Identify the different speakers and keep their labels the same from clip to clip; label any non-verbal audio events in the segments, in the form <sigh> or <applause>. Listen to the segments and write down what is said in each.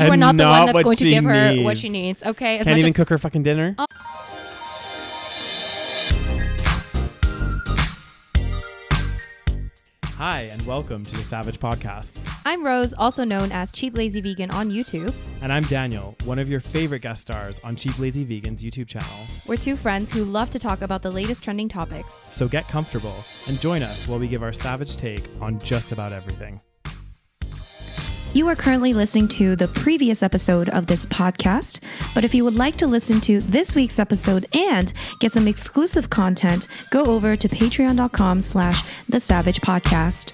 Speaker 1: You are
Speaker 2: and
Speaker 1: not the
Speaker 2: not
Speaker 1: one that's
Speaker 2: what
Speaker 1: going to
Speaker 2: she
Speaker 1: give her what
Speaker 2: needs.
Speaker 1: she needs. Okay, as
Speaker 2: Can't
Speaker 1: much
Speaker 2: even
Speaker 1: as
Speaker 2: cook her fucking dinner.
Speaker 1: Oh.
Speaker 2: Hi, and welcome to the Savage Podcast.
Speaker 1: I'm Rose, also known as Cheap Lazy Vegan on YouTube.
Speaker 2: And I'm Daniel, one of your favorite guest stars on Cheap Lazy Vegan's YouTube channel.
Speaker 1: We're two friends who love to talk about the latest trending topics.
Speaker 2: So get comfortable and join us while we give our savage take on just about everything.
Speaker 3: You are currently listening to the previous episode of this podcast, but if you would like to listen to this week's episode and get some exclusive content, go over to patreon.com slash the savage podcast.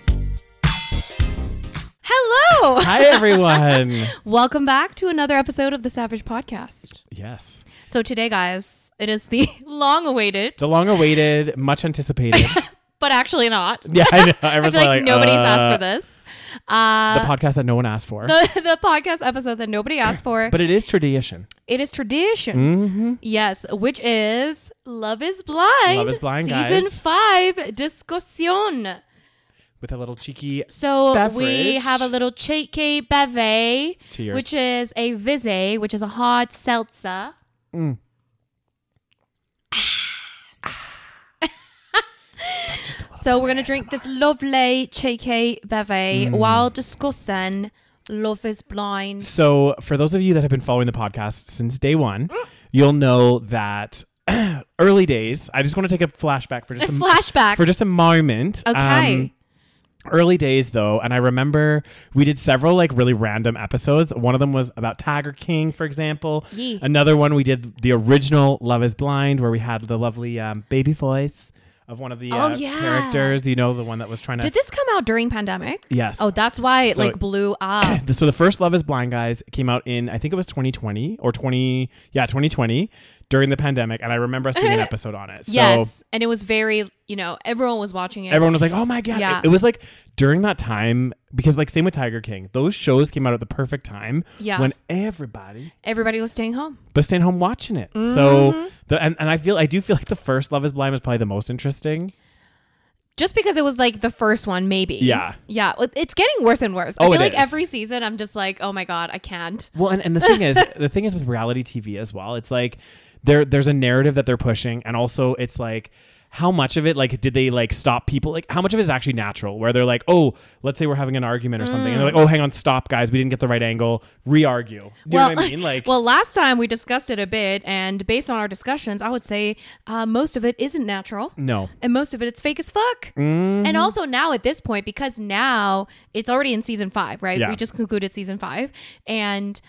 Speaker 1: Hello!
Speaker 2: Hi, everyone.
Speaker 1: Welcome back to another episode of the Savage Podcast.
Speaker 2: <laughs> yes.
Speaker 1: So today, guys, it is the <laughs> long-awaited,
Speaker 2: The long awaited, much
Speaker 1: <laughs>
Speaker 2: anticipated.
Speaker 1: but actually not.
Speaker 2: yeah, I know.
Speaker 1: I
Speaker 2: Everyone's
Speaker 1: feel like, nobody's asked
Speaker 2: uh,
Speaker 1: for this. Uh,
Speaker 2: The podcast that no one asked for.
Speaker 1: <laughs> the, the podcast episode that nobody asked for.
Speaker 2: but it is tradition.
Speaker 1: it is tradition.
Speaker 2: Mm-hmm.
Speaker 1: Yes, which is Love is Blind.
Speaker 2: Love is Blind,
Speaker 1: Season
Speaker 2: guys.
Speaker 1: 5, Discussion.
Speaker 2: With a little cheeky
Speaker 1: So we
Speaker 2: Beverage.
Speaker 1: have a little cheeky beve,
Speaker 2: Cheers.
Speaker 1: which is a vise, which is a hard seltzer.
Speaker 2: Mm. That's just a little
Speaker 1: Ah. So we're going to drink this lovely cheeky
Speaker 2: Mm.
Speaker 1: beve while discussing Love is Blind.
Speaker 2: So, for those of you that have been following the podcast since day one,
Speaker 1: Mm.
Speaker 2: you'll know that <clears throat> early days. I just want to take a flashback for just a,
Speaker 1: Flashback.
Speaker 2: for just a moment.
Speaker 1: Okay.
Speaker 2: Um, early days though, and I remember we did several like really random episodes. One of them was about Tiger King, for example.
Speaker 1: Yee.
Speaker 2: Another one we did the original Love Is Blind, where we had the lovely um, baby voice of one of the
Speaker 1: Oh,
Speaker 2: uh,
Speaker 1: yeah.
Speaker 2: characters. You know, the one that was trying to.
Speaker 1: Did this come out during pandemic?
Speaker 2: yes.
Speaker 1: Oh, that's why it
Speaker 2: So-
Speaker 1: like blew up.
Speaker 2: <laughs> so the first Love Is Blind guys came out in I think it was 2020 or 20 yeah 2020 during the pandemic, and I remember us
Speaker 1: <laughs>
Speaker 2: doing an episode on it. So
Speaker 1: yes. and it was very, you know, everyone was watching it.
Speaker 2: everyone was like, "Oh my god!"
Speaker 1: Yeah.
Speaker 2: It, it was like during that time because like same with Tiger King, those shows came out at the perfect time
Speaker 1: Yeah.
Speaker 2: when everybody
Speaker 1: Everybody was staying home.
Speaker 2: was staying home watching it.
Speaker 1: Mm-hmm.
Speaker 2: So the and, and I feel I do feel like the first Love Is Blind was probably the most interesting.
Speaker 1: just because it was like the first one, maybe.
Speaker 2: Yeah.
Speaker 1: Yeah. Well, It's getting worse and worse. I
Speaker 2: Oh, it
Speaker 1: feel like
Speaker 2: is.
Speaker 1: every season I'm just like, oh my God, I can't.
Speaker 2: Well, and, and the thing is, the thing is with reality TV as well. It's like there there's a narrative that they're pushing, and also it's like how much of it like did they like stop people like how much of it is actually natural where they're like oh let's say we're having an argument or something and they're like oh hang on stop guys we didn't get the right angle re-argue you know what i mean like
Speaker 1: <laughs> well, last time we discussed it a bit, and based on our discussions, I would say uh, most of it isn't natural.
Speaker 2: no
Speaker 1: And most of it, it's fake as fuck.
Speaker 2: Mm-hmm.
Speaker 1: And also now at this point, because now it's already in season five, right?
Speaker 2: Yeah.
Speaker 1: We just concluded season five. And,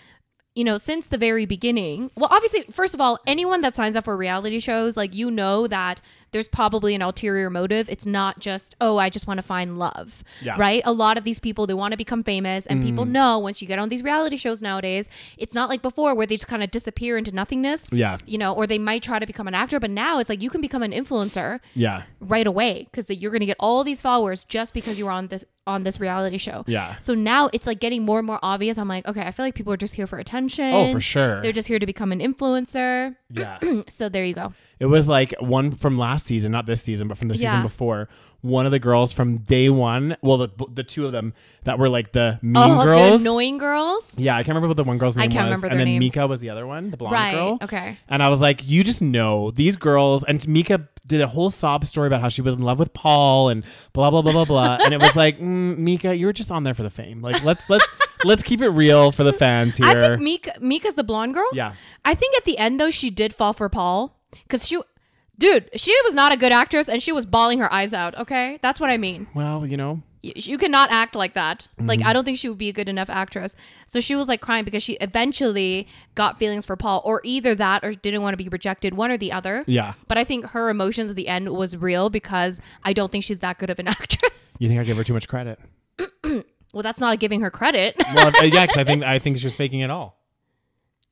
Speaker 1: you know, since the very beginning, well, obviously, first of all, anyone that signs up for reality shows, like, you know that there's probably an ulterior motive. It's not just, oh, I just want to find love,
Speaker 2: Yeah. Mm.
Speaker 1: right? A lot of these people, they want to become famous. And people know once you get on these reality shows nowadays, it's not like before where they just kind of disappear into nothingness.
Speaker 2: Yeah.
Speaker 1: You know, or they might try to become an actor, but now it's like you can become an influencer
Speaker 2: yeah
Speaker 1: right away because you're going to get all these followers just because you were on this on this reality show.
Speaker 2: Yeah.
Speaker 1: So now it's like getting more and more obvious. I'm like, okay, I feel like people are just here for attention.
Speaker 2: oh for sure
Speaker 1: They're just here to become an influencer.
Speaker 2: yeah
Speaker 1: So there you go.
Speaker 2: It was like one from last season, not this season, but from the
Speaker 1: Yeah.
Speaker 2: season before. One of the girls from day one, well, the, the two of them that were like the mean
Speaker 1: oh,
Speaker 2: girls.
Speaker 1: the annoying girls.
Speaker 2: yeah, I can't remember what the one girl's name
Speaker 1: I can't
Speaker 2: was.
Speaker 1: remember
Speaker 2: and
Speaker 1: their
Speaker 2: then
Speaker 1: names.
Speaker 2: Mika was the other one, the blonde
Speaker 1: Right.
Speaker 2: girl.
Speaker 1: Okay.
Speaker 2: And I was like, you just know these girls. And Mika did a whole sob story about how she was in love with Paul and blah blah blah blah blah. and it
Speaker 1: <laughs>
Speaker 2: was like, mm, Mika, you were just on there for the fame. Like let's let's let's keep it real for the fans here.
Speaker 1: I think Mika Mika's the blonde girl.
Speaker 2: yeah.
Speaker 1: I think at the end though she did fall for Paul because she, dude, she was not a good actress and she was bawling her eyes out. Okay, that's what I mean.
Speaker 2: Well, you know,
Speaker 1: y- you cannot act like that. Like
Speaker 2: Mm-hmm.
Speaker 1: I don't think she would be a good enough actress. So she was like crying because she eventually got feelings for Paul, or either that, or didn't want to be rejected, one or the other.
Speaker 2: Yeah.
Speaker 1: But I think her emotions at the end was real because I don't think she's that good of an <laughs> actress.
Speaker 2: you think I give her too much credit?
Speaker 1: well, that's not giving her credit.
Speaker 2: Well, yeah, because I think I think she's faking it all.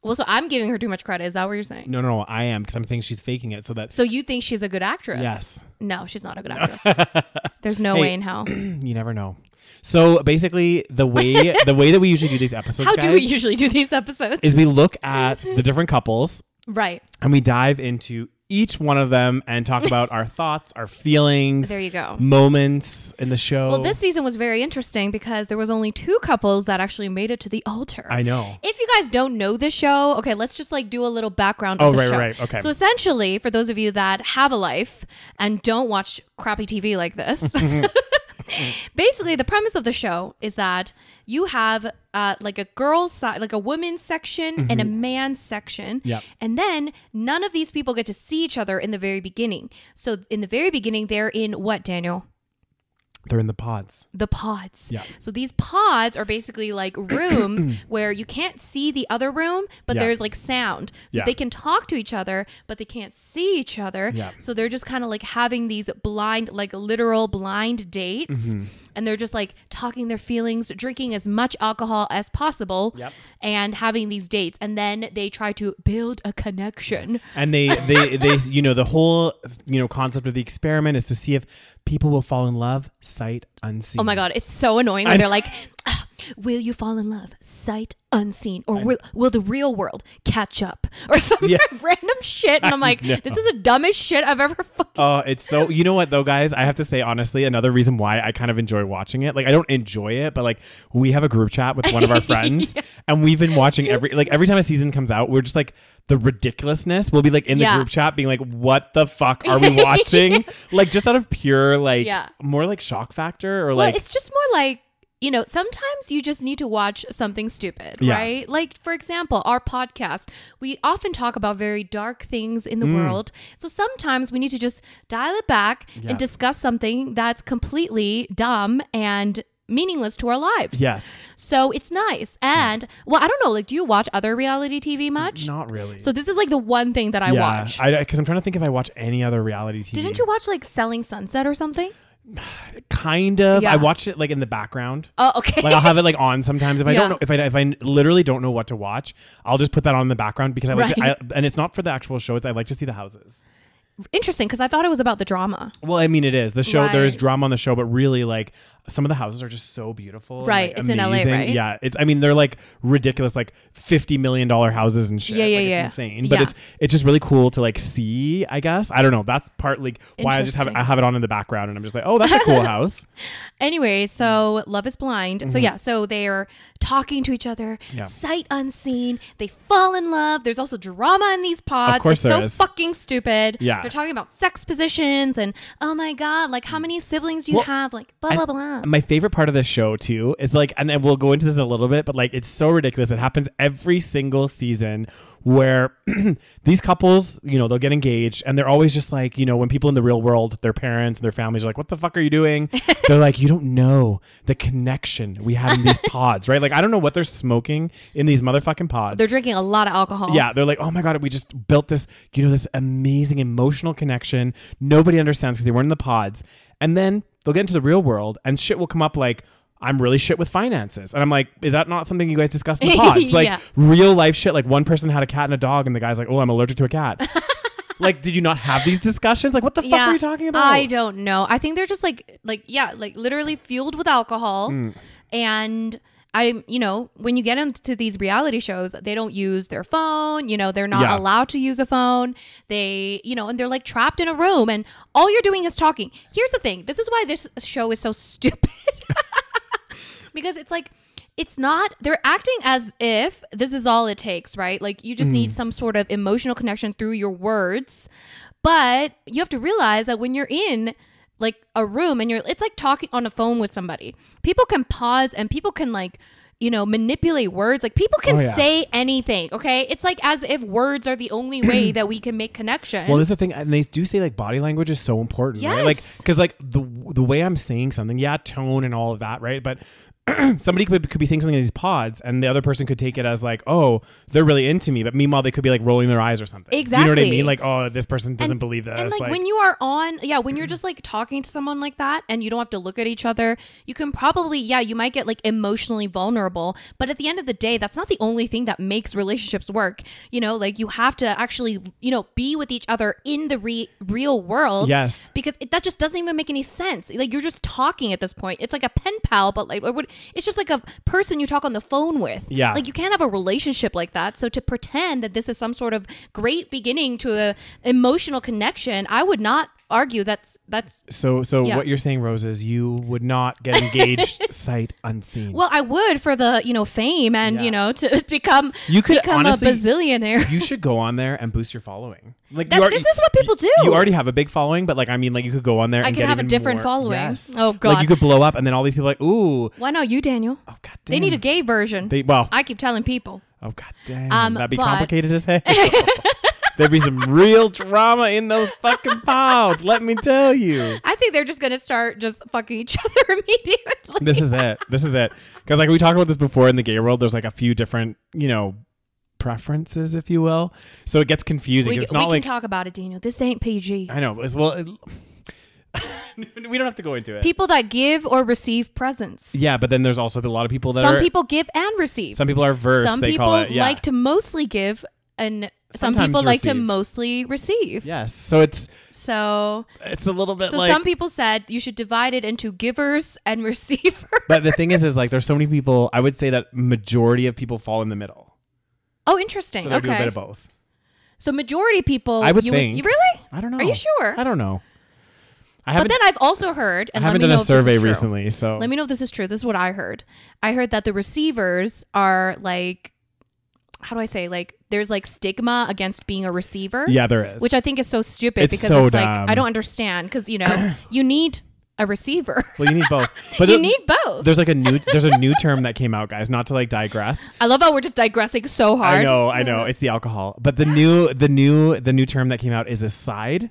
Speaker 1: <laughs> well, so I'm giving her too much credit. Is that what you're saying?
Speaker 2: No, no, no, I am because I'm saying she's faking it so that
Speaker 1: So you think she's a good actress?
Speaker 2: Yes.
Speaker 1: No, she's not
Speaker 2: <laughs>
Speaker 1: a good actress. There's no way in hell.
Speaker 2: you never know. So basically, the
Speaker 1: <laughs>
Speaker 2: way the way that we usually do these episodes,
Speaker 1: How do
Speaker 2: guys,
Speaker 1: we usually do these episodes?
Speaker 2: is we look at the different couples
Speaker 1: right.
Speaker 2: and we dive into each one of them and
Speaker 1: <laughs>
Speaker 2: talk about our thoughts, our feelings,
Speaker 1: There you go.
Speaker 2: moments in the show.
Speaker 1: Well, this season was very interesting because there was only two couples that actually made it to the altar.
Speaker 2: I know.
Speaker 1: If you guys don't know the show, okay, let's just like do a little background.
Speaker 2: Oh,
Speaker 1: of the
Speaker 2: right,
Speaker 1: show.
Speaker 2: right, okay.
Speaker 1: So essentially, for those of you that have a life and don't watch crappy TV like this. <laughs> Basically, the premise of the show is that you have uh, like a girl's side, like a women's section and a man's section.
Speaker 2: Mm-hmm. Yep.
Speaker 1: And then none of these people get to see each other in the very beginning. So, in the very beginning, they're in what, Daniel?
Speaker 2: They're in the pods.
Speaker 1: the pods.
Speaker 2: Yeah.
Speaker 1: So these pods are
Speaker 2: <clears throat>
Speaker 1: basically like rooms where you can't see the other room, but
Speaker 2: Yeah.
Speaker 1: there's like sound. So
Speaker 2: Yeah.
Speaker 1: they can talk to each other, but they can't see each other.
Speaker 2: Yeah.
Speaker 1: So they're just kind of like having these blind, like literal blind dates.
Speaker 2: Mm-hmm.
Speaker 1: And they're just like talking their feelings, drinking as much alcohol as possible,
Speaker 2: Yep.
Speaker 1: and having these dates. And then they try to build a connection.
Speaker 2: And
Speaker 1: <laughs>
Speaker 2: they, they, they, you know, the whole, you know, concept of the experiment is to see if people will fall in love sight unseen.
Speaker 1: Oh my god, it's so annoying when they're like, "Ah, "Will you fall in love sight unseen, or will, will the real world catch up, <laughs> or some
Speaker 2: Yeah.
Speaker 1: random shit?" And I'm like,
Speaker 2: know.
Speaker 1: "This is the dumbest shit I've ever fucking."
Speaker 2: Oh, it's so. You know what though, guys? I have to say honestly, another reason why I kind of enjoy watching it. Like, I don't enjoy it, but like, we have a group chat with
Speaker 1: <laughs>
Speaker 2: one of our friends, and we've been watching every like every time a season comes out, we're just like the ridiculousness. We'll be like in the
Speaker 1: Yeah.
Speaker 2: group chat, being like, "What the fuck are we
Speaker 1: <laughs>
Speaker 2: watching?" Like, just out of pure like,
Speaker 1: Yeah.
Speaker 2: more like shock factor or
Speaker 1: <laughs> Well,
Speaker 2: like,
Speaker 1: it's just more like you know, sometimes you just need to watch something stupid,
Speaker 2: Yeah.
Speaker 1: right? Like for example, our podcast, we often talk about very dark things in the
Speaker 2: Mm.
Speaker 1: world, so sometimes we need to just dial it back
Speaker 2: Yeah.
Speaker 1: and discuss something that's completely dumb and meaningless to our lives.
Speaker 2: yes,
Speaker 1: So it's nice. And well, I don't know. Like, do you watch other reality TV much?
Speaker 2: not really.
Speaker 1: So this is like the one thing that I
Speaker 2: yeah,
Speaker 1: watch.
Speaker 2: I because I'm trying to think if I watch any other reality TV.
Speaker 1: Didn't you watch like Selling Sunset or something?
Speaker 2: Kind of.
Speaker 1: Yeah.
Speaker 2: I watch it like in the background.
Speaker 1: Oh, okay.
Speaker 2: like I'll have it like on sometimes if I
Speaker 1: Yeah.
Speaker 2: don't know if I if I literally don't know what to watch, I'll just put that on in the background because I like
Speaker 1: Right.
Speaker 2: to, I, and it's not for the actual show. It's I like to see the houses.
Speaker 1: <laughs> Interesting, because I thought it was about the drama.
Speaker 2: Well, I mean it is the show. There is
Speaker 1: Right.
Speaker 2: drama on the show, but really like some of the houses are just so beautiful. and,
Speaker 1: Right.
Speaker 2: like,
Speaker 1: It's in LA,
Speaker 2: amazing.
Speaker 1: right?
Speaker 2: Yeah, it's I mean they're like ridiculous, like fifty million dollar houses and shit.
Speaker 1: Yeah, yeah,
Speaker 2: like,
Speaker 1: yeah.
Speaker 2: It's insane, but
Speaker 1: Yeah.
Speaker 2: it's it's just really cool to like see. I guess I don't know. That's partly why I just have I
Speaker 1: Interesting.
Speaker 2: have it on in the background, and I'm just like, oh, that's a
Speaker 1: <laughs>
Speaker 2: cool house.
Speaker 1: Anyway, so Love is Blind. So yeah, so they're talking to each other,
Speaker 2: Mm-hmm. Yeah.
Speaker 1: sight unseen. They fall in love. There's also drama in these pods.
Speaker 2: course
Speaker 1: it's
Speaker 2: there
Speaker 1: so
Speaker 2: is.
Speaker 1: fucking stupid.
Speaker 2: Yeah.
Speaker 1: They're talking about sex positions and oh my god, like how many siblings you
Speaker 2: Well,
Speaker 1: have, like blah blah blah.
Speaker 2: My favorite part of the show too is like, and then we'll go into this in a little bit, but like it's so ridiculous. It happens every single season where <clears throat> these couples, you know, they'll get engaged and they're always just like, you know, when people in the real world, their parents and their families are like, "What the fuck are you
Speaker 1: <laughs>
Speaker 2: doing?" they're like, "You don't know the connection we have
Speaker 1: <laughs>
Speaker 2: in these pods, right?" Like I don't know what they're smoking in these motherfucking pods.
Speaker 1: They're drinking a lot of alcohol.
Speaker 2: Yeah, they're like, oh my god, we just built this, you know, this amazing emotional connection. Nobody understands because they weren't in the pods. And then they'll get into the real world, and shit will come up like. I'm really shit with finances. And I'm like, is that not something you guys discussed in
Speaker 1: <laughs>
Speaker 2: the pods? Like
Speaker 1: Yeah.
Speaker 2: real life shit. Like one person had a cat and a dog, and the guy's like, oh, I'm allergic to a cat.
Speaker 1: <laughs>
Speaker 2: like, did you not have these discussions? Like, what the fuck are you talking about?
Speaker 1: I don't know. I think they're just like like yeah, like literally fueled with alcohol
Speaker 2: Hmm.
Speaker 1: and I you know, when you get into these reality shows, they don't use their phone, you know, they're not
Speaker 2: Yeah.
Speaker 1: allowed to use a phone. They, you know, and they're like trapped in a room and all you're doing is talking. Here's the thing. This is why this show is so stupid. because it's like it's not they're acting as if this is all it takes right like you just
Speaker 2: Mm.
Speaker 1: need some sort of emotional connection through your words but you have to realize that when you're in like a room and you're it's like talking on a phone with somebody people can pause and people can like you know manipulate words like people can
Speaker 2: Oh, yeah.
Speaker 1: say anything okay it's like as if words are the only
Speaker 2: <clears throat>
Speaker 1: way that we can make connection
Speaker 2: Well, this is the thing, and they do say like body language is so important, right? Like,
Speaker 1: Yes.
Speaker 2: because like the the way I'm saying something, yeah, tone and all of that, right? But <clears throat> somebody could, could be saying something in these pods, and the other person could take it as like, oh, they're really into me, but meanwhile they could be like rolling their eyes or something. Do you know what I
Speaker 1: Exactly.
Speaker 2: mean? Like, oh, this person doesn't
Speaker 1: And-
Speaker 2: believe this.
Speaker 1: And like, when you are on, yeah, when you're just like talking to someone like that and you don't have to look at each other, you can probably, yeah, you might get like emotionally vulnerable. But at the end of the day, that's not the only thing that makes relationships work. You know, like you have to actually, you know, be with each other in the re- real world.
Speaker 2: Yes.
Speaker 1: Because it, that just doesn't even make any sense. Like you're just talking at this point. It's like a pen pal, but like, what, It's just like a person you talk on the phone with.
Speaker 2: Yeah.
Speaker 1: Like you can't have a relationship like that. So to pretend that this is some sort of great beginning to a emotional connection, I would not argue that's that's
Speaker 2: So, so
Speaker 1: Yeah.
Speaker 2: what you're saying, Rose, is you would not get
Speaker 1: <laughs>
Speaker 2: engaged sight unseen.
Speaker 1: well, I would for the, you know, fame and,
Speaker 2: Yeah.
Speaker 1: you know, to <laughs> become
Speaker 2: You could
Speaker 1: become
Speaker 2: honestly-
Speaker 1: a bazillionaire.
Speaker 2: <laughs> you should go on there and boost your following. Like
Speaker 1: That-
Speaker 2: you
Speaker 1: this is what people do.
Speaker 2: You already have a big following, but like I mean, like you could go on there.
Speaker 1: I
Speaker 2: and
Speaker 1: could
Speaker 2: get
Speaker 1: have a
Speaker 2: even
Speaker 1: different
Speaker 2: more-
Speaker 1: following.
Speaker 2: Yes.
Speaker 1: Oh,
Speaker 2: Like
Speaker 1: God.
Speaker 2: you could blow up, and then all these people are like, ooh, oh
Speaker 1: Why not you, Daniel?
Speaker 2: god, damn.
Speaker 1: They need a gay version.
Speaker 2: They well,
Speaker 1: I keep telling people.
Speaker 2: oh god, damn,
Speaker 1: Um,
Speaker 2: that'd be
Speaker 1: but-
Speaker 2: complicated as
Speaker 1: <laughs>
Speaker 2: hell. <laughs> There'd be some real drama in those fucking pods. Let me tell you.
Speaker 1: I think they're just gonna start just fucking each <laughs> other immediately.
Speaker 2: This is it. This is it. Because like we talked about this before in the gay world, there's like a few different, you know, preferences, if you will. So it gets confusing.
Speaker 1: we
Speaker 2: 'cause
Speaker 1: we
Speaker 2: it's not
Speaker 1: can
Speaker 2: like
Speaker 1: talk about it, Daniel. This ain't PG.
Speaker 2: I know. As well, it- <laughs> we don't have to go into it.
Speaker 1: People that give or receive presents.
Speaker 2: yeah, but then there's also a lot of people that
Speaker 1: Some
Speaker 2: are.
Speaker 1: people give and receive.
Speaker 2: some people are verse.
Speaker 1: Some
Speaker 2: they
Speaker 1: people
Speaker 2: call it. Yeah.
Speaker 1: like to mostly give, and some
Speaker 2: Sometimes
Speaker 1: people like to
Speaker 2: receive.
Speaker 1: mostly receive.
Speaker 2: Yes. So it's
Speaker 1: So,
Speaker 2: it's a little bit
Speaker 1: so
Speaker 2: like.
Speaker 1: some people said you should divide it into givers and <laughs> receivers.
Speaker 2: but the thing is, is like there's so many people. I would say that majority of people fall in the middle.
Speaker 1: oh, interesting.
Speaker 2: So they do a
Speaker 1: okay.
Speaker 2: bit of both.
Speaker 1: so majority people.
Speaker 2: I would
Speaker 1: you
Speaker 2: think.
Speaker 1: you really?
Speaker 2: I don't know.
Speaker 1: Are you sure?
Speaker 2: I don't know. I
Speaker 1: But
Speaker 2: haven't.
Speaker 1: then I've also heard,
Speaker 2: I
Speaker 1: and
Speaker 2: haven't
Speaker 1: let
Speaker 2: done
Speaker 1: me
Speaker 2: a
Speaker 1: know if this is
Speaker 2: survey
Speaker 1: true.
Speaker 2: recently, so
Speaker 1: Let me know if this is true. This is what I heard. I heard that the receivers are like, how do I say? Like, there's like stigma against being a receiver.
Speaker 2: yeah, there is.
Speaker 1: Which I think is so stupid
Speaker 2: It's
Speaker 1: because
Speaker 2: so
Speaker 1: it's like,
Speaker 2: dumb.
Speaker 1: I don't understand because,
Speaker 2: <clears throat>
Speaker 1: you know, you need a receiver.
Speaker 2: well, you need both.
Speaker 1: <laughs>
Speaker 2: But
Speaker 1: you
Speaker 2: the-
Speaker 1: need both.
Speaker 2: There's like a new there's a new term that came out, guys. Not to like digress.
Speaker 1: I love how we're just digressing so hard.
Speaker 2: I know, I know. It's the alcohol. But the new the new the new term that came out is a side.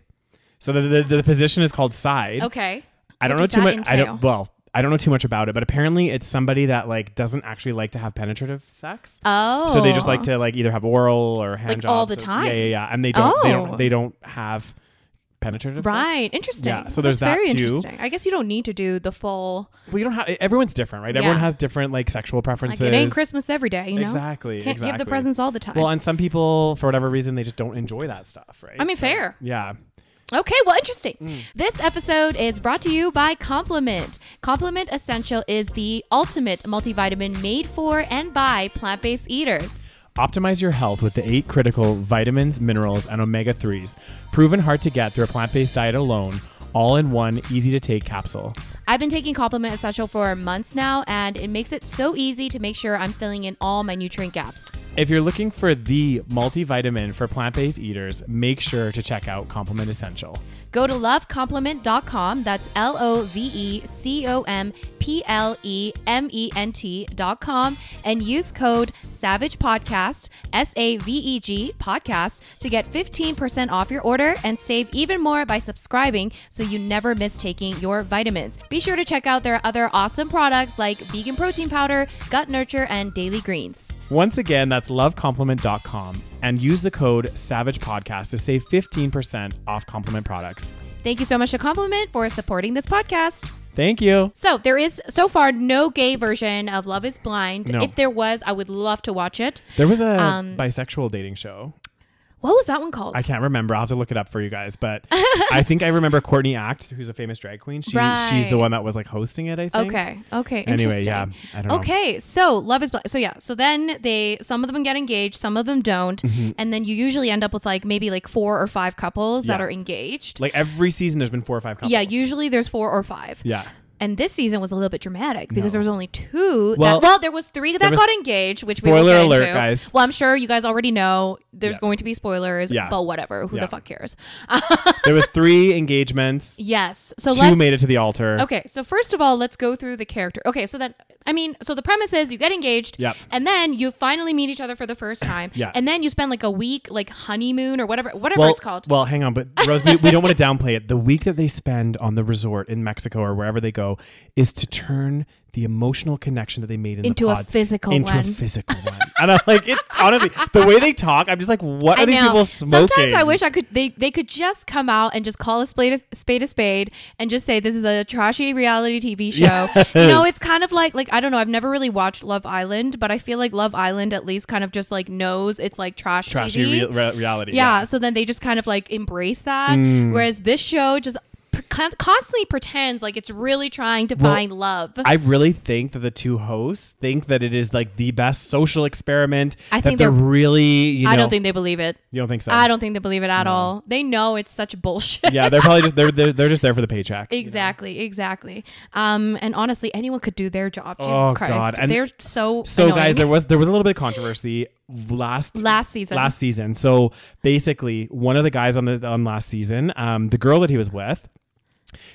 Speaker 2: So the the, the position is called side.
Speaker 1: Okay.
Speaker 2: I don't know
Speaker 1: What
Speaker 2: too
Speaker 1: does
Speaker 2: much.
Speaker 1: that
Speaker 2: I
Speaker 1: entail?
Speaker 2: don't. Well, I don't know too much about it, but apparently it's somebody that like doesn't actually like to have penetrative sex.
Speaker 1: Oh.
Speaker 2: So they just like to like either have oral or hand
Speaker 1: Like, all
Speaker 2: jobs
Speaker 1: the
Speaker 2: or-
Speaker 1: time.
Speaker 2: Yeah, yeah, yeah. And they don't. They
Speaker 1: Oh.
Speaker 2: don't. They don't have penetrative. sex.
Speaker 1: Right. Interesting.
Speaker 2: Yeah, so there's
Speaker 1: That's very
Speaker 2: that too.
Speaker 1: interesting. I guess you don't need to do the full.
Speaker 2: Well, you don't have. Everyone's different, right? Everyone
Speaker 1: Yeah.
Speaker 2: has different like sexual
Speaker 1: Like,
Speaker 2: preferences.
Speaker 1: it ain't Christmas every day, you know?
Speaker 2: Exactly.
Speaker 1: Can't
Speaker 2: exactly.
Speaker 1: give the presents all the time.
Speaker 2: Well, and some people, for whatever reason, they just don't enjoy that stuff, right?
Speaker 1: I mean,
Speaker 2: So-
Speaker 1: fair.
Speaker 2: Yeah.
Speaker 1: Okay, well, interesting. This episode is brought to you by Compliment. Compliment Essential is the ultimate multivitamin made for and by plant based eaters.
Speaker 2: Optimize your health with the eight critical vitamins, minerals, and omega 3s, proven hard to get through a plant based diet alone, all in one easy to take capsule.
Speaker 1: I've been taking Compliment Essential for months now, and it makes it so easy to make sure I'm filling in all my nutrient gaps.
Speaker 2: If you're looking for the multivitamin for plant based eaters, make sure to check out Compliment Essential.
Speaker 1: Go to lovecompliment.com. That's L O V E C O M P L E M E N T.com and use code Savage Podcast, S A V E G Podcast, to get 15% off your order and save even more by subscribing so you never miss taking your vitamins. Be sure to check out their other awesome products like vegan protein powder, gut nurture, and daily greens.
Speaker 2: Once again, that's lovecompliment.com and use the code SAVAGEPODCAST to save 15% off compliment products.
Speaker 1: Thank you so much to Compliment for supporting this podcast.
Speaker 2: Thank you.
Speaker 1: So there is so far no gay version of Love Is Blind.
Speaker 2: No.
Speaker 1: If there was, I would love to watch it.
Speaker 2: There was a
Speaker 1: Um,
Speaker 2: bisexual dating show.
Speaker 1: What was that one called?
Speaker 2: I can't remember. I'll have to look it up for you guys.
Speaker 1: <laughs>
Speaker 2: But I think I remember Courtney Act, who's a famous drag queen. She, She's
Speaker 1: Right.
Speaker 2: the one that was like hosting it, I think.
Speaker 1: okay. Okay.
Speaker 2: Anyway, yeah.
Speaker 1: Interesting.
Speaker 2: I don't know.
Speaker 1: okay. So Love Is Blind. So yeah. So then they some of them get engaged, some of them don't,
Speaker 2: Mm-hmm.
Speaker 1: and then you usually end up with like maybe like four or five couples that
Speaker 2: Yeah.
Speaker 1: are engaged.
Speaker 2: Like every season, there's been four or five couples.
Speaker 1: yeah. Usually there's four or five.
Speaker 2: Yeah.
Speaker 1: And this season was a little bit dramatic
Speaker 2: No.
Speaker 1: because there was only two.
Speaker 2: Well,
Speaker 1: that, well there was three that
Speaker 2: there was-
Speaker 1: got engaged, which we
Speaker 2: Spoiler
Speaker 1: will get
Speaker 2: alert,
Speaker 1: into.
Speaker 2: guys.
Speaker 1: Well, I'm sure you guys already know there's
Speaker 2: Yeah.
Speaker 1: going to be spoilers,
Speaker 2: Yeah.
Speaker 1: but whatever. Who
Speaker 2: Yeah.
Speaker 1: the fuck cares? Uh,
Speaker 2: There was three <laughs> engagements.
Speaker 1: Yes. So
Speaker 2: 2
Speaker 1: let's,
Speaker 2: made it to the altar.
Speaker 1: Okay. So first of all, let's go through the character. Okay. So then, I mean, so the premise is you get engaged,
Speaker 2: Yep.
Speaker 1: and then you finally meet each other for
Speaker 2: <coughs>
Speaker 1: the first time,
Speaker 2: Yeah.
Speaker 1: and then you spend like a week, like honeymoon or whatever, whatever
Speaker 2: Well,
Speaker 1: it's called.
Speaker 2: well, hang on, but
Speaker 1: <laughs>
Speaker 2: Rose, we, we don't want to downplay it. The week that they spend on the resort in Mexico or wherever they go is to turn the emotional connection that they made in
Speaker 1: Into
Speaker 2: the
Speaker 1: a
Speaker 2: pods
Speaker 1: physical
Speaker 2: into
Speaker 1: one.
Speaker 2: a physical one. And I'm like, it honestly, the way they talk, I'm just like, what are
Speaker 1: I
Speaker 2: these
Speaker 1: know.
Speaker 2: people smoking?
Speaker 1: Sometimes I wish I could. They they could just come out and just call a spade a spade a spade and just say this is a trashy reality
Speaker 2: <laughs>
Speaker 1: TV show. You know, it's kind of like like I don't know. I've never really watched Love Island, but I feel like Love Island at least kind of just like knows it's like trash
Speaker 2: trashy
Speaker 1: TV.
Speaker 2: rea- re- reality. Mm.
Speaker 1: yeah, so then they just kind of like embrace that whereas this show just p- con- constantly pretends like it's really trying to
Speaker 2: Well,
Speaker 1: find love.
Speaker 2: I really think that the two hosts think that it is like the best social experiment.
Speaker 1: I
Speaker 2: that
Speaker 1: think
Speaker 2: they're,
Speaker 1: they're-
Speaker 2: really. You know,
Speaker 1: I don't think they believe it.
Speaker 2: you don't think so.
Speaker 1: I don't think they believe it at all. They know it's such bullshit.
Speaker 2: Yeah, they're probably just they're they're, they're just there for the paycheck.
Speaker 1: Exactly, exactly. Um, and honestly, anyone could do their job. Jesus
Speaker 2: Oh,
Speaker 1: Christ,
Speaker 2: God. And
Speaker 1: they're so
Speaker 2: So guys,
Speaker 1: annoying.
Speaker 2: there was there was a little bit of controversy last
Speaker 1: Last season.
Speaker 2: Last season. So basically, one of the guys on the on last season, um, the girl that he was with,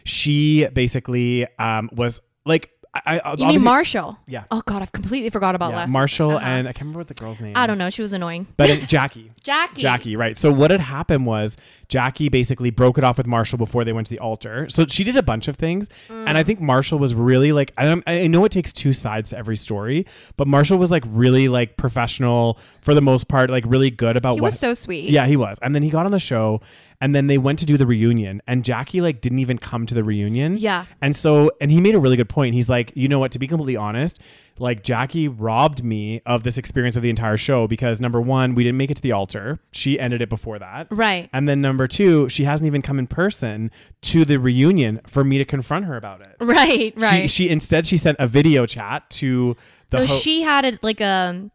Speaker 2: she basically um was like I, I
Speaker 1: you mean
Speaker 2: obviously-
Speaker 1: Marshall?
Speaker 2: Yeah.
Speaker 1: Oh God, I've completely forgot about
Speaker 2: yeah,
Speaker 1: last.
Speaker 2: Marshall
Speaker 1: season. Uh-huh.
Speaker 2: and I can't remember what the girl's name.
Speaker 1: I don't know. She was annoying.
Speaker 2: But it, Jackie.
Speaker 1: Jackie.
Speaker 2: Jackie, right. So what had happened was Jackie basically broke it off with Marshall before they went to the altar. So she did a bunch of things. And I
Speaker 1: Mm.
Speaker 2: think Marshall was really like, I, don't- I know it takes two sides to every story, but Marshall was like really like professional for the most part, like really good about
Speaker 1: He
Speaker 2: what.
Speaker 1: was so sweet.
Speaker 2: yeah, he was. And then he got on the show and then they went to do the reunion and Jackie like didn't even come to the reunion.
Speaker 1: Yeah.
Speaker 2: And so, and he made a really good point. He's like, you know what? To be completely honest, like Jackie robbed me of this experience of the entire show because number one, we didn't make it to the altar. She ended it before that.
Speaker 1: Right.
Speaker 2: And then number two, she hasn't even come in person to the reunion for me to confront her about it.
Speaker 1: <laughs> Right. Right.
Speaker 2: She, she instead she sent a video chat to the
Speaker 1: so
Speaker 2: ho-
Speaker 1: she had a, like a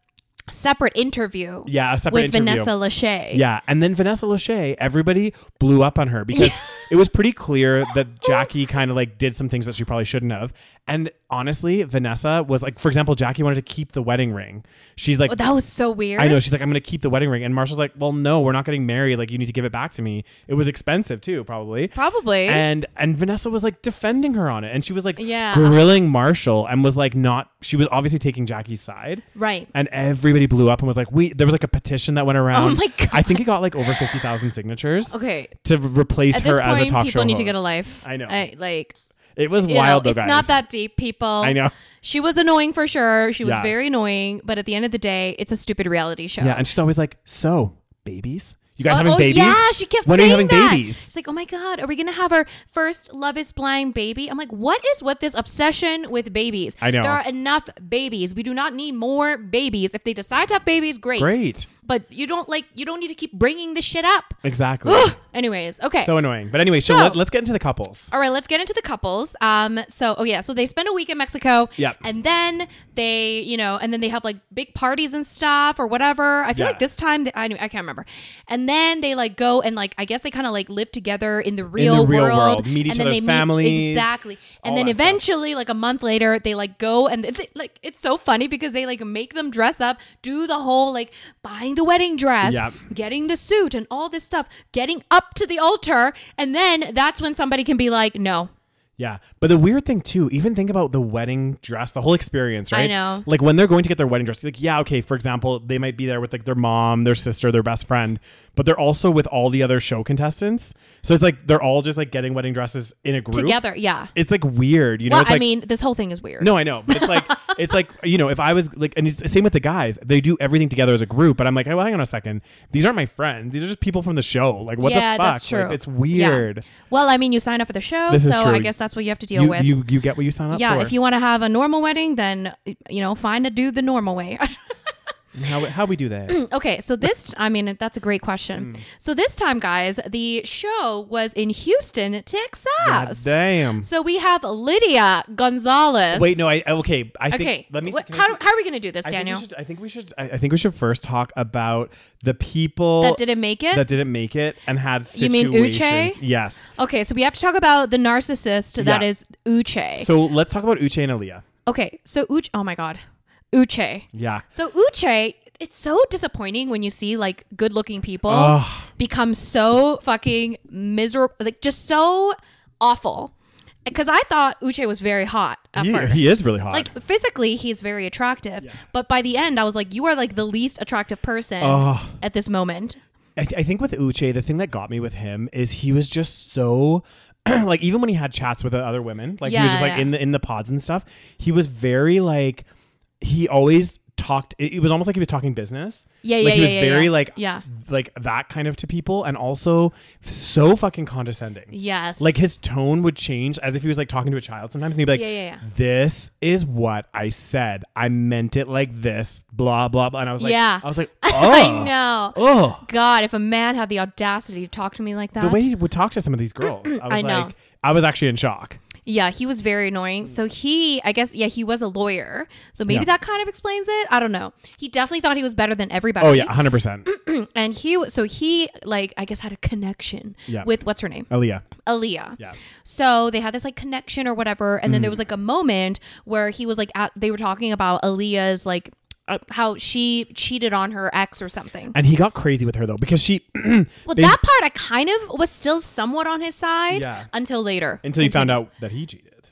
Speaker 1: separate interview.
Speaker 2: yeah a separate
Speaker 1: With
Speaker 2: interview.
Speaker 1: Vanessa Lachey.
Speaker 2: Yeah, and then Vanessa Lachey, everybody blew up on her
Speaker 1: <laughs>
Speaker 2: because it was pretty clear that Jackie kind of like did some things that she probably shouldn't have. And honestly, Vanessa was like, for example, Jackie wanted to keep the wedding ring. She's like,
Speaker 1: Oh, that was so weird.
Speaker 2: I know. She's like, I'm going to keep the wedding ring, and Marshall's like, Well, no, we're not getting married. Like, you need to give it back to me. It was expensive too, probably.
Speaker 1: Probably.
Speaker 2: And and Vanessa was like defending her on it, and she was like,
Speaker 1: Yeah.
Speaker 2: grilling Marshall, and was like, not. She was obviously taking Jackie's side
Speaker 1: right.
Speaker 2: and everybody blew up and was like, "We." There was like a petition that went around.
Speaker 1: Oh my God.
Speaker 2: I think it got like over fifty thousand signatures
Speaker 1: Okay.
Speaker 2: to replace
Speaker 1: At
Speaker 2: her
Speaker 1: this
Speaker 2: as a
Speaker 1: point,
Speaker 2: talk show.
Speaker 1: people need to
Speaker 2: host.
Speaker 1: get a life.
Speaker 2: I know.
Speaker 1: like
Speaker 2: It was
Speaker 1: you
Speaker 2: wild
Speaker 1: know,
Speaker 2: though, guys.
Speaker 1: It's not that deep,
Speaker 2: <laughs>
Speaker 1: people.
Speaker 2: I know.
Speaker 1: She was annoying for sure. She was
Speaker 2: Yeah.
Speaker 1: very annoying, but at the end of the day, it's a stupid reality show.
Speaker 2: Yeah, and she's always like, "So, babies? You guys
Speaker 1: Oh,
Speaker 2: having
Speaker 1: oh,
Speaker 2: babies?
Speaker 1: Yeah, she kept
Speaker 2: when
Speaker 1: saying
Speaker 2: are you having
Speaker 1: that.
Speaker 2: babies?
Speaker 1: It's like, oh my god, are we gonna have our first Love Is Blind baby? I'm like, what is with this obsession with babies?
Speaker 2: I know.
Speaker 1: there are enough babies. We do not need more babies. If they decide to have babies, great.
Speaker 2: Great,
Speaker 1: But you don't like you don't need to keep bringing this shit up.
Speaker 2: exactly.
Speaker 1: Anyways, okay.
Speaker 2: so annoying. But anyway, so,
Speaker 1: So-
Speaker 2: let, us get into the couples.
Speaker 1: All right, let's get into the couples. Um, so oh yeah, so they spend a week in Mexico.
Speaker 2: Yep.
Speaker 1: And then they, you know, and then they have like big parties and stuff or whatever. I feel
Speaker 2: Yeah.
Speaker 1: like this time they, I knew, I can't remember. And then they like go and like I guess they kind of like live together in the real,
Speaker 2: real
Speaker 1: world,
Speaker 2: world, meet each
Speaker 1: and then
Speaker 2: other's
Speaker 1: they meet-
Speaker 2: families,
Speaker 1: exactly.
Speaker 2: all
Speaker 1: And then
Speaker 2: that stuff.
Speaker 1: eventually, like a month later, they like go and it's like it's so funny because they like make them dress up, do the whole like buying the wedding dress,
Speaker 2: Yep.
Speaker 1: getting the suit and all this stuff, getting up to the altar, and then that's when somebody can be like, "No,
Speaker 2: Yeah, but the weird thing too, even think about the wedding dress, the whole experience,
Speaker 1: I
Speaker 2: right?
Speaker 1: know.
Speaker 2: Like when they're going to get their wedding dress, like yeah, okay. For example, they might be there with like their mom, their sister, their best friend, but they're also with all the other show contestants. So it's like they're all just like getting wedding dresses in a group
Speaker 1: together." Yeah.
Speaker 2: It's like weird, you know?
Speaker 1: well,
Speaker 2: it's like,
Speaker 1: I mean, this whole thing is weird.
Speaker 2: no, I know, but it's
Speaker 1: <laughs>
Speaker 2: like it's like you know, if I was like, and it's the same with the guys, they do everything together as a group, but I'm like, hey, well, hang on a second, these aren't my friends; these are just people from the show. Like, what
Speaker 1: yeah,
Speaker 2: the fuck?
Speaker 1: that's true.
Speaker 2: Like, it's
Speaker 1: Yeah.
Speaker 2: weird.
Speaker 1: Well, I mean, you sign up for the show,
Speaker 2: This
Speaker 1: so
Speaker 2: is true.
Speaker 1: I guess that's what you have to deal
Speaker 2: You,
Speaker 1: with.
Speaker 2: you you get what you sign up
Speaker 1: yeah,
Speaker 2: for.
Speaker 1: if you want to have a normal wedding, then you know, find a dude the normal way. <laughs>
Speaker 2: how how we do that.
Speaker 1: okay, so this, I mean, that's a great question.
Speaker 2: Mm.
Speaker 1: So this time, guys, the show was in Houston, Texas.
Speaker 2: God damn.
Speaker 1: So we have Lydia Gonzalez.
Speaker 2: Wait, no, I I- okay. I think
Speaker 1: okay.
Speaker 2: let me.
Speaker 1: Wh-
Speaker 2: can I
Speaker 1: how,
Speaker 2: see-
Speaker 1: how are we going to do this,
Speaker 2: I
Speaker 1: Daniel?
Speaker 2: Think we should, I think we should. I I think we should first talk about the people
Speaker 1: that didn't make it?
Speaker 2: that didn't make it and had
Speaker 1: You mean Uche?
Speaker 2: situations. Yes.
Speaker 1: okay, so we have to talk about the narcissist that
Speaker 2: Yeah.
Speaker 1: is Uche.
Speaker 2: So let's talk about Uche and Aaliyah.
Speaker 1: okay, so Uche, oh my God, Uche.
Speaker 2: Yeah.
Speaker 1: So Uche, it's so disappointing when you see like good looking people
Speaker 2: Ugh.
Speaker 1: become so fucking miserable, like just so awful. Because I thought Uche was very hot at
Speaker 2: He,
Speaker 1: first.
Speaker 2: he is really hot.
Speaker 1: Like physically, he's very attractive, but by the end, I was like, "You are like the least attractive person
Speaker 2: Ugh.
Speaker 1: at this moment."
Speaker 2: I, th- I think with Uche, the thing that got me with him is he was just so. <clears throat> like even when he had chats with the other women, like he was just
Speaker 1: Yeah,
Speaker 2: like
Speaker 1: yeah.
Speaker 2: in the in the pods and stuff, he was very like he always talked. It, it was almost like he was talking business.
Speaker 1: Yeah,
Speaker 2: like
Speaker 1: yeah,
Speaker 2: He was
Speaker 1: yeah, yeah,
Speaker 2: very
Speaker 1: yeah.
Speaker 2: like
Speaker 1: Yeah.
Speaker 2: like that kind of to people, and also so fucking condescending.
Speaker 1: Yes.
Speaker 2: Like his tone would change as if he was like talking to a child sometimes, and he'd be like,
Speaker 1: Yeah, yeah, yeah.
Speaker 2: "This is what I said. I meant it like this." Blah blah blah. And I was like,
Speaker 1: Yeah.
Speaker 2: I was like,
Speaker 1: <laughs> <laughs> I
Speaker 2: "Oh,
Speaker 1: know.
Speaker 2: Oh,
Speaker 1: God, if a man had the audacity to talk to me like that.
Speaker 2: the way he would talk to some of these
Speaker 1: <clears throat>
Speaker 2: girls, I was
Speaker 1: I know.
Speaker 2: like, I was actually in shock.
Speaker 1: yeah, he was very annoying. So he, I guess, yeah, he was a lawyer. So maybe
Speaker 2: Yeah.
Speaker 1: that kind of explains it. I don't know. He definitely thought he was better than everybody.
Speaker 2: Oh yeah, hundred percent.
Speaker 1: <clears throat> And he, w- so he, like, I guess had a connection
Speaker 2: Yeah.
Speaker 1: with what's her
Speaker 2: <laughs>
Speaker 1: name?
Speaker 2: Aaliyah.
Speaker 1: Aaliyah.
Speaker 2: Yeah. Mm.
Speaker 1: So they had this like connection or whatever, and then there was like a moment where he was like, at, they were talking about Aaliyah's like uh, how she cheated on her ex or something.
Speaker 2: And he got crazy with her though because she <clears throat>
Speaker 1: well,
Speaker 2: they-
Speaker 1: that part I kind of was still somewhat on his side
Speaker 2: Yeah.
Speaker 1: until later.
Speaker 2: until you found out that he cheated.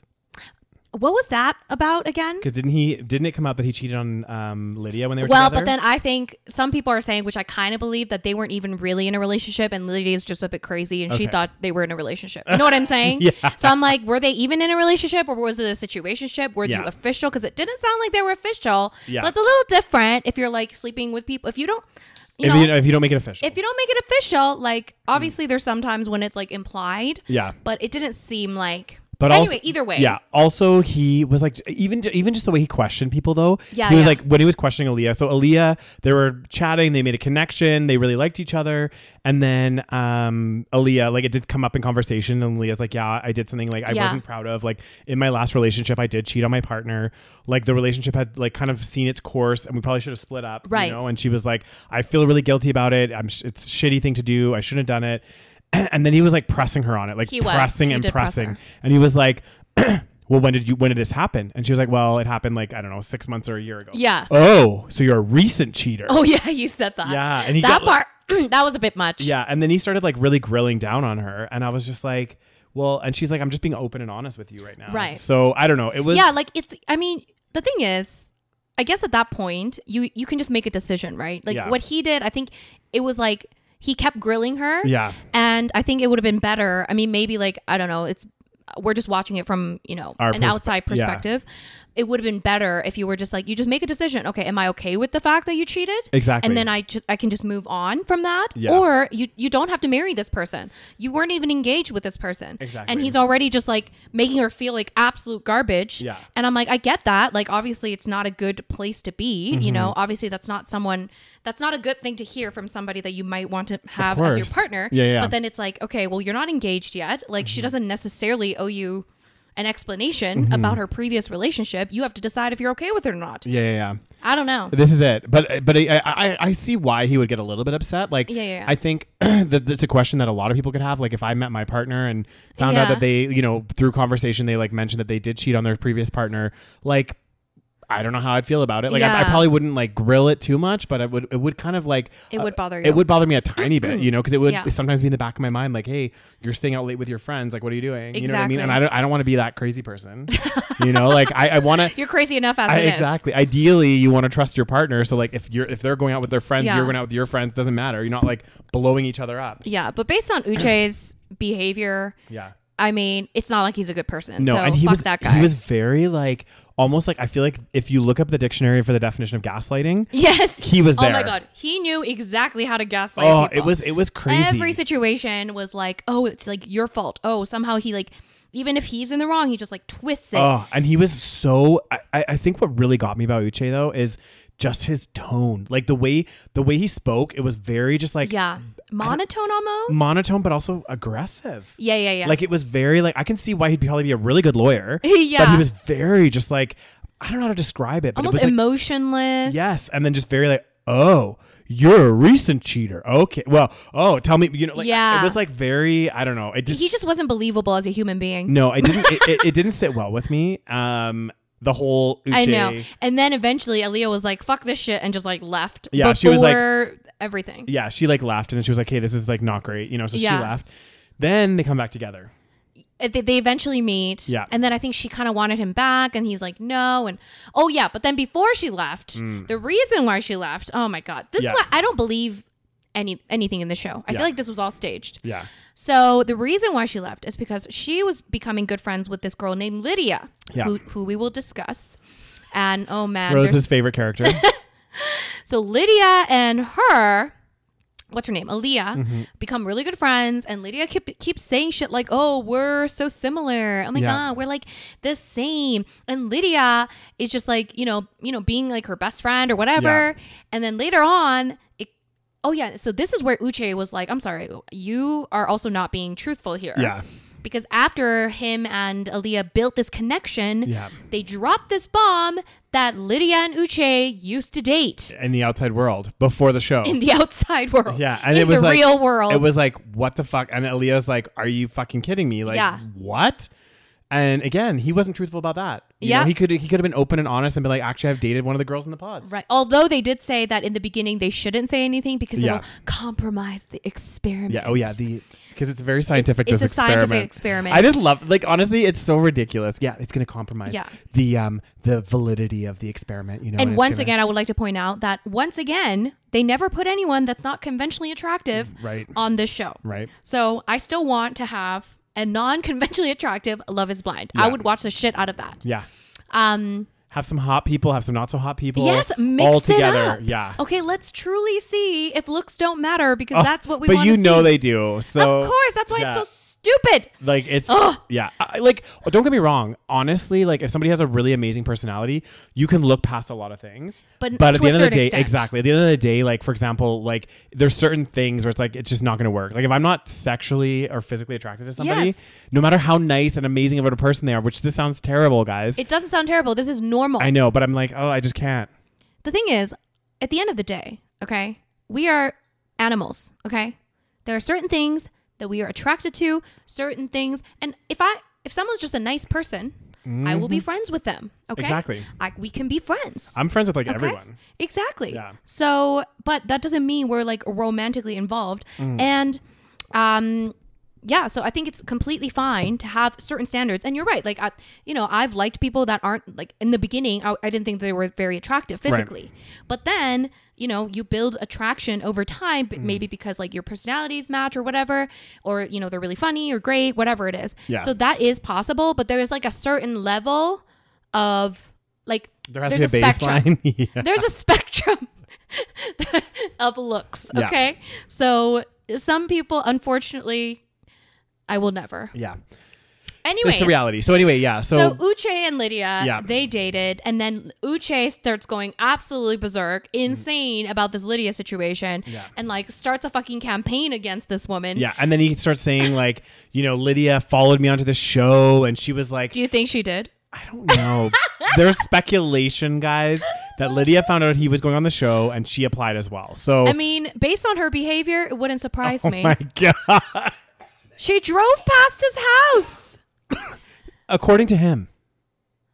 Speaker 1: What was that about again?
Speaker 2: Because didn't he? Didn't it come out that he cheated on um, Lydia when they were
Speaker 1: Well,
Speaker 2: together?
Speaker 1: but then I think some people are saying, which I kind of believe, that they weren't even really in a relationship, and Lydia's just a bit crazy, and she
Speaker 2: Okay.
Speaker 1: thought they were in a relationship. You know what I'm
Speaker 2: <laughs>
Speaker 1: saying?
Speaker 2: Yeah.
Speaker 1: So I'm like, were they even in a relationship, or was it a situationship? Were you
Speaker 2: Yeah.
Speaker 1: official? Because it didn't sound like they were official.
Speaker 2: Yeah.
Speaker 1: So it's a little different if you're like sleeping with people. If you don't, you
Speaker 2: if,
Speaker 1: know,
Speaker 2: you, if you don't make it official,
Speaker 1: if you don't make it official, like obviously there's sometimes when it's like implied.
Speaker 2: yeah.
Speaker 1: But it didn't seem like.
Speaker 2: But
Speaker 1: anyway,
Speaker 2: also,
Speaker 1: either way.
Speaker 2: yeah. Also, he was like, even even just the way he questioned people, though.
Speaker 1: Yeah,
Speaker 2: he was
Speaker 1: yeah.
Speaker 2: like when he was questioning Aaliyah. So Aaliyah, they were chatting, they made a connection, they really liked each other, and then um Aaliyah, like it did come up in conversation, and Aaliyah's like, yeah, I did something like I
Speaker 1: Yeah.
Speaker 2: wasn't proud of. Like in my last relationship, I did cheat on my partner. Like the relationship had like kind of seen its course, and we probably should have split up, you
Speaker 1: Right.
Speaker 2: know? And she was like, I feel really guilty about it. I'm sh- it's a shitty thing to do. I shouldn't have done it. <clears throat> And then he was like pressing her on it, like
Speaker 1: He was.
Speaker 2: pressing
Speaker 1: He
Speaker 2: and
Speaker 1: did press
Speaker 2: pressing.
Speaker 1: her.
Speaker 2: And he was like, <clears throat> "Well, when did you? When did this happen?" And she was like, "Well, it happened like I don't know, six months or a year ago."
Speaker 1: Yeah. <laughs>
Speaker 2: Oh, so you're a recent cheater.
Speaker 1: Oh yeah, he said that.
Speaker 2: Yeah, and he
Speaker 1: that
Speaker 2: got, like-
Speaker 1: part <clears throat> that was a bit much.
Speaker 2: Yeah, and then he started like really grilling down on her, and I was just like, "Well," and she's like, "I'm just being open and honest with you right now."
Speaker 1: Right.
Speaker 2: So I don't know. It was
Speaker 1: yeah like it's i mean the thing is i guess at that point you you can just make a decision right like
Speaker 2: Yeah.
Speaker 1: what he did i think it was like he kept grilling her
Speaker 2: Yeah.
Speaker 1: and i think it would have been better i mean maybe like i don't know it's we're just watching it from you know
Speaker 2: Our
Speaker 1: an
Speaker 2: perspe-
Speaker 1: outside
Speaker 2: yeah.
Speaker 1: perspective it would have been better if you were just like you just make a decision okay am i okay with the fact that you cheated
Speaker 2: Exactly.
Speaker 1: and then i ju- i can just move on from that
Speaker 2: Yeah.
Speaker 1: or you you don't have to marry this person you weren't even engaged with this person and
Speaker 2: Exactly.
Speaker 1: he's already just like making her feel like absolute garbage
Speaker 2: Yeah.
Speaker 1: and I'm like, I get that. Like, obviously, it's not a good place to be. You know,
Speaker 2: Mm-hmm.
Speaker 1: obviously, that's not someone, that's not a good thing to hear from somebody that you might want to have as your
Speaker 2: course.
Speaker 1: partner.
Speaker 2: Yeah, Mm-hmm. yeah.
Speaker 1: But then it's like, okay, well, you're not engaged yet. Like, she doesn't necessarily owe you an explanation about her previous relationship. You have to decide if you're okay with it or not.
Speaker 2: Mm-hmm. Yeah, yeah, yeah.
Speaker 1: I don't know.
Speaker 2: <laughs> This is it. But but I, I I see why he would get a little bit upset. Like
Speaker 1: Yeah, yeah, yeah.
Speaker 2: I think <clears throat> that that's a question that a lot of people could have. Like if I met my partner and found out
Speaker 1: Yeah.
Speaker 2: that they you know through conversation they like mentioned that they did cheat on their previous partner, like. I don't know how I'd feel about it. Like I, I
Speaker 1: Yeah.
Speaker 2: probably wouldn't like grill it too much, but I would. It would kind of like uh,
Speaker 1: It would bother you.
Speaker 2: It would bother me a tiny
Speaker 1: <clears throat>
Speaker 2: bit, you know, because it would
Speaker 1: Yeah.
Speaker 2: sometimes be in the back of my mind, like, "Hey, you're staying out late with your friends. Like, what are you doing?" You know what I mean?
Speaker 1: Exactly.
Speaker 2: And I don't. I don't want to be that crazy person. you know, like I, I want to.
Speaker 1: You're crazy enough as
Speaker 2: I-
Speaker 1: it is.
Speaker 2: exactly. Ideally, you want to trust your partner. So like, if you're if they're going out with their friends,
Speaker 1: Yeah.
Speaker 2: you're going out with your friends. Doesn't matter. You're not like blowing each other up.
Speaker 1: Yeah. But based on Uche's <clears throat> behavior,
Speaker 2: Yeah.
Speaker 1: I mean, it's not like he's a good person.
Speaker 2: No,
Speaker 1: so
Speaker 2: and he
Speaker 1: fuck
Speaker 2: was
Speaker 1: that guy.
Speaker 2: he was very like almost like I feel like if you look up the dictionary for the definition of gaslighting,
Speaker 1: <laughs> yes.
Speaker 2: he was
Speaker 1: Oh my
Speaker 2: there.
Speaker 1: God. He knew exactly how to gaslight
Speaker 2: oh,
Speaker 1: people.
Speaker 2: it was it was crazy.
Speaker 1: Every situation was like, oh, it's like your fault. Oh, somehow he like, even if he's in the wrong, he just like twists it.
Speaker 2: Oh, and he was so. I, I I think what really got me about Uche though is just his tone, like the way the way he spoke. It was very just like
Speaker 1: yeah, monotone almost.
Speaker 2: monotone, but also aggressive.
Speaker 1: yeah, yeah, yeah.
Speaker 2: Like it was very like I can see why he'd probably be a really good
Speaker 1: <laughs>
Speaker 2: lawyer. But
Speaker 1: Yeah.
Speaker 2: he was very just like I don't know how to describe it, but it
Speaker 1: almost
Speaker 2: was like,
Speaker 1: emotionless.
Speaker 2: yes, and then just very like oh you're a recent cheater. Okay, well oh tell me you know like
Speaker 1: Yeah.
Speaker 2: it was like very I don't know it just
Speaker 1: he just wasn't believable as a human being.
Speaker 2: no I didn't it,
Speaker 1: <laughs>
Speaker 2: it, it didn't sit well with me. Um, the whole Uche,
Speaker 1: I know. And then eventually, Aaliyah was like, "Fuck this shit," and just like left.
Speaker 2: Yeah, she was like-
Speaker 1: before everything.
Speaker 2: yeah she like laughed and then she was like hey this is like not great you know so
Speaker 1: Yeah.
Speaker 2: she laughed. Then they come back together.
Speaker 1: Uh, They, they eventually meet.
Speaker 2: Yeah.
Speaker 1: And then I think she kind of wanted him back, and he's like, "No." And oh yeah, but then before she left, the reason why she left. Oh my god, this
Speaker 2: Mm. Yeah.
Speaker 1: is why I don't believe any anything in the show. I
Speaker 2: Yeah.
Speaker 1: feel like this was all staged.
Speaker 2: Yeah.
Speaker 1: So the reason why she left is because she was becoming good friends with this girl named Lydia,
Speaker 2: Yeah.
Speaker 1: who, who we will discuss. And oh man,
Speaker 2: Rose's
Speaker 1: there's- <laughs>
Speaker 2: favorite character.
Speaker 1: So Lydia and her, what's her name? Aaliyah,
Speaker 2: Mm-hmm.
Speaker 1: become really good friends. And Lydia keep, keeps saying shit like, oh, we're so similar. Oh my
Speaker 2: Yeah.
Speaker 1: God, we're like the same. And Lydia is just like, you know, you know, being like her best friend or whatever. And then later on, it Oh yeah, so this is where Uche was like, "I'm sorry, you are also not being truthful here."
Speaker 2: Yeah.
Speaker 1: Because after him and Aaliyah built this connection,
Speaker 2: Yeah.
Speaker 1: they dropped this bomb that Lydia and Uche used to date
Speaker 2: in the outside world before the show.
Speaker 1: in the <laughs> outside world.
Speaker 2: yeah, and
Speaker 1: in
Speaker 2: it was
Speaker 1: the
Speaker 2: like
Speaker 1: real world.
Speaker 2: It was like what the fuck? And Aaliyah's like, "Are you fucking kidding me? Like
Speaker 1: Yeah.
Speaker 2: what?" And again, he wasn't truthful about that. You
Speaker 1: Yeah.
Speaker 2: know, he could he could have been open and honest and been like, "Actually, I've dated one of the girls in the pods."
Speaker 1: right. Although they did say that in the beginning they shouldn't say anything because
Speaker 2: Yeah.
Speaker 1: it will compromise the experiment.
Speaker 2: Yeah. Oh yeah. The because it's very scientific.
Speaker 1: it's
Speaker 2: this
Speaker 1: a scientific experiment.
Speaker 2: I just love like honestly, it's so ridiculous. Yeah, it's gonna compromise
Speaker 1: Yeah.
Speaker 2: the um the validity of the experiment. You know.
Speaker 1: and
Speaker 2: it's
Speaker 1: once
Speaker 2: gonna-
Speaker 1: again, I would like to point out that once again, they never put anyone that's not conventionally attractive
Speaker 2: Mm, Right.
Speaker 1: on this show.
Speaker 2: Right.
Speaker 1: So I still want to have a non-conventionally attractive Love Is Blind. I
Speaker 2: Yeah. Mm.
Speaker 1: would watch the shit out of that.
Speaker 2: Yeah.
Speaker 1: Um,
Speaker 2: Have some hot people. Have some not so hot people.
Speaker 1: yes, mix
Speaker 2: all
Speaker 1: it
Speaker 2: together.
Speaker 1: up.
Speaker 2: Yeah.
Speaker 1: Okay, let's truly see if looks don't matter because
Speaker 2: Oh,
Speaker 1: that's what we.
Speaker 2: But
Speaker 1: want
Speaker 2: you
Speaker 1: to
Speaker 2: know
Speaker 1: see.
Speaker 2: they do. So
Speaker 1: of course, that's why
Speaker 2: yeah.
Speaker 1: it's so stupid.
Speaker 2: Like it's
Speaker 1: Ugh.
Speaker 2: yeah, I, like oh, don't get me wrong. Honestly, like if somebody has a really amazing personality, you can look past a lot of things.
Speaker 1: But
Speaker 2: but at
Speaker 1: to
Speaker 2: the
Speaker 1: a
Speaker 2: end of the
Speaker 1: certain
Speaker 2: day,
Speaker 1: extent.
Speaker 2: exactly. At the end of the day, like for example, like there's certain things where it's like it's just not going to work. Like if I'm not sexually or physically attracted to somebody,
Speaker 1: Yes.
Speaker 2: no matter how nice and amazing of a person they are, which this sounds terrible, guys.
Speaker 1: It doesn't sound terrible. This is normal.
Speaker 2: I know, but I'm like, oh, I just can't.
Speaker 1: the thing is, at the end of the day, okay, we are animals, okay? There are certain things that we are attracted to, certain things, and if I if someone's just a nice person, I will be friends with them, okay?
Speaker 2: Mm-hmm. Exactly.
Speaker 1: I, we can be friends.
Speaker 2: I'm friends with like
Speaker 1: okay?
Speaker 2: everyone.
Speaker 1: Exactly.
Speaker 2: Yeah.
Speaker 1: So, but that doesn't mean we're like romantically involved
Speaker 2: Mm.
Speaker 1: and um yeah, so I think it's completely fine to have certain standards. And you're right. Like, I, you know, I've liked people that aren't like in the beginning, I, I didn't think they were very attractive physically. But then, you know, you build attraction over time, but maybe
Speaker 2: Mm.
Speaker 1: because like your personalities match or whatever, or, you know, they're really funny or great, whatever it is.
Speaker 2: Yeah.
Speaker 1: So that is possible. But there is like a certain level of like,
Speaker 2: There has
Speaker 1: there's
Speaker 2: to be a
Speaker 1: spectrum
Speaker 2: baseline. <laughs> yeah.
Speaker 1: there's a spectrum <laughs> of looks
Speaker 2: Yeah.
Speaker 1: okay so some people unfortunately i will never
Speaker 2: yeah,
Speaker 1: anyway
Speaker 2: it's a reality. So anyway, yeah.
Speaker 1: so
Speaker 2: So,
Speaker 1: uche and lydia
Speaker 2: Yeah.
Speaker 1: they dated and then uche starts going absolutely berserk insane about this lydia situation
Speaker 2: Mm-hmm. Yeah.
Speaker 1: and like starts a fucking campaign against this woman
Speaker 2: yeah, and then he starts saying like, you know, Lydia followed me onto the show, and she was like,
Speaker 1: do you think she did
Speaker 2: I don't know. There's speculation, guys, that Lydia found out he was going on the show and she applied as well. So,
Speaker 1: i mean based on her behavior it
Speaker 2: <laughs>
Speaker 1: wouldn't surprise me
Speaker 2: Oh. my God.
Speaker 1: she drove past his house
Speaker 2: According to him.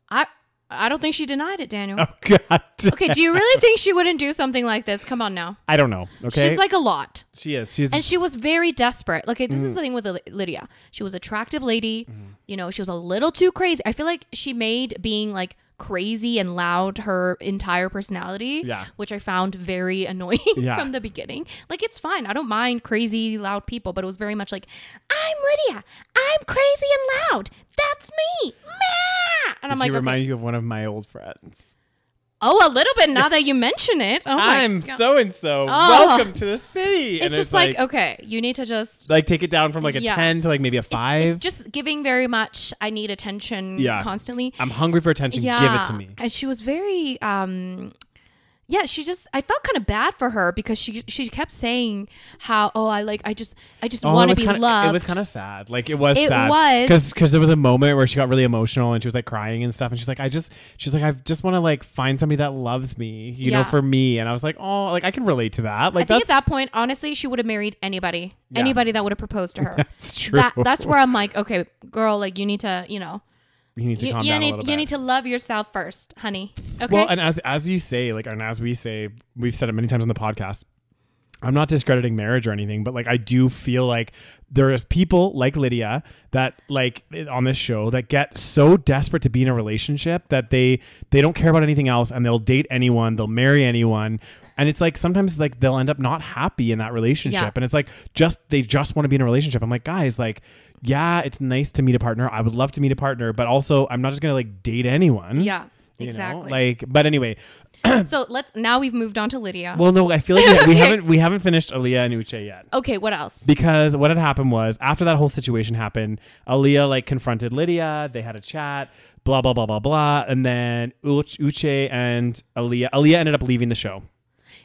Speaker 1: i i don't think she denied it
Speaker 2: <laughs>
Speaker 1: daniel
Speaker 2: Oh, God.
Speaker 1: Okay, do you really think she wouldn't do something like this? Come on now.
Speaker 2: I don't know. Okay.
Speaker 1: She's like a lot.
Speaker 2: she is. She's,
Speaker 1: And she was very desperate. Okay, this
Speaker 2: Mm.
Speaker 1: is the thing with L- Lydia. She was attractive lady.
Speaker 2: Mm-hmm.
Speaker 1: You know, she was a little too crazy. I feel like she made being like crazy and loud her entire personality,
Speaker 2: Yeah.
Speaker 1: which I found very <laughs> annoying
Speaker 2: Yeah.
Speaker 1: from the beginning. Like it's fine. I don't mind crazy loud people, but it was very much like, "I'm Lydia. I'm crazy and loud. That's me." Meh."
Speaker 2: Did
Speaker 1: And I'm
Speaker 2: she
Speaker 1: like, okay.
Speaker 2: remind you of one of my old friends?
Speaker 1: "Oh, a little bit now that you mention it." Oh my
Speaker 2: I'm
Speaker 1: God.
Speaker 2: so and so.
Speaker 1: Oh.
Speaker 2: Welcome to the city. And
Speaker 1: it's just like,
Speaker 2: like,
Speaker 1: okay, you need to just
Speaker 2: like, take it down from like a
Speaker 1: Yeah.
Speaker 2: 10 to like maybe a
Speaker 1: it's-
Speaker 2: 5.
Speaker 1: It's, just giving very much. I need attention
Speaker 2: Yeah.
Speaker 1: constantly.
Speaker 2: I'm hungry for attention.
Speaker 1: yeah,
Speaker 2: Give it to me.
Speaker 1: And she was very, um, yeah, she just. I felt kind of bad for her because she she kept saying how, oh, I like, I just, I just
Speaker 2: Oh, it
Speaker 1: want to
Speaker 2: was
Speaker 1: be
Speaker 2: kinda,
Speaker 1: loved.
Speaker 2: It was kind of sad. Like it was
Speaker 1: It
Speaker 2: sad.
Speaker 1: was.
Speaker 2: because there was a moment where she got really emotional and she was like crying and stuff. And she's like, I just she's like, I just want to like find somebody that loves me, you
Speaker 1: Yeah.
Speaker 2: know, for me. And I was like, oh, like I can relate to that.
Speaker 1: I
Speaker 2: Like
Speaker 1: think
Speaker 2: that's
Speaker 1: at that point, honestly, she would have married anybody,
Speaker 2: Yeah.
Speaker 1: anybody that would have proposed
Speaker 2: <laughs>
Speaker 1: to her.
Speaker 2: That's true.
Speaker 1: That, that's where I'm like, okay, girl, like you need to, you know,
Speaker 2: you need to
Speaker 1: you,
Speaker 2: calm
Speaker 1: you
Speaker 2: down a
Speaker 1: need
Speaker 2: little
Speaker 1: you
Speaker 2: bit.
Speaker 1: need to love yourself first, honey. Okay.
Speaker 2: Well, and as as you say, like, and as we say, we've said it many times on the podcast. I'm not discrediting marriage or anything, but like I do feel like there is people like Lydia that like on this show that get so desperate to be in a relationship that they they don't care about anything else and they'll date anyone, they'll marry anyone, and it's like sometimes like they'll end up not happy in that relationship,
Speaker 1: Yeah.
Speaker 2: and it's like just they just want to be in a relationship. I'm like, guys, like yeah, it's nice to meet a partner. I would love to meet a partner, but also I'm not just gonna like date anyone.
Speaker 1: yeah,
Speaker 2: You know,
Speaker 1: exactly.
Speaker 2: Like, but anyway,
Speaker 1: so let's now we've moved on to Lydia.
Speaker 2: Well, no, I feel like we, we
Speaker 1: <laughs> Okay.
Speaker 2: haven't we haven't finished Aaliyah and Uche yet.
Speaker 1: okay, what else?
Speaker 2: Because what had happened was after that whole situation happened, Aaliyah like confronted Lydia. They had a chat, blah blah blah blah blah, and then Uch- Uche and Aaliyah. Aaliyah ended up leaving the show.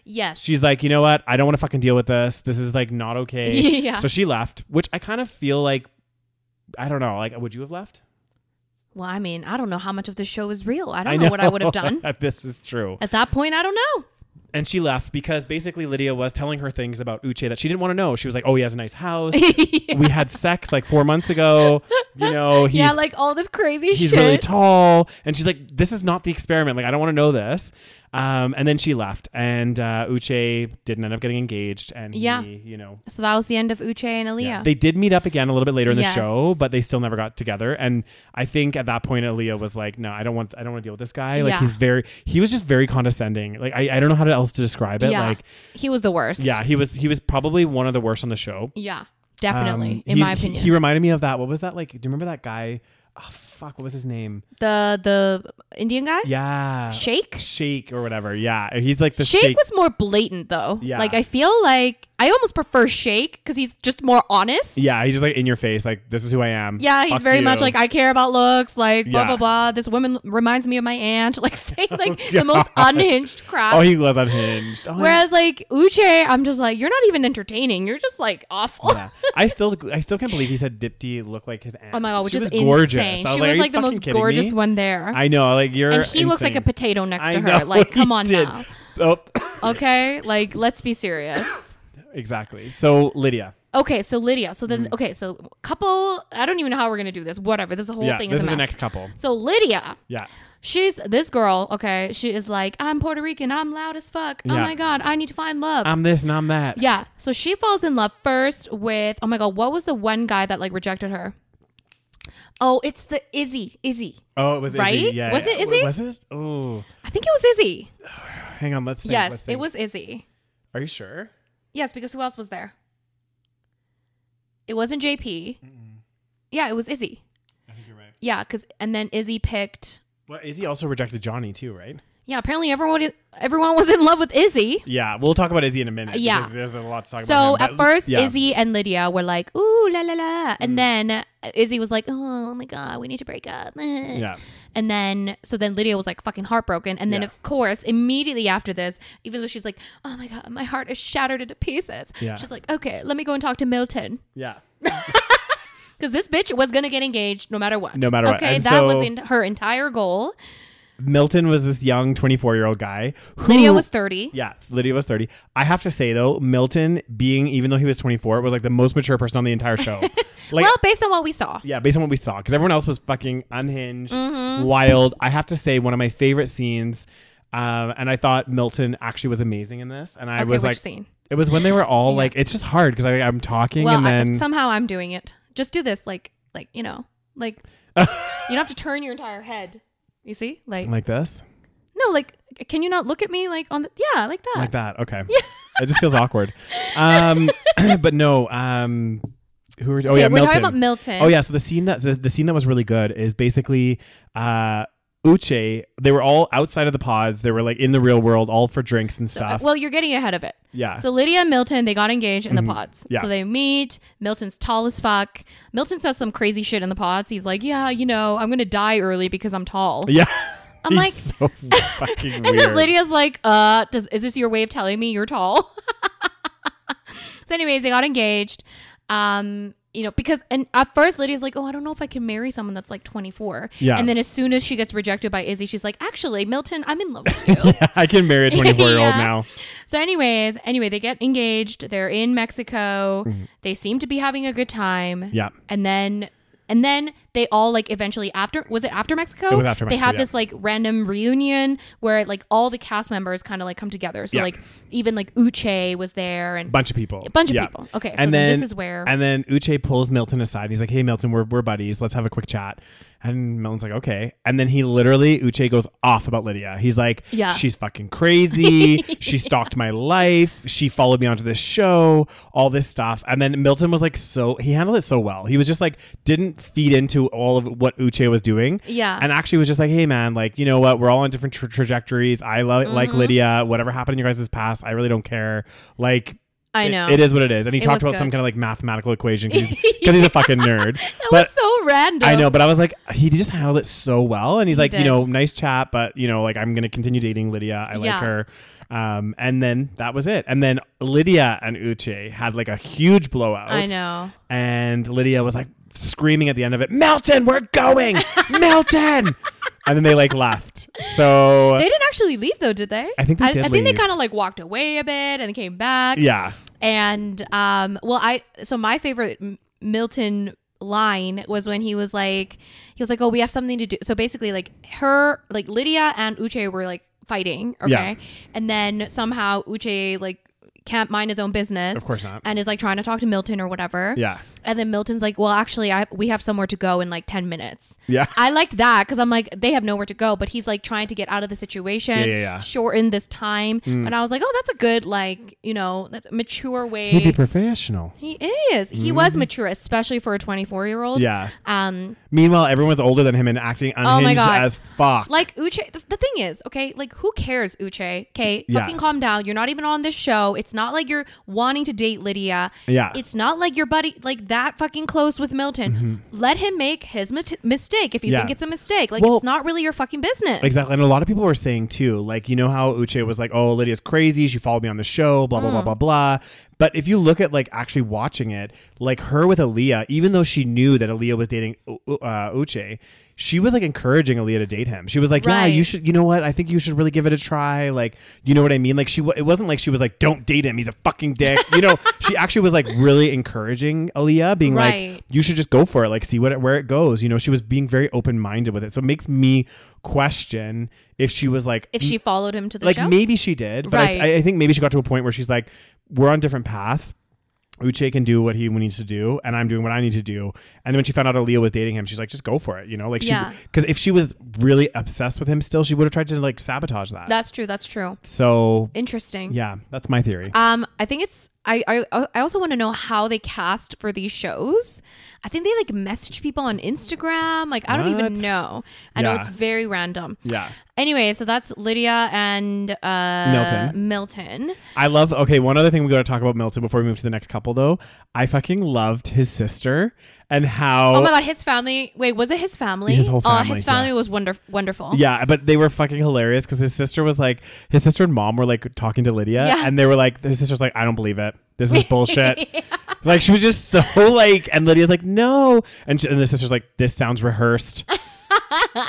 Speaker 1: Yes.
Speaker 2: She's like, you know what? I don't want to fucking deal with this. This is like not okay.
Speaker 1: <laughs> Yeah.
Speaker 2: So she left, which I kind of feel like, I don't know. Like, would you have left?
Speaker 1: well, I mean, I don't know how much of the show is real. I don't know. what I would have done.
Speaker 2: <laughs> this is true.
Speaker 1: At that point, I don't know. <laughs>
Speaker 2: and she left because basically Lydia was telling her things about Uche that she didn't want to know. She was like, "Oh, he has a nice
Speaker 1: <laughs>
Speaker 2: house. We had sex like four months ago. You know, he's
Speaker 1: <laughs> yeah, like all this crazy
Speaker 2: he's
Speaker 1: shit.
Speaker 2: really tall." And she's like, "This is not the experiment. Like, I don't want to know this." Um, and then she left, and uh, Uche didn't end up getting engaged. And
Speaker 1: Yeah.
Speaker 2: he, you know,
Speaker 1: so that was the end of Uche and Aaliyah.
Speaker 2: they did meet up again a little bit later in
Speaker 1: Yes.
Speaker 2: the show, but they still never got together. And I think at that point, Aaliyah was like, "No, I don't want. I don't want to deal with this guy. Like,
Speaker 1: Yeah.
Speaker 2: he's very. He was just very condescending. Like, I, I don't know how else to describe it.
Speaker 1: yeah,
Speaker 2: Like."
Speaker 1: he was the worst.
Speaker 2: Yeah, he was he was probably one of the worst on the show.
Speaker 1: yeah,
Speaker 2: Um,
Speaker 1: definitely, in
Speaker 2: he's-
Speaker 1: my
Speaker 2: he-
Speaker 1: opinion.
Speaker 2: He, reminded me of that. What was that like? Do you remember that guy? Oh, fuck, what was his name?
Speaker 1: the the Indian guy,
Speaker 2: Yeah.
Speaker 1: Shake.
Speaker 2: Shake or whatever. Yeah. He's like the
Speaker 1: Shake,
Speaker 2: Shake.
Speaker 1: was more blatant though.
Speaker 2: Yeah.
Speaker 1: Like I feel like I almost prefer Shake because he's just more honest.
Speaker 2: yeah, he's just like in your face, like this is who I am.
Speaker 1: Yeah, he's
Speaker 2: Fuck
Speaker 1: very much
Speaker 2: you.
Speaker 1: like I care about looks, like blah
Speaker 2: Yeah.
Speaker 1: blah blah. This woman reminds me of my aunt, <laughs> like saying like
Speaker 2: <laughs>
Speaker 1: the most
Speaker 2: God.
Speaker 1: unhinged crap.
Speaker 2: Oh, he was unhinged. Oh,
Speaker 1: Whereas like Uche, I'm just like you're not even entertaining. You're just like awful. <laughs>
Speaker 2: yeah. I still I still can't believe he said Dipti looked like his aunt.
Speaker 1: Oh my god, which
Speaker 2: she
Speaker 1: is
Speaker 2: was
Speaker 1: insane.
Speaker 2: gorgeous. I
Speaker 1: She
Speaker 2: was
Speaker 1: was
Speaker 2: like, "Are
Speaker 1: like,
Speaker 2: you
Speaker 1: the
Speaker 2: fucking
Speaker 1: most
Speaker 2: kidding me?"
Speaker 1: gorgeous one there,
Speaker 2: I know, like you're
Speaker 1: and he looks like a
Speaker 2: insane.
Speaker 1: potato next
Speaker 2: I
Speaker 1: to her.
Speaker 2: know, <laughs>
Speaker 1: like,
Speaker 2: he
Speaker 1: come on
Speaker 2: did.
Speaker 1: now,
Speaker 2: Oh, <coughs>
Speaker 1: okay? Like, let's be serious.
Speaker 2: exactly. So Lydia.
Speaker 1: Okay, so Lydia. So
Speaker 2: Mm-hmm.
Speaker 1: then, okay, so couple. I don't even know how we're gonna do this. Whatever. This whole
Speaker 2: yeah,
Speaker 1: thing
Speaker 2: this
Speaker 1: is a
Speaker 2: is
Speaker 1: mess.
Speaker 2: the next couple.
Speaker 1: So Lydia,
Speaker 2: Yeah.
Speaker 1: she's this girl. Okay, she is like, I'm Puerto Rican. I'm loud as fuck. Oh
Speaker 2: Yeah. Um,
Speaker 1: my god, I need to find love.
Speaker 2: I'm this and I'm that.
Speaker 1: yeah. So she falls in love first with. Oh my god, what was the one guy that like rejected her? Oh, it's the Izzy. Izzy.
Speaker 2: Oh, it was
Speaker 1: Right?
Speaker 2: Izzy. Yeah.
Speaker 1: Was it
Speaker 2: yeah.
Speaker 1: Izzy?
Speaker 2: Was it? Oh,
Speaker 1: I think it was Izzy.
Speaker 2: hang on. Let's think. let's
Speaker 1: yes,
Speaker 2: think.
Speaker 1: it was Izzy.
Speaker 2: Are you sure?
Speaker 1: Yes, because who else was there? It wasn't JP. Yeah, it was Izzy.
Speaker 2: I think you're right.
Speaker 1: Yeah, because and then Izzy picked.
Speaker 2: Well, Izzy also rejected Johnny too, right?
Speaker 1: Yeah, apparently everyone everyone was in love with Izzy.
Speaker 2: Yeah, we'll talk about Izzy in a minute.
Speaker 1: Yeah.
Speaker 2: because there's a lot to talk
Speaker 1: So
Speaker 2: about. him,
Speaker 1: at
Speaker 2: but-
Speaker 1: first,
Speaker 2: yeah. Mm-hmm.
Speaker 1: Izzy and Lydia were like, "Ooh la la la," and then uh, Izzy was like, "Oh my god, we need to break up." <laughs>
Speaker 2: Yeah.
Speaker 1: And then, so then Lydia was like fucking heartbroken. And then,
Speaker 2: Yeah.
Speaker 1: of course, immediately after this, even though she's like, oh my God, my heart is shattered into pieces,
Speaker 2: Yeah.
Speaker 1: she's like, okay, let me go and talk to Milton.
Speaker 2: Yeah.
Speaker 1: Because this bitch was going to get engaged no matter what.
Speaker 2: No matter what.
Speaker 1: Okay,
Speaker 2: And
Speaker 1: that was
Speaker 2: so-
Speaker 1: in her entire goal.
Speaker 2: Milton was this young 24 year old guy. Who,
Speaker 1: Lydia was 30.
Speaker 2: Yeah, Lydia was 30. I have to say though, Milton being even though he was 24 was like the most mature person on the entire
Speaker 1: <laughs>
Speaker 2: show. like
Speaker 1: well, based on what we saw.
Speaker 2: Yeah, based on what we saw, because everyone else was fucking unhinged,
Speaker 1: Mm-hmm.
Speaker 2: wild. I have to say, one of my favorite scenes, um, and I thought Milton actually was amazing in this. And I
Speaker 1: Okay,
Speaker 2: was
Speaker 1: which
Speaker 2: like,
Speaker 1: scene?
Speaker 2: it was when they were all like, it's just hard because I'm talking
Speaker 1: Well,
Speaker 2: and
Speaker 1: I,
Speaker 2: then
Speaker 1: somehow I'm doing it. Just do this, like, like you know,
Speaker 2: <laughs>
Speaker 1: like you don't have to turn your entire head. You see, like,
Speaker 2: like this,
Speaker 1: no, like, can you not look at me, like on the yeah, like that.
Speaker 2: like that. Okay, it just feels
Speaker 1: <laughs>
Speaker 2: awkward. Um, <clears throat> but no, um, who are? Oh
Speaker 1: Okay,
Speaker 2: yeah,
Speaker 1: we're
Speaker 2: Milton.
Speaker 1: talking about Milton.
Speaker 2: Oh yeah, so the scene that the, the scene that was really good is basically uh Uche, they were all outside of the pods. They were like in the real world, all for drinks and
Speaker 1: Uh,
Speaker 2: stuff.
Speaker 1: Well, you're getting ahead of it.
Speaker 2: yeah.
Speaker 1: So Lydia and Milton, they got engaged in the pods.
Speaker 2: Ah. Mm-hmm. Yeah.
Speaker 1: So they meet. Milton's tall as fuck. Milton says some crazy shit in the pods. He's like, "Yeah, you know, I'm gonna die early because I'm tall."
Speaker 2: Yeah.
Speaker 1: I'm like-
Speaker 2: so fucking
Speaker 1: <laughs> And
Speaker 2: weird. <laughs>
Speaker 1: then <laughs> Lydia's like, "Uh, does is this your way of telling me you're tall?" <laughs> so, anyways, they got engaged. Um, you know, because and at first Lydia's like, "Oh, I don't know if I can marry someone that's like 24."
Speaker 2: Yeah.
Speaker 1: And then as soon as she gets rejected by Izzy, she's like, "Actually, Milton, I'm in
Speaker 2: <laughs>
Speaker 1: love with you."
Speaker 2: I can marry a 24 year old
Speaker 1: Yeah.
Speaker 2: now.
Speaker 1: So, anyways, anyway, they get engaged. They're in Mexico.
Speaker 2: Mm-hmm.
Speaker 1: They seem to be having a good time.
Speaker 2: Yeah.
Speaker 1: And then, and then they all like eventually after was it after Mexico?
Speaker 2: It was after
Speaker 1: They
Speaker 2: Mexico,
Speaker 1: have
Speaker 2: yeah.
Speaker 1: this like random reunion where like all the cast members kind of like come together. So
Speaker 2: Yeah.
Speaker 1: like even like Uche was there and
Speaker 2: Bunch of people.
Speaker 1: a bunch of
Speaker 2: Yeah.
Speaker 1: people. Okay, so
Speaker 2: and
Speaker 1: then,
Speaker 2: then
Speaker 1: this is where
Speaker 2: And then Uche pulls Milton aside. He's like, "Hey, Milton, we're we're buddies. Let's have a quick chat." And Melon's like, okay. And then he literally, Uche goes off about Lydia. He's like,
Speaker 1: Yeah.
Speaker 2: she's fucking
Speaker 1: <laughs>
Speaker 2: crazy. she stalked my life. She followed me onto this show, all this stuff. And then Milton was like, so, he handled it so well. He was just like, didn't feed into all of what Uche was doing.
Speaker 1: Yeah.
Speaker 2: And actually was just like, hey, man, like, you know what? We're all on different tra- trajectories. I lo- like
Speaker 1: Mm-hmm.
Speaker 2: Lydia. Whatever happened in your guys' past, I really don't care. Like,
Speaker 1: I
Speaker 2: it-
Speaker 1: know.
Speaker 2: it is what it is. And he
Speaker 1: It
Speaker 2: talked
Speaker 1: was
Speaker 2: about some
Speaker 1: good.
Speaker 2: kind of like mathematical equation because
Speaker 1: <laughs>
Speaker 2: he's, 'cause he's a fucking nerd.
Speaker 1: That
Speaker 2: but
Speaker 1: was so random.
Speaker 2: I know, but I was like, he just handled it so well. And he's
Speaker 1: He
Speaker 2: like, you
Speaker 1: did.
Speaker 2: know, nice chat, but you know, like I'm gonna continue dating Lydia. I like
Speaker 1: Yeah.
Speaker 2: her. Um, and then that was it. And then Lydia and Uche had like a huge blowout.
Speaker 1: I know.
Speaker 2: And Lydia was like screaming at the end of it, Melton, we're going, Melton. <laughs> And then they like left. So
Speaker 1: They didn't actually leave though, did they?
Speaker 2: I think they
Speaker 1: I,
Speaker 2: did
Speaker 1: I think they
Speaker 2: leave.
Speaker 1: kind of like walked away a bit and came back.
Speaker 2: yeah,
Speaker 1: And um, well, I so my favorite M- Milton line was when he was like, he was like, "Oh, we have something to do." So basically, like her, like Lydia and Uche were like fighting, okay,
Speaker 2: Yeah.
Speaker 1: and then somehow Uche like can't mind his own business,
Speaker 2: of course not.
Speaker 1: and is like trying to talk to Milton or whatever,
Speaker 2: Yeah.
Speaker 1: And then Milton's like, "Well, actually, I we have somewhere to go in like ten minutes."
Speaker 2: Yeah.
Speaker 1: I liked that because I'm like, they have nowhere to go, but he's like trying to get out of the situation,
Speaker 2: Yeah, yeah, yeah. Mm.
Speaker 1: shorten this time. And I was like, oh, that's a good, like, you know, that's a mature way.
Speaker 2: He'd be professional.
Speaker 1: he is. He was mature, especially for a 24 year old.
Speaker 2: Mm-hmm. Yeah.
Speaker 1: Um,
Speaker 2: Meanwhile, everyone's older than him and acting
Speaker 1: Oh my
Speaker 2: unhinged
Speaker 1: God.
Speaker 2: as fuck.
Speaker 1: like Uche, the, the thing is, okay, like who cares, Uche? Okay,
Speaker 2: Yeah.
Speaker 1: fucking calm down. You're not even on this show. It's not like you're wanting to date Lydia.
Speaker 2: Yeah.
Speaker 1: It's not like your buddy, like that fucking close with Milton. Let him make his mit- mistake if you
Speaker 2: Mm-hmm. Yeah.
Speaker 1: think it's a mistake. Like
Speaker 2: Well-
Speaker 1: it's not really your fucking business.
Speaker 2: Exactly. And a lot of people were saying too, like, you know how Uche was like, oh, Lydia's crazy. She followed me on the show, blah,
Speaker 1: Mm.
Speaker 2: blah, blah, blah, blah. But if you look at like actually watching it, like her with Aaliyah, even though she knew that Aaliyah was dating U- U- uh, Uche, she was like encouraging Aaliyah to date him. She was like, yeah,
Speaker 1: Right.
Speaker 2: you should, you know what? I think you should really give it a try. Like, you know what I mean? Like, she, wa- it wasn't like she was like, don't date him. He's a fucking dick. You
Speaker 1: <laughs>
Speaker 2: know, she actually was like really encouraging Aaliyah, being like,
Speaker 1: Right.
Speaker 2: you should just go for it like see what it, where it goes you know she was being very open-minded with it so it makes me question if she was like
Speaker 1: if she followed him to the
Speaker 2: like
Speaker 1: show.
Speaker 2: maybe she did but I-
Speaker 1: Right.
Speaker 2: I, I think maybe she got to a point where she's like we're on different paths Uche can do what he needs to do, and I'm doing what I need to do. And when she found out Aaliyah was dating him, she's like, "Just go for it," you know, like she,
Speaker 1: Yeah.
Speaker 2: because if she was really obsessed with him, still, she would have tried to like sabotage that.
Speaker 1: That's true. That's true.
Speaker 2: so,
Speaker 1: Interesting.
Speaker 2: yeah, that's my theory.
Speaker 1: Um, I think it's I I, I also want to know how they cast for these shows. I think they like message people on Instagram. Like I don't
Speaker 2: What?
Speaker 1: even know. I know
Speaker 2: Yeah.
Speaker 1: it's very random.
Speaker 2: yeah,
Speaker 1: Anyway, so that's Lydia and uh,
Speaker 2: Milton.
Speaker 1: Milton.
Speaker 2: I love. Okay, one other thing we got to talk about Milton before we move to the next couple, though. I fucking loved his sister and how.
Speaker 1: Oh my god, his family. Wait, was it his family?
Speaker 2: His whole
Speaker 1: Oh,
Speaker 2: family,
Speaker 1: his
Speaker 2: yeah.
Speaker 1: family was wonderful. Wonderful.
Speaker 2: Yeah, but they were fucking hilarious because his sister was like, his sister and mom were like talking to Lydia,
Speaker 1: Yeah.
Speaker 2: and they were like, his sister's like, I don't believe it. This
Speaker 1: <laughs>
Speaker 2: is bullshit. Like she was just so <laughs> like, and Lydia's like, no, and, she, and the sister's like, this sounds
Speaker 1: <laughs>
Speaker 2: rehearsed.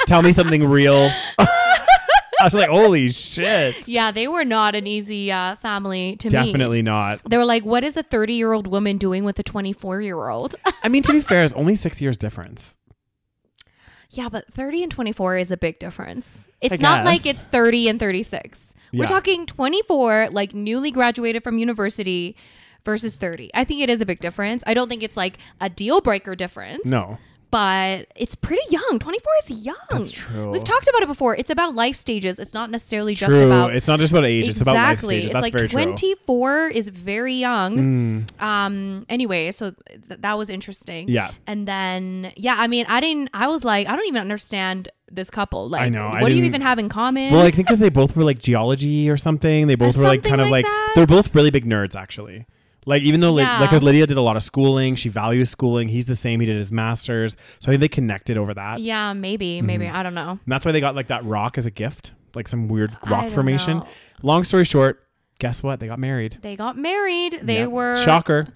Speaker 2: Tell me something real. <laughs> I was like, holy shit.
Speaker 1: Yeah, they were not an easy uh, family to meet.
Speaker 2: Definitely not.
Speaker 1: They were like, "What is a thirty-year-old woman doing with a twenty-four-year-old?" <laughs>
Speaker 2: I mean, to be fair, it's only six years difference.
Speaker 1: Yeah, but 30 and 24 is a big difference. It's
Speaker 2: I
Speaker 1: not like
Speaker 2: guess.
Speaker 1: it's 30 and 36.
Speaker 2: Yeah.
Speaker 1: We're talking 24, like newly graduated from university versus 30. I think it is a big difference. I don't think it's like a deal breaker difference.
Speaker 2: No.
Speaker 1: But it's pretty young. 24 is young.
Speaker 2: That's true.
Speaker 1: We've talked about it before. It's about life stages. It's not necessarily just
Speaker 2: True.
Speaker 1: about
Speaker 2: it's not just about age. It's about life
Speaker 1: exactly.
Speaker 2: stages.
Speaker 1: It's
Speaker 2: That's
Speaker 1: like
Speaker 2: very true. Mm.
Speaker 1: 24 is very young. Um anyway, so th- that was interesting.
Speaker 2: Yeah.
Speaker 1: And then yeah, I mean, I didn't I was like I don't even understand this couple. Like
Speaker 2: know, I
Speaker 1: what do you
Speaker 2: didn't-
Speaker 1: even have in common?
Speaker 2: Well, I think because they both were like geology or something. They both
Speaker 1: Or
Speaker 2: were like
Speaker 1: something
Speaker 2: kind of like
Speaker 1: like that.
Speaker 2: they're both really big nerds actually. Like even though like
Speaker 1: Yeah.
Speaker 2: because Lydia did a lot of schooling, she values schooling. He's the same. He did his masters, so I think they connected over that.
Speaker 1: yeah,
Speaker 2: Mm-hmm.
Speaker 1: maybe, maybe I don't know.
Speaker 2: And that's why they got like that rock as a gift, like some weird
Speaker 1: I
Speaker 2: rock
Speaker 1: don't
Speaker 2: formation.
Speaker 1: know.
Speaker 2: Long story short, guess what? They got married.
Speaker 1: They got married. They
Speaker 2: Yep.
Speaker 1: were
Speaker 2: shocker.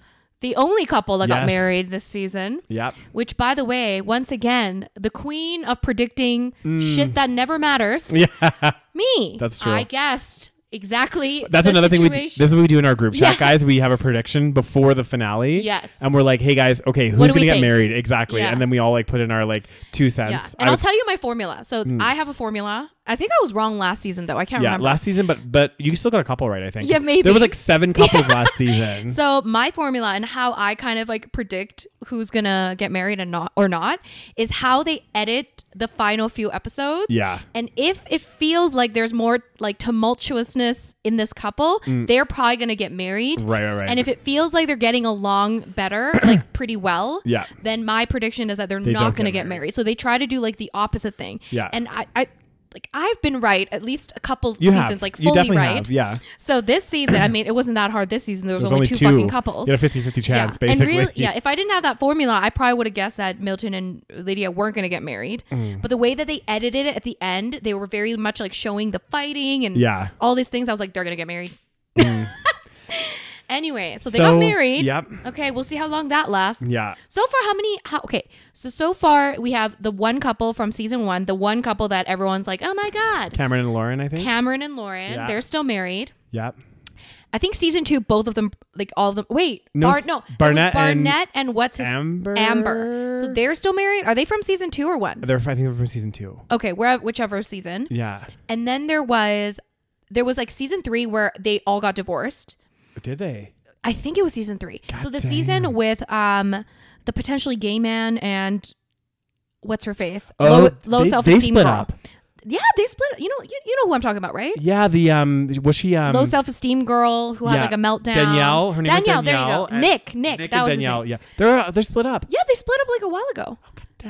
Speaker 1: the only couple that got
Speaker 2: Yes.
Speaker 1: married this season.
Speaker 2: Yep.
Speaker 1: Which, by the way, once again, the queen of predicting shit that never matters.
Speaker 2: Mm. <laughs> Yeah.
Speaker 1: Me.
Speaker 2: That's true.
Speaker 1: I guessed exactly.
Speaker 2: That's
Speaker 1: the
Speaker 2: another thing we do.
Speaker 1: situation.
Speaker 2: This is what we do in our group chat,
Speaker 1: Yeah.
Speaker 2: guys. We have a prediction before the finale.
Speaker 1: Yes.
Speaker 2: And we're like, hey guys, okay, who's
Speaker 1: What do
Speaker 2: gonna
Speaker 1: we
Speaker 2: get
Speaker 1: think?
Speaker 2: married? Exactly.
Speaker 1: Yeah.
Speaker 2: And then we all like put in our like two cents.
Speaker 1: Yeah.
Speaker 2: I
Speaker 1: And I'll
Speaker 2: was-
Speaker 1: tell you my formula. So I have a formula I think I was wrong last season though. I can't
Speaker 2: yeah,
Speaker 1: remember.
Speaker 2: last season, but but you still got a couple right, I think.
Speaker 1: <laughs> Yeah, maybe.
Speaker 2: There was like seven couples last season.
Speaker 1: so my formula and how I kind of like predict who's gonna get married and not or not is how they edit the final few episodes.
Speaker 2: <laughs> Yeah.
Speaker 1: And if it feels like there's more like tumultuousness in this couple, they're probably gonna get married.
Speaker 2: Mm. Right, right, right.
Speaker 1: And if it feels like they're getting along better,
Speaker 2: <coughs>
Speaker 1: like pretty well,
Speaker 2: Yeah.
Speaker 1: then my prediction is that they're
Speaker 2: They
Speaker 1: not
Speaker 2: don't
Speaker 1: gonna
Speaker 2: get
Speaker 1: get
Speaker 2: married.
Speaker 1: married. So they try to do like the opposite thing.
Speaker 2: Yeah.
Speaker 1: And I, I like I've been right at least a couple
Speaker 2: you
Speaker 1: seasons,
Speaker 2: have
Speaker 1: like
Speaker 2: you
Speaker 1: fully
Speaker 2: definitely
Speaker 1: right.
Speaker 2: have, yeah.
Speaker 1: So this season, I mean, it wasn't that hard this season. There was,
Speaker 2: There's
Speaker 1: only, two, fucking couples.
Speaker 2: You had a 50-50 chance,
Speaker 1: yeah.
Speaker 2: basically.
Speaker 1: And really,
Speaker 2: <laughs>
Speaker 1: yeah, if I didn't have that formula, I probably would have guessed that Milton and Lydia weren't going to get married.
Speaker 2: Mm.
Speaker 1: But the way that they edited it at the end, they were very much like showing the fighting and
Speaker 2: Yeah. Mm.
Speaker 1: all these things. I was like, they're going to get married. <laughs> anyway, so they
Speaker 2: So,
Speaker 1: got married.
Speaker 2: yep.
Speaker 1: Okay, we'll see how long that lasts.
Speaker 2: Yeah.
Speaker 1: So far, how many? How, okay, so so far we have the one couple from season one, the one couple that everyone's like, oh my god,
Speaker 2: Cameron and Lauren, I think.
Speaker 1: Cameron and Lauren.
Speaker 2: Yeah.
Speaker 1: They're still married.
Speaker 2: yep.
Speaker 1: I think season two, both of them, like all of them. Wait,
Speaker 2: No,
Speaker 1: Bar-
Speaker 2: it's
Speaker 1: no, it was
Speaker 2: Barnett and
Speaker 1: Barnett, and, what's his
Speaker 2: Amber?
Speaker 1: Amber. So they're still married. Are they from season two or one?
Speaker 2: They're I think they're from season 2.
Speaker 1: Okay, where whichever season.
Speaker 2: Yeah.
Speaker 1: And then there was, there was like season three where they all got divorced.
Speaker 2: Did they?
Speaker 1: I think it was season three. so the
Speaker 2: damn.
Speaker 1: season with um the potentially gay man and what's her face? low
Speaker 2: Oh, they,
Speaker 1: self-esteem
Speaker 2: they split
Speaker 1: girl.
Speaker 2: up.
Speaker 1: Yeah, they split. You know, you, you know who I'm talking about, right?
Speaker 2: Yeah, the um was she um
Speaker 1: low self esteem girl who had
Speaker 2: yeah,
Speaker 1: like a meltdown.
Speaker 2: Danielle, her name was
Speaker 1: Danielle,
Speaker 2: Danielle,
Speaker 1: there you go.
Speaker 2: and-
Speaker 1: Nick, Nick,
Speaker 2: Nick
Speaker 1: that
Speaker 2: and
Speaker 1: was
Speaker 2: Danielle.
Speaker 1: His name.
Speaker 2: Yeah. They're they're split up.
Speaker 1: Yeah, they split up like a while ago.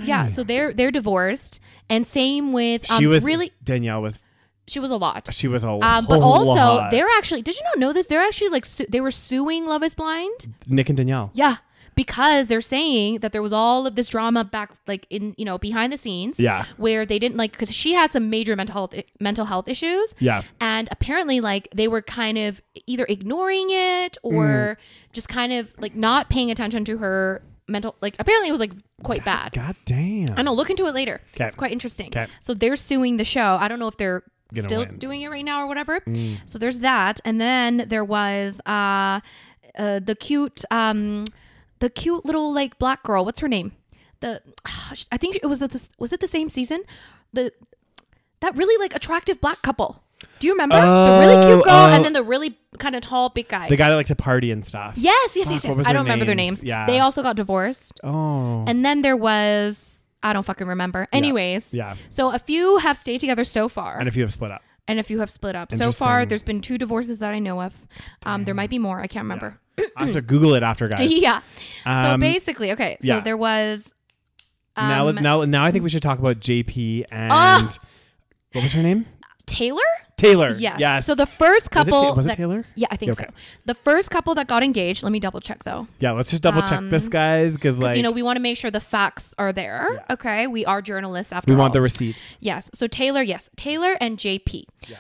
Speaker 1: Yeah,
Speaker 2: Dang.
Speaker 1: so they're they're divorced, and same with um,
Speaker 2: she was
Speaker 1: really
Speaker 2: Danielle was
Speaker 1: she was a lot.
Speaker 2: she was a
Speaker 1: Um, but
Speaker 2: whole
Speaker 1: also
Speaker 2: lot.
Speaker 1: they're actually did you not know this? They're actually like su- they were suing Love Is Blind.
Speaker 2: Nick and Danielle.
Speaker 1: Yeah, because they're saying that there was all of this drama back like in you know behind the scenes.
Speaker 2: Yeah.
Speaker 1: where they didn't like because she had some major mental health, mental health issues.
Speaker 2: Yeah.
Speaker 1: and apparently like they were kind of either ignoring it
Speaker 2: Mm.
Speaker 1: or just kind of like not paying attention to her mental like apparently it was like quite bad
Speaker 2: God damn.
Speaker 1: i know look into it later
Speaker 2: 'Kay.
Speaker 1: it's quite interesting
Speaker 2: 'Kay.
Speaker 1: so they're suing the show i don't know if they're
Speaker 2: Gonna
Speaker 1: still
Speaker 2: win. Mm.
Speaker 1: doing it right now or whatever so there's that and then there was uh, uh the cute um the cute little like black girl what's her name the <sighs> i think it was the was it the same season the that really like attractive black couple. Do you remember the really
Speaker 2: Oh,
Speaker 1: cute girl
Speaker 2: oh.
Speaker 1: and then the really kind of tall big guy?
Speaker 2: The guy that liked to party and stuff.
Speaker 1: yes, yes, yes,
Speaker 2: Fuck,
Speaker 1: yes.
Speaker 2: what was
Speaker 1: I
Speaker 2: their
Speaker 1: don't remember their
Speaker 2: names?
Speaker 1: names.
Speaker 2: Yeah.
Speaker 1: They also got divorced.
Speaker 2: Oh.
Speaker 1: And then there was I don't fucking remember. Anyways,
Speaker 2: Yeah.
Speaker 1: So a few have stayed together so far,
Speaker 2: And
Speaker 1: and a,
Speaker 2: if you have
Speaker 1: <clears throat>
Speaker 2: split up.
Speaker 1: few have split up so far.
Speaker 2: Interesting.
Speaker 1: There's been two divorces that I know of. Um, there might be more. I can't remember.
Speaker 2: I have to Google it after,
Speaker 1: <laughs>
Speaker 2: guys.
Speaker 1: Yeah. so
Speaker 2: Um,
Speaker 1: basically, okay. So
Speaker 2: yeah.
Speaker 1: there was. Um,
Speaker 2: Now, let- now, now I think we should talk about JP and
Speaker 1: Ah!
Speaker 2: what was her name?
Speaker 1: Taylor.
Speaker 2: Taylor.
Speaker 1: Yes.
Speaker 2: Yes.
Speaker 1: So the first
Speaker 2: Was it Ta-
Speaker 1: couple.
Speaker 2: was it
Speaker 1: that-
Speaker 2: Taylor?
Speaker 1: Yeah, I think
Speaker 2: Okay.
Speaker 1: so. The first couple that got engaged. Let me double check though.
Speaker 2: Yeah. Let's just double check this,
Speaker 1: Um,
Speaker 2: guys, because
Speaker 1: Because
Speaker 2: like
Speaker 1: you know we want to make sure the facts are there.
Speaker 2: Yeah.
Speaker 1: Okay, we are journalists after
Speaker 2: we
Speaker 1: all.
Speaker 2: want the receipts.
Speaker 1: yes. So Taylor, yes, Taylor and JP. Yeah.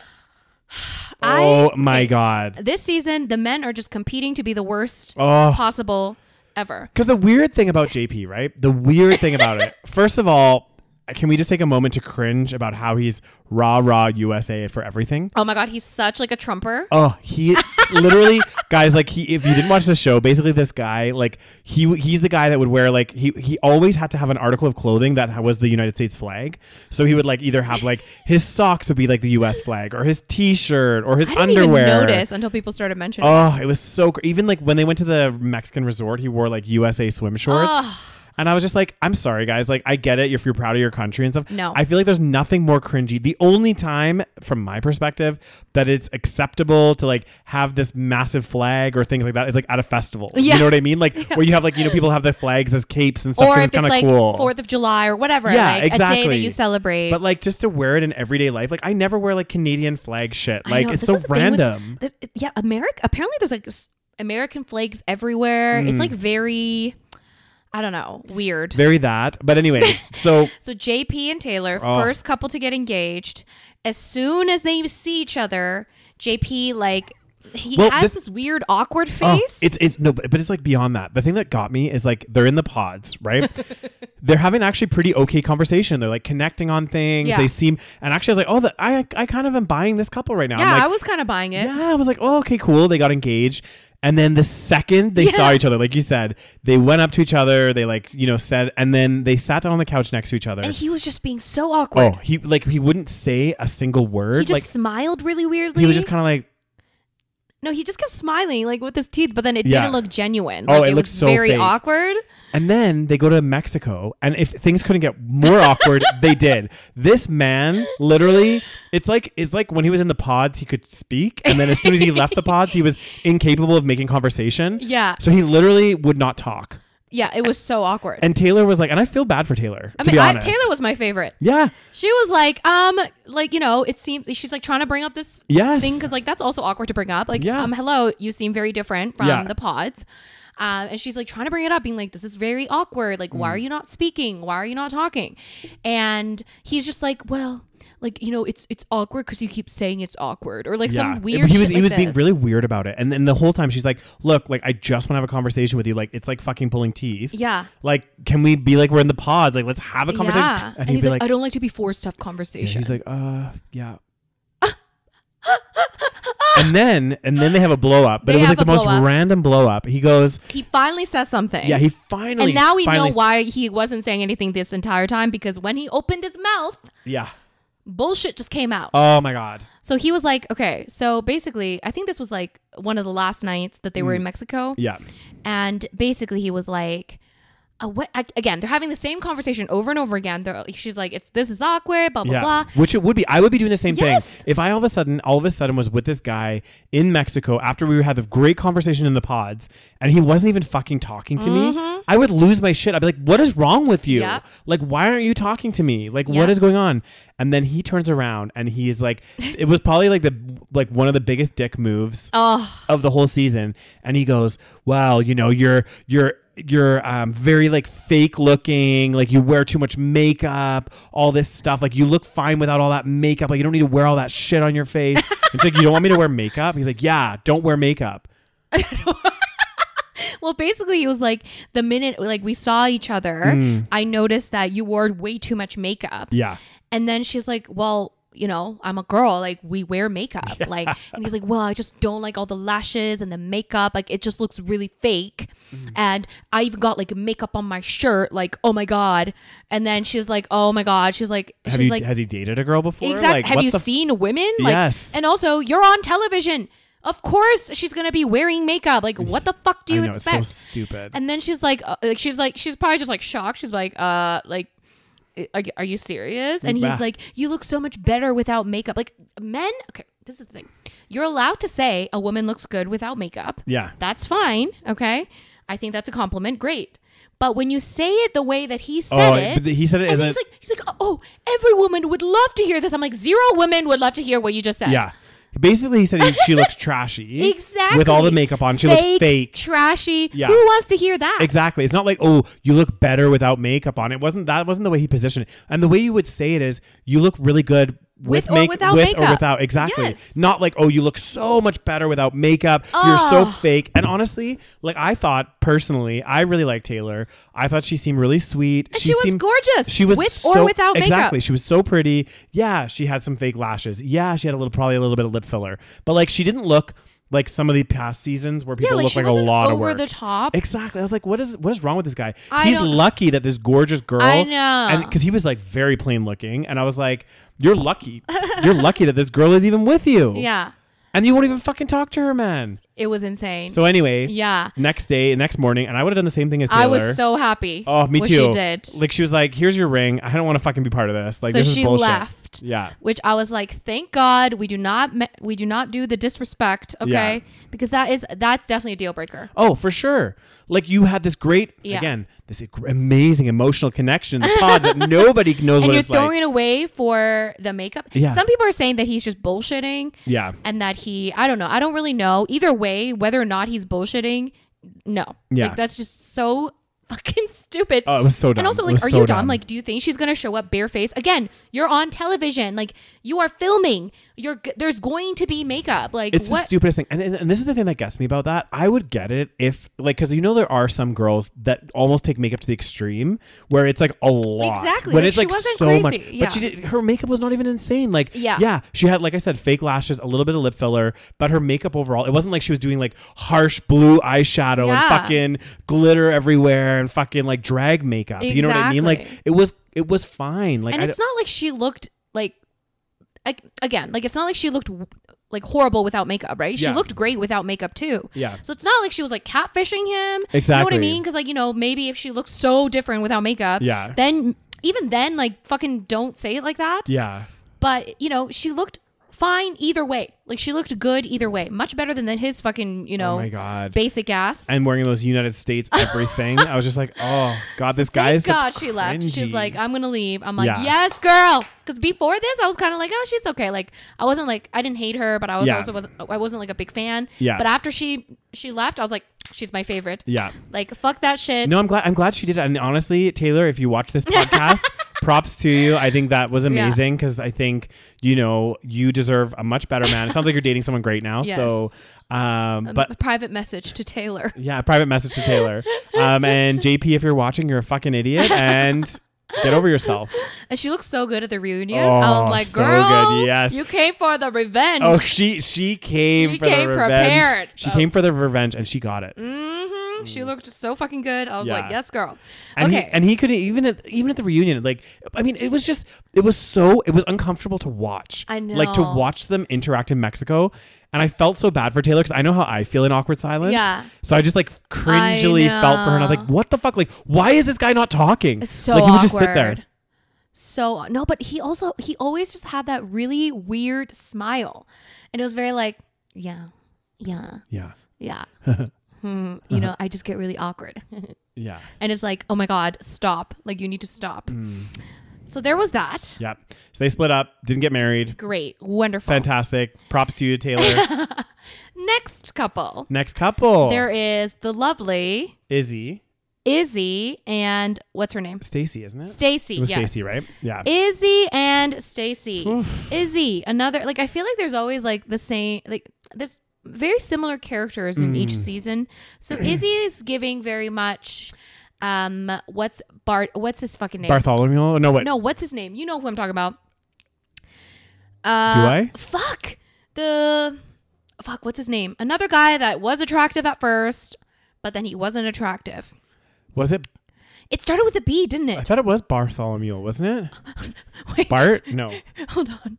Speaker 2: oh my god.
Speaker 1: This season, the men are just competing to be the worst
Speaker 2: Oh.
Speaker 1: possible ever.
Speaker 2: Because the weird thing about JP, right? The weird thing about
Speaker 1: <laughs>
Speaker 2: it. First of all, can we just take a moment to cringe about how he's rah rah USA for everything?
Speaker 1: Oh my god, he's such like a trumper.
Speaker 2: Oh,
Speaker 1: <laughs>
Speaker 2: he literally, guys. Like he, if you didn't watch the show, basically this guy, like he, he's the guy that would wear like he, he always had to have an article of clothing that was the United States flag. So he would like either have like his socks would be like the U.S. flag, or his T-shirt, or his
Speaker 1: I didn't
Speaker 2: underwear.
Speaker 1: even notice until people started mentioning.
Speaker 2: Oh, it was so cr- even like when they went to the Mexican resort, he wore like USA swim shorts.
Speaker 1: Ugh.
Speaker 2: And I was just like, I'm sorry, guys. Like, I get it if you're proud of your country and stuff.
Speaker 1: No.
Speaker 2: I feel like there's nothing more cringy. The only time, from my perspective, that it's acceptable to like have this massive flag or things like that is like at a festival.
Speaker 1: <laughs> Yeah.
Speaker 2: You know what I mean? Like where you have like you know people have their flags as capes and stuff
Speaker 1: or
Speaker 2: 'cause
Speaker 1: if
Speaker 2: it's
Speaker 1: it's
Speaker 2: kind of
Speaker 1: like
Speaker 2: cool.
Speaker 1: Fourth of July or whatever,
Speaker 2: Yeah,
Speaker 1: like a day that
Speaker 2: exactly.
Speaker 1: you celebrate.
Speaker 2: but like just to wear it in everyday life, like I never wear like Canadian flag shit.
Speaker 1: I
Speaker 2: Like
Speaker 1: know,
Speaker 2: it's
Speaker 1: this
Speaker 2: so
Speaker 1: is the thing with-
Speaker 2: random.
Speaker 1: that- yeah, America. Apparently, there's like s- American flags everywhere.
Speaker 2: Hmm.
Speaker 1: It's like very, I don't know, weird.
Speaker 2: Very that. But
Speaker 1: <laughs>
Speaker 2: anyway, so
Speaker 1: So JP and Taylor,
Speaker 2: Oh.
Speaker 1: first couple to get engaged, as soon as they see each other, JP like he
Speaker 2: Well,
Speaker 1: has this,
Speaker 2: this-
Speaker 1: weird awkward face.
Speaker 2: Oh, it's it's no, but, but it's like beyond that. The thing that got me is like they're in the pods,
Speaker 1: <laughs>
Speaker 2: right? they're having actually pretty okay conversation. They're like connecting on things.
Speaker 1: Yeah.
Speaker 2: They seem and actually I was like, oh, the, I I kind of am buying this couple right now. I'm
Speaker 1: yeah,
Speaker 2: like,
Speaker 1: I was kind of buying it.
Speaker 2: yeah, I was like, oh, okay, cool. They got engaged, And then the second they
Speaker 1: Yeah.
Speaker 2: saw each other, like you said, they went up to each other. They like you know said, and then they sat down on the couch next to each other.
Speaker 1: And he was just being so awkward.
Speaker 2: oh, he like he wouldn't say a single word.
Speaker 1: he just
Speaker 2: like
Speaker 1: smiled really weirdly.
Speaker 2: he was just kind of like,
Speaker 1: no, he just kept smiling like with his teeth, but then it
Speaker 2: Yeah.
Speaker 1: didn't look genuine.
Speaker 2: Oh, it
Speaker 1: Like, was
Speaker 2: looked so
Speaker 1: very
Speaker 2: fake.
Speaker 1: awkward.
Speaker 2: And then they go to Mexico, and if things couldn't get more
Speaker 1: <laughs>
Speaker 2: awkward, they did. This man, literally, it's like it's like when he was in the pods, he could speak, and then as soon as he left the pods, he was incapable of making conversation.
Speaker 1: Yeah.
Speaker 2: So he literally would not talk.
Speaker 1: Yeah, it was so awkward.
Speaker 2: And Taylor was like, and I feel bad for Taylor.
Speaker 1: I
Speaker 2: to
Speaker 1: mean,
Speaker 2: be
Speaker 1: I,
Speaker 2: honest,
Speaker 1: Taylor was my favorite.
Speaker 2: yeah,
Speaker 1: She was like, um, like you know, it seems she's like trying to bring up this
Speaker 2: Yes.
Speaker 1: thing because like that's also awkward to bring up. Like,
Speaker 2: Yeah.
Speaker 1: um, hello, you seem very different from
Speaker 2: Yeah.
Speaker 1: the pods. Um, and she's like trying to bring it up, being like, "This is very awkward. Like,
Speaker 2: Mm.
Speaker 1: why are you not speaking? Why are you not talking?" And he's just like, "Well, like you know, it's it's awkward because you keep saying it's awkward or like
Speaker 2: yeah.
Speaker 1: some weird."
Speaker 2: He was
Speaker 1: shit
Speaker 2: he
Speaker 1: like
Speaker 2: was being
Speaker 1: this.
Speaker 2: really weird about it, and then the whole time she's like, look, like I just want to have a conversation with you. Like it's like fucking pulling teeth.
Speaker 1: yeah.
Speaker 2: Like, can we be like we're in the pods? Like, let's have a conversation.
Speaker 1: Yeah. And,
Speaker 2: he'd
Speaker 1: he's
Speaker 2: be
Speaker 1: like, "I don't like to be forced to have conversation."
Speaker 2: He's like, uh,
Speaker 1: <laughs>
Speaker 2: yeah. and then and then they have a blow up, but
Speaker 1: They
Speaker 2: it was
Speaker 1: have
Speaker 2: like the
Speaker 1: a
Speaker 2: most
Speaker 1: blow up.
Speaker 2: random blow up. He goes,
Speaker 1: he finally says something.
Speaker 2: yeah, he finally.
Speaker 1: and now we know
Speaker 2: finally-
Speaker 1: why he wasn't saying anything this entire time because when he opened his mouth,
Speaker 2: Yeah.
Speaker 1: bullshit just came out.
Speaker 2: Oh my god.
Speaker 1: so he was like, okay, so basically, I think this was like one of the last nights that they were in Mexico.
Speaker 2: Yeah.
Speaker 1: And basically, he was like, uh, what I, again? They're having the same conversation over and over again. They're, she's like, "It's this is awkward, blah blah
Speaker 2: Yeah.
Speaker 1: blah."
Speaker 2: Which it would be. I would be doing the same
Speaker 1: Yes.
Speaker 2: thing. If I all of a sudden, all of a sudden was with this guy in Mexico after we had the great conversation in the pods and he wasn't even fucking talking to
Speaker 1: Mm-hmm.
Speaker 2: me, I would lose my shit. I'd be like, what is wrong with you?
Speaker 1: Yeah.
Speaker 2: Like, why aren't you talking to me? Like, what
Speaker 1: Yeah.
Speaker 2: is going on? And then he turns around and he is like, it was probably like the, like one of the biggest dick moves
Speaker 1: Oh,
Speaker 2: of the whole season and he goes well you know you're you're you're um, very like fake looking like you wear too much makeup all this stuff like you look fine without all that makeup like you don't need to wear all that shit on your
Speaker 1: <laughs>
Speaker 2: face it's like you don't want me to wear makeup he's like yeah don't wear makeup
Speaker 1: well, basically, he was like, the minute like we saw each other, I noticed that you wore way too much makeup.
Speaker 2: yeah
Speaker 1: And then she's like, well, you know, I'm a girl. Like we wear
Speaker 2: <laughs>
Speaker 1: makeup. Like, and he's like, well, I just don't like all the lashes and the makeup. Like it just looks really fake.
Speaker 2: Mm-hmm.
Speaker 1: And I even got like makeup on my shirt. Like, oh my god. And then she's like, oh my god. She's like,
Speaker 2: have
Speaker 1: she's
Speaker 2: you
Speaker 1: like,
Speaker 2: has he dated a girl before
Speaker 1: exactly.
Speaker 2: Like,
Speaker 1: have
Speaker 2: what
Speaker 1: you
Speaker 2: the f-
Speaker 1: seen women? Like,
Speaker 2: Yes.
Speaker 1: And also, you're on television. Of course, she's gonna be wearing makeup.
Speaker 2: <laughs>
Speaker 1: Like, what the fuck do
Speaker 2: I
Speaker 1: you
Speaker 2: know, it's
Speaker 1: expect?
Speaker 2: so stupid
Speaker 1: And then she's like, uh, like she's like, she's probably just like shocked. She's like, uh, like, are, are you serious? And
Speaker 2: Yeah.
Speaker 1: he's like, you look so much better without makeup. Like men, okay, this is the thing. You're allowed to say a woman looks good without makeup.
Speaker 2: yeah
Speaker 1: That's fine. Okay, I think that's a compliment. Great. But when you say it the way that he said
Speaker 2: oh
Speaker 1: it,
Speaker 2: but th- he said it
Speaker 1: and
Speaker 2: as
Speaker 1: then
Speaker 2: a
Speaker 1: he's like, he's like, oh, every woman would love to hear this. I'm like, zero women would love to hear what you just said.
Speaker 2: yeah basically he said he- she looks trashy
Speaker 1: <laughs> Exactly.
Speaker 2: with all the makeup on she looks fake
Speaker 1: trashy.
Speaker 2: Yeah.
Speaker 1: Who wants to hear that?
Speaker 2: Exactly. It's not like, oh, you look better without makeup on. It wasn't that wasn't the way he positioned it. And the way you would say it is you look really good with,
Speaker 1: With or
Speaker 2: make-
Speaker 1: without
Speaker 2: with or
Speaker 1: makeup.
Speaker 2: without. Exactly.
Speaker 1: Yes.
Speaker 2: Not like, oh, you look so much better without makeup. You're so
Speaker 1: Oh.
Speaker 2: fake. And honestly, like I thought personally, I really liked Taylor. I thought she seemed really sweet.
Speaker 1: And she was
Speaker 2: seemed-
Speaker 1: gorgeous,
Speaker 2: She was
Speaker 1: with
Speaker 2: so,
Speaker 1: or without makeup.
Speaker 2: Exactly. She was so pretty. Yeah, she had some fake lashes. Yeah, she had a little probably a little bit of lip filler. But like she didn't look like some of the past seasons where people
Speaker 1: like,
Speaker 2: look
Speaker 1: she
Speaker 2: like a
Speaker 1: wasn't
Speaker 2: lot of
Speaker 1: over
Speaker 2: work.
Speaker 1: the top.
Speaker 2: Exactly. I was like, what is what is wrong with this guy?
Speaker 1: I
Speaker 2: He's
Speaker 1: don't-
Speaker 2: lucky that this gorgeous girl.
Speaker 1: I know.
Speaker 2: And because he was like very plain looking, and I was like, you're lucky.
Speaker 1: <laughs>
Speaker 2: you're lucky that this girl is even with you.
Speaker 1: Yeah.
Speaker 2: And you won't even fucking talk to her, man.
Speaker 1: It was insane.
Speaker 2: So anyway,
Speaker 1: yeah.
Speaker 2: Next day, next morning, and I would have done the same thing as Taylor.
Speaker 1: I was so happy.
Speaker 2: Oh, me
Speaker 1: when
Speaker 2: too.
Speaker 1: She did.
Speaker 2: Like she was like, "Here's your ring. I don't want to fucking be part of this. Like
Speaker 1: so
Speaker 2: this is
Speaker 1: she
Speaker 2: bullshit."
Speaker 1: left.
Speaker 2: Yeah.
Speaker 1: Which I was like, thank God we do not me- we do not do the disrespect, okay? Because that is that's definitely a deal breaker.
Speaker 2: Oh, for sure. Like you had this great,
Speaker 1: Yeah.
Speaker 2: again, this ag- amazing emotional connection. The pods
Speaker 1: <laughs>
Speaker 2: that nobody knows
Speaker 1: And
Speaker 2: what
Speaker 1: you're
Speaker 2: it's like.
Speaker 1: throwing it away for the makeup.
Speaker 2: Yeah.
Speaker 1: Some people are saying that he's just bullshitting.
Speaker 2: yeah.
Speaker 1: and that he I don't know. I don't really know. Either way, whether or not he's bullshitting, no.
Speaker 2: Yeah.
Speaker 1: Like that's just so <laughs> fucking stupid.
Speaker 2: Oh, it was so dumb.
Speaker 1: And also,
Speaker 2: It
Speaker 1: like,
Speaker 2: was
Speaker 1: are
Speaker 2: so
Speaker 1: you dumb? Like, do you think she's gonna show up barefaced again? You're on television. Like, you are filming. You're g- there's going to be makeup. Like,
Speaker 2: it's the
Speaker 1: what?
Speaker 2: stupidest thing. And, and, and this is the thing that gets me about that. I would get it if, like, because you know, there are some girls that almost take makeup to the extreme where it's like a lot.
Speaker 1: Exactly.
Speaker 2: When
Speaker 1: Like,
Speaker 2: it's
Speaker 1: she
Speaker 2: like
Speaker 1: wasn't
Speaker 2: so
Speaker 1: crazy.
Speaker 2: much.
Speaker 1: Yeah.
Speaker 2: But she did, her makeup was not even insane. Like,
Speaker 1: Yeah.
Speaker 2: Yeah. She had, like I said, fake lashes, a little bit of lip filler, but her makeup overall, it wasn't like she was doing like harsh blue eyeshadow
Speaker 1: Yeah.
Speaker 2: and fucking glitter everywhere and fucking like drag makeup. You know what I mean? Like,
Speaker 1: Exactly.
Speaker 2: it was, it was fine. Like,
Speaker 1: and
Speaker 2: I
Speaker 1: it's not like she looked like, like again, like it's not like she looked w- like horrible without makeup, right? She
Speaker 2: Yeah.
Speaker 1: looked great without makeup too.
Speaker 2: Yeah.
Speaker 1: So it's not like she was like catfishing him. You know what I
Speaker 2: Exactly.
Speaker 1: mean? Because like you know maybe if she looks so different without makeup,
Speaker 2: Yeah.
Speaker 1: Then even then like fucking don't say it like that.
Speaker 2: yeah.
Speaker 1: but you know she looked fine either way like she looked good either way much better than, than his fucking you know
Speaker 2: Oh my God.
Speaker 1: basic ass
Speaker 2: and wearing those United States everything. I was just like, oh god, this guy
Speaker 1: thank
Speaker 2: is such
Speaker 1: god she left she's
Speaker 2: cringy.
Speaker 1: like i'm gonna leave i'm like
Speaker 2: Yeah.
Speaker 1: yes girl because before this i was kind of like oh she's okay like i wasn't like i didn't hate her but i was
Speaker 2: Yeah.
Speaker 1: also wasn't i wasn't like a big fan
Speaker 2: Yeah.
Speaker 1: but after she she left i was like she's my favorite
Speaker 2: yeah.
Speaker 1: like fuck that shit
Speaker 2: No, I'm glad. I'm glad she did it. And honestly, Taylor, if you watch this
Speaker 1: <laughs>
Speaker 2: podcast, props to you. I think that was amazing because I think you know you deserve a much better man. It sounds like you're dating someone great now.
Speaker 1: Yes.
Speaker 2: So, um, but
Speaker 1: a private message to taylor <laughs>
Speaker 2: yeah, private message to Taylor. Um, and JP, if you're watching, you're a fucking idiot and. Get over
Speaker 1: <laughs>
Speaker 2: yourself.
Speaker 1: and she looks so good at the reunion i
Speaker 2: Oh,
Speaker 1: was like
Speaker 2: so
Speaker 1: girl
Speaker 2: good, yes.
Speaker 1: you came for the revenge
Speaker 2: Oh, she she came
Speaker 1: She
Speaker 2: for the
Speaker 1: came
Speaker 2: revenge.
Speaker 1: prepared.
Speaker 2: She
Speaker 1: Oh.
Speaker 2: came for the revenge and she got it.
Speaker 1: hmm She looked so fucking good. I was like,
Speaker 2: Yeah.
Speaker 1: yes, girl.
Speaker 2: And
Speaker 1: okay.
Speaker 2: he and he couldn't even at even at the reunion. Like I mean, it was just it was so it was uncomfortable to watch.
Speaker 1: I
Speaker 2: Like to
Speaker 1: know.
Speaker 2: watch them interact in Mexico, and I felt so bad for Taylor because I know how I feel in awkward silence.
Speaker 1: Yeah.
Speaker 2: So I just like cringily
Speaker 1: I
Speaker 2: felt for her, and I was
Speaker 1: know.
Speaker 2: like, "What the fuck? Like, why is this guy not talking?
Speaker 1: It's so
Speaker 2: like he
Speaker 1: awkward.
Speaker 2: would just sit there.
Speaker 1: So no, but he also he always just had that really weird smile, and it was very like, yeah, yeah,
Speaker 2: Yeah, <laughs>
Speaker 1: yeah. Hmm, you know, I just get really awkward, <laughs>
Speaker 2: yeah,
Speaker 1: and it's like, oh my god, stop! Like you need to stop.
Speaker 2: Hmm.
Speaker 1: So there was that.
Speaker 2: yeah. So they split up, didn't get married.
Speaker 1: Great, wonderful.
Speaker 2: Fantastic. Props to you,
Speaker 1: <laughs>
Speaker 2: Taylor.
Speaker 1: Next couple,
Speaker 2: Next couple,
Speaker 1: there is the lovely
Speaker 2: Izzy,
Speaker 1: Izzy and what's her name,
Speaker 2: Stacy, isn't it?
Speaker 1: Stacy.
Speaker 2: It was
Speaker 1: yes.
Speaker 2: Stacy, right? Yeah.
Speaker 1: Izzy and Stacy. Izzy, another like I feel like there's always like the same like there's very similar characters in
Speaker 2: Mm.
Speaker 1: each season. So Izzy is giving very much um what's Bart what's his fucking name?
Speaker 2: Bartholomew. No, wait.
Speaker 1: no, what's his name? You know who I'm talking about.
Speaker 2: Do
Speaker 1: Uh
Speaker 2: I?
Speaker 1: fuck. The fuck, what's his name? Another guy that was attractive at first, but then he wasn't attractive.
Speaker 2: Was it
Speaker 1: It started with a B, didn't
Speaker 2: I
Speaker 1: it?
Speaker 2: thought it was Bartholomew, wasn't it?
Speaker 1: <laughs> Wait.
Speaker 2: Bart? No.
Speaker 1: <laughs> Hold on.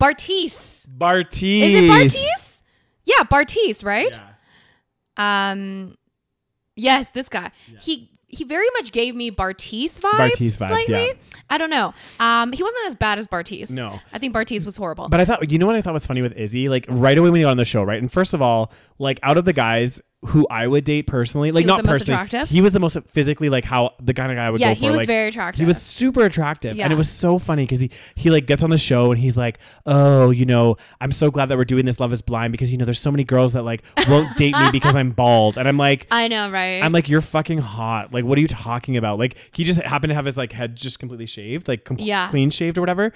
Speaker 1: Bartice.
Speaker 2: Bartiz.
Speaker 1: Is it Bartiz? Yeah, Bartiz, right?
Speaker 2: Yeah.
Speaker 1: Um yes, this guy. He he very much gave me Bartiz vibes.
Speaker 2: Bartiz vibes,
Speaker 1: slightly.
Speaker 2: yeah.
Speaker 1: I don't know. Um he wasn't as bad as Bartiz.
Speaker 2: No.
Speaker 1: I think Bartiz was horrible.
Speaker 2: But I thought, you know what I thought was funny with Izzy? Like, right away when he got on the show, right? And first of all, like, out of the guys who I would date personally, like,
Speaker 1: He was
Speaker 2: not
Speaker 1: the most
Speaker 2: personally,
Speaker 1: attractive?
Speaker 2: he was the most physically, like, how the kind of guy I would
Speaker 1: yeah,
Speaker 2: go for.
Speaker 1: he was
Speaker 2: like,
Speaker 1: very attractive.
Speaker 2: He was super attractive, and
Speaker 1: Yeah.
Speaker 2: it was so funny because he he like gets on the show and he's like, "Oh, you know, I'm so glad that we're doing this Love Is Blind because you know there's so many girls that like won't date
Speaker 1: <laughs>
Speaker 2: me because I'm bald," and I'm like,
Speaker 1: I know, right?
Speaker 2: I'm like, you're fucking hot. Like, what are you talking about? Like, he just happened to have his like head just completely shaved, like com-
Speaker 1: Yeah.
Speaker 2: clean shaved or whatever.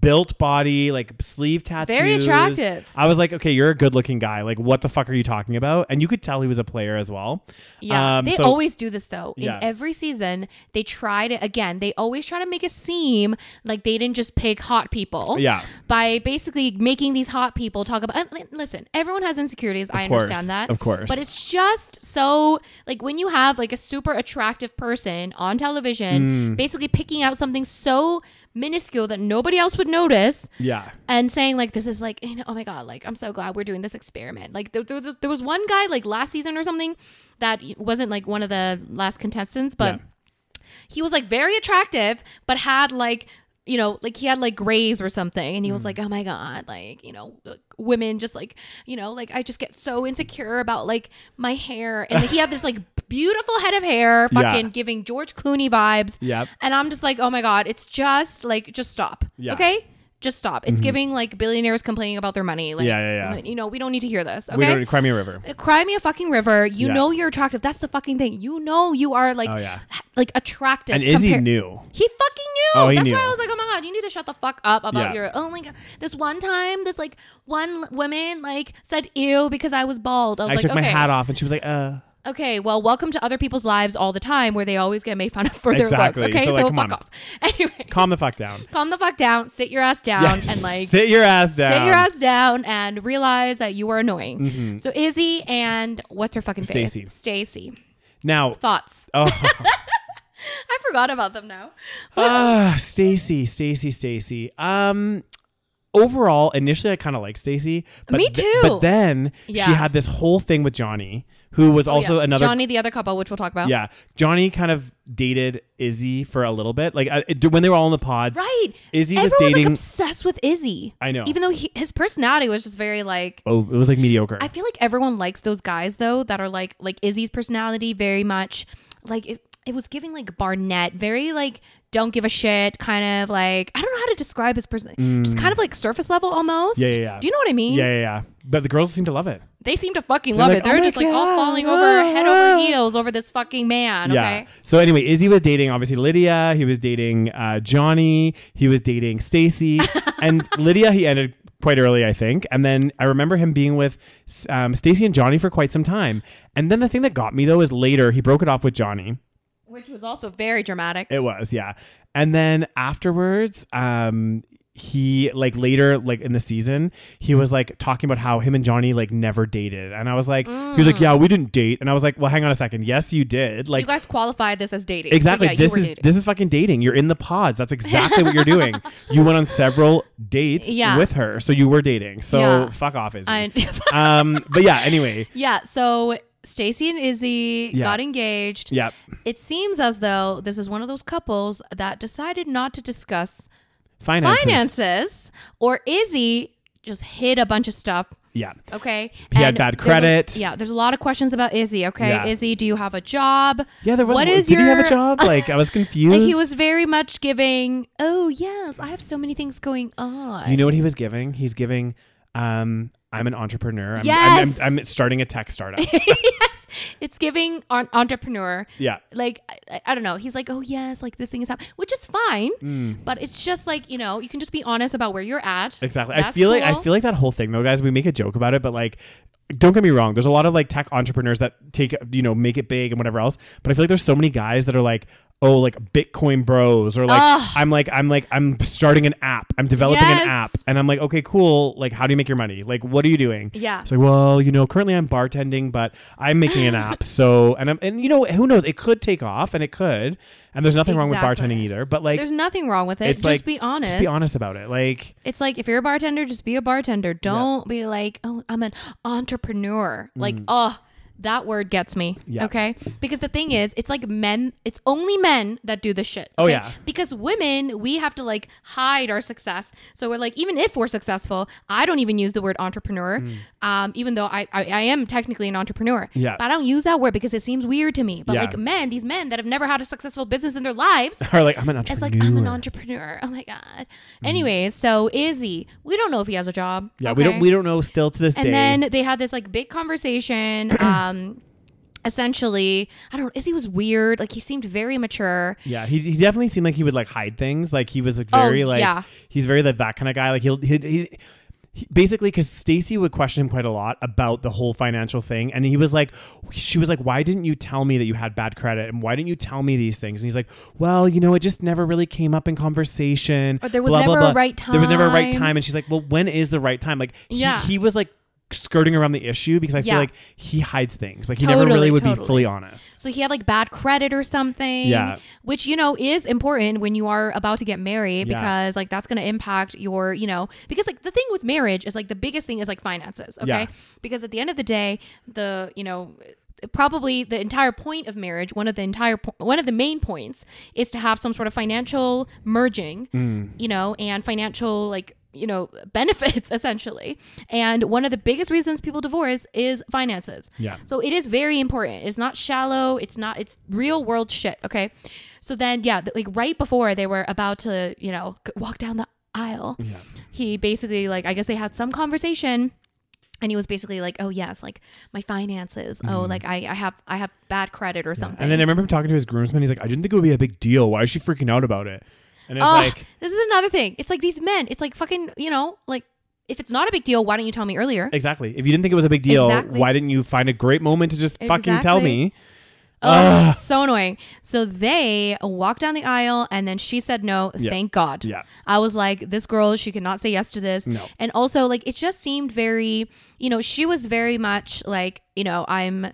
Speaker 2: Built body, like sleeve tattoos.
Speaker 1: Very attractive.
Speaker 2: I was like, okay, you're a good looking guy. Like, what the fuck are you talking about? And you could tell he was a player as well.
Speaker 1: yeah.
Speaker 2: Um,
Speaker 1: they
Speaker 2: so-
Speaker 1: always do this though. In
Speaker 2: Yeah.
Speaker 1: every season, they try to again, they always try to make it seem like they didn't just pick hot people.
Speaker 2: Yeah.
Speaker 1: by basically making these hot people talk about. and li- Listen, everyone has insecurities. I
Speaker 2: course,
Speaker 1: understand that,
Speaker 2: of course.
Speaker 1: But it's just so like when you have like a super attractive person on
Speaker 2: Mm.
Speaker 1: television, basically picking out something so minuscule that nobody else would notice.
Speaker 2: Yeah.
Speaker 1: And saying like this is like you know, oh my god like I'm so glad we're doing this experiment like there, there was there was one guy like last season or something that wasn't like one of the last contestants but
Speaker 2: Yeah.
Speaker 1: he was like very attractive, but had like you know like he had like grays or something, and he
Speaker 2: Mm.
Speaker 1: was like, oh my god, like you know like, women just like you know like I just get so insecure about like my hair, and he had this like beautiful head of hair,
Speaker 2: <laughs> Yeah.
Speaker 1: fucking giving George Clooney vibes.
Speaker 2: Yep.
Speaker 1: And I'm just like, oh my god, it's just like just stop,
Speaker 2: Yeah. Mm-hmm.
Speaker 1: okay. just stop. It's giving like billionaires complaining about their money. Like,
Speaker 2: Yeah, yeah, yeah.
Speaker 1: You know, we don't need to hear this.
Speaker 2: We
Speaker 1: Okay.
Speaker 2: don't cry me a river.
Speaker 1: Cry me a fucking river. You
Speaker 2: Yeah.
Speaker 1: know you're attractive. That's the fucking thing. You know you are like,
Speaker 2: Oh, yeah.
Speaker 1: like attractive.
Speaker 2: And Izzy
Speaker 1: compar-
Speaker 2: knew.
Speaker 1: He fucking knew.
Speaker 2: Oh, he
Speaker 1: That's
Speaker 2: knew.
Speaker 1: why I was like, oh my god, you need to shut the fuck up about
Speaker 2: Yeah.
Speaker 1: your. Oh my god, this one time, this like one l- woman like said ew because I was bald. I was
Speaker 2: I
Speaker 1: like,
Speaker 2: took
Speaker 1: okay,
Speaker 2: my hat off and she was like, uh.
Speaker 1: okay, well, welcome to other people's lives all the time where they always get made fun of for their
Speaker 2: Exactly.
Speaker 1: looks. Okay, so,
Speaker 2: So, like, come
Speaker 1: fuck
Speaker 2: on.
Speaker 1: off. <laughs> Anyway,
Speaker 2: Calm the fuck down.
Speaker 1: calm the fuck down, sit your ass
Speaker 2: <laughs>
Speaker 1: down,
Speaker 2: Yeah.
Speaker 1: and like
Speaker 2: sit your ass down. Mm-hmm.
Speaker 1: sit your ass down and realize that you are annoying. So Izzy and what's her fucking face?
Speaker 2: Stacey.
Speaker 1: Stacy. <laughs>
Speaker 2: Now,
Speaker 1: Thoughts.
Speaker 2: oh,
Speaker 1: I forgot about them now.
Speaker 2: ah, Stacy, Stacy, Stacy. Um, overall, initially I kind of liked Stacy, but
Speaker 1: Me
Speaker 2: th-
Speaker 1: too.
Speaker 2: but then
Speaker 1: Yeah. Oh,
Speaker 2: she had this whole thing with Johnny, who was also
Speaker 1: Yeah.
Speaker 2: another
Speaker 1: Johnny, the other couple, which we'll talk about.
Speaker 2: Yeah, Johnny kind of dated Izzy for a little bit, like I, it- when they were all in the pods.
Speaker 1: Right.
Speaker 2: Izzy
Speaker 1: Everyone
Speaker 2: was
Speaker 1: was like
Speaker 2: dating.
Speaker 1: obsessed with Izzy.
Speaker 2: I know.
Speaker 1: Even though he, his personality was just very like
Speaker 2: oh, it was like mediocre.
Speaker 1: I feel like everyone likes those guys though that are like like Izzy's personality very much like it it was giving like Barnett, very like don't give a shit kind of like I don't know how to describe his person just kind of like surface level almost.
Speaker 2: Mm. Yeah, yeah, yeah.
Speaker 1: Do you know what I mean?
Speaker 2: yeah, yeah, yeah. But the girls seem to love it.
Speaker 1: They seem to fucking love
Speaker 2: like,
Speaker 1: it. They're
Speaker 2: "Oh my
Speaker 1: just like all
Speaker 2: God,
Speaker 1: falling
Speaker 2: whoa,
Speaker 1: over head over
Speaker 2: whoa."
Speaker 1: heels over this fucking man.
Speaker 2: Yeah.
Speaker 1: Okay.
Speaker 2: So anyway, Izzy was dating obviously Lydia. He was dating uh, Johnny. He was dating
Speaker 1: <laughs>
Speaker 2: Stacy and Lydia. He ended quite early, I think. And then I remember him being with um, Stacy and Johnny for quite some time. And then the thing that got me though is later he broke it off with Johnny.
Speaker 1: Which was also very dramatic.
Speaker 2: It was, yeah. And then afterwards, um, he like later, like in the season, he was like talking about how him and Johnny like never dated, and I was like, he was like, yeah, we didn't date, and I was like, well, hang on a second, yes, you did, like.
Speaker 1: Mm. you guys qualified this as dating. So,
Speaker 2: Exactly.
Speaker 1: yeah, you
Speaker 2: this
Speaker 1: were
Speaker 2: is
Speaker 1: dating.
Speaker 2: this is fucking dating. You're in the pods. That's exactly what you're doing.
Speaker 1: <laughs>
Speaker 2: You went on several dates
Speaker 1: Yeah.
Speaker 2: with her, so you were dating. So
Speaker 1: Yeah.
Speaker 2: fuck off, Izzy. <laughs>
Speaker 1: I-
Speaker 2: um, but yeah. Anyway,
Speaker 1: <laughs> Yeah, so Stacy and Izzy
Speaker 2: Yeah.
Speaker 1: got engaged.
Speaker 2: yeah.
Speaker 1: It seems as though this is one of those couples that decided not to discuss
Speaker 2: Finances.
Speaker 1: finances, or Izzy just hid a bunch of stuff.
Speaker 2: Yeah.
Speaker 1: Okay.
Speaker 2: He had
Speaker 1: And
Speaker 2: bad
Speaker 1: there's a-
Speaker 2: credit.
Speaker 1: yeah, there's a lot of questions about Izzy. Okay,
Speaker 2: Yeah.
Speaker 1: Izzy, do you have a job?
Speaker 2: Yeah. There was.
Speaker 1: What is
Speaker 2: did he have
Speaker 1: your-
Speaker 2: a
Speaker 1: <laughs>
Speaker 2: job? Like I was confused.
Speaker 1: Like he was very much giving. Oh yes, I have so many things going on. <laughs>
Speaker 2: You know what he was giving? He's giving. Um, I'm an entrepreneur. I'm,
Speaker 1: Yes!
Speaker 2: I'm, I'm, I'm starting a tech
Speaker 1: <laughs>
Speaker 2: startup.
Speaker 1: yes, it's giving an entrepreneur.
Speaker 2: yeah.
Speaker 1: like I- I, I don't know he's like oh yes like this thing is happening which is fine
Speaker 2: Mm.
Speaker 1: but it's just like you know you can just be honest about where you're at
Speaker 2: Exactly. I
Speaker 1: That's
Speaker 2: feel like I
Speaker 1: cool.
Speaker 2: feel like that whole thing though, guys. We make a joke about it, but like, don't get me wrong. There's a lot of like tech entrepreneurs that take you know make it big and whatever else. But I feel like there's so many guys that are like, oh, like Bitcoin bros, or like
Speaker 1: Ugh.
Speaker 2: I'm like I'm like I'm starting an app. I'm developing
Speaker 1: Yes.
Speaker 2: an app, and I'm like, okay, cool. Like, how do you make your money? Like, what are you doing?
Speaker 1: Yeah.
Speaker 2: It's like, well, you know, currently I'm bartending, but I'm making an
Speaker 1: <laughs>
Speaker 2: app. So, and I'm and you know, who knows? It could take off, and it could. And there's nothing wrong with
Speaker 1: Exactly.
Speaker 2: bartending either. But like.
Speaker 1: there's nothing wrong with it
Speaker 2: it's
Speaker 1: just
Speaker 2: like
Speaker 1: be honest
Speaker 2: Just be honest about it. Like
Speaker 1: it's like if you're a bartender just be a bartender don't be like oh i'm an entrepreneur like oh that word gets me
Speaker 2: Mm. Yeah.
Speaker 1: okay because the thing is it's like men it's only men that do this shit
Speaker 2: Oh,
Speaker 1: okay?
Speaker 2: yeah.
Speaker 1: because women we have to like hide our success so we're like even if we're successful i don't even use the word entrepreneur
Speaker 2: Mm.
Speaker 1: um, even though I, I i am technically an entrepreneur
Speaker 2: Yeah.
Speaker 1: but i don't use that word because it seems weird to me but
Speaker 2: Yeah.
Speaker 1: like men these men that have never had a successful business in their lives
Speaker 2: Or like I'm an
Speaker 1: it's
Speaker 2: entrepreneur.
Speaker 1: like I'm an entrepreneur. Oh my god. Anyways, so Izzy, we don't know if he has a job.
Speaker 2: Mm-hmm. Yeah, we don't we don't know still to this
Speaker 1: And
Speaker 2: day.
Speaker 1: then they had this like
Speaker 2: <clears throat>
Speaker 1: big conversation. Um, essentially, I don't. Izzy was weird. Like he seemed very mature.
Speaker 2: yeah, he, he definitely seemed like he would like hide things. Like he was like very like
Speaker 1: Oh, yeah.
Speaker 2: he's very like that kind of guy. Like he'll he, he, he basically because Stacy would question him quite a lot about the whole financial thing, and he was like, she was like, why didn't you tell me that you had bad credit, and why didn't you tell me these things? And he's like, well, you know, it just never really came up in conversation.
Speaker 1: Or there was
Speaker 2: blah, blah,
Speaker 1: never a
Speaker 2: blah.
Speaker 1: right
Speaker 2: There was never a right
Speaker 1: time.
Speaker 2: time, and she's like, well, when is the right time? Like he-
Speaker 1: Yeah.
Speaker 2: he, was like skirting around the issue because I
Speaker 1: Yeah.
Speaker 2: feel like he hides things. Like he never
Speaker 1: Totally,
Speaker 2: really would
Speaker 1: totally.
Speaker 2: be fully honest.
Speaker 1: So he had like bad credit or something.
Speaker 2: Yeah.
Speaker 1: Which you know is important when you are about to get married
Speaker 2: Yeah.
Speaker 1: because like that's going to impact your you know because like the thing with marriage is like the biggest thing is like finances. Okay.
Speaker 2: Yeah.
Speaker 1: Because at the end of the day, the you know probably the entire point of marriage one of the entire po- one of the main points is to have some sort of financial merging you know and financial like you know <laughs> benefits essentially and one of the biggest reasons people divorce is finances
Speaker 2: Yeah.
Speaker 1: so it is very important. It's not shallow. It's not. It's real world shit. Okay. So then, yeah, th- like right before they were about to, you know, g- walk down the aisle.
Speaker 2: Yeah.
Speaker 1: He basically like I guess they had some conversation and he was basically like, "Oh yes, like my finances. Oh, like I, I have I have bad credit or something."
Speaker 2: Mm-hmm. And then I remember him talking to his groomsman. He's like, I didn't think it would be a big deal. Why is she freaking out about it? And it's
Speaker 1: Ugh,
Speaker 2: like,
Speaker 1: this is another thing. It's like these men. It's like fucking, you know, like if it's not a big deal, why don't you tell me earlier?
Speaker 2: exactly. If you didn't think it was a big deal,
Speaker 1: Exactly.
Speaker 2: why didn't you find a great moment to just fucking tell
Speaker 1: Exactly.
Speaker 2: me?
Speaker 1: Oh, so annoying. So they walked down the aisle and then she said no.
Speaker 2: Yeah.
Speaker 1: Thank God.
Speaker 2: Yeah.
Speaker 1: I was like, this girl, she cannot say yes to this.
Speaker 2: No.
Speaker 1: And also, like, it just seemed very, you know, she was very much like, you know, I'm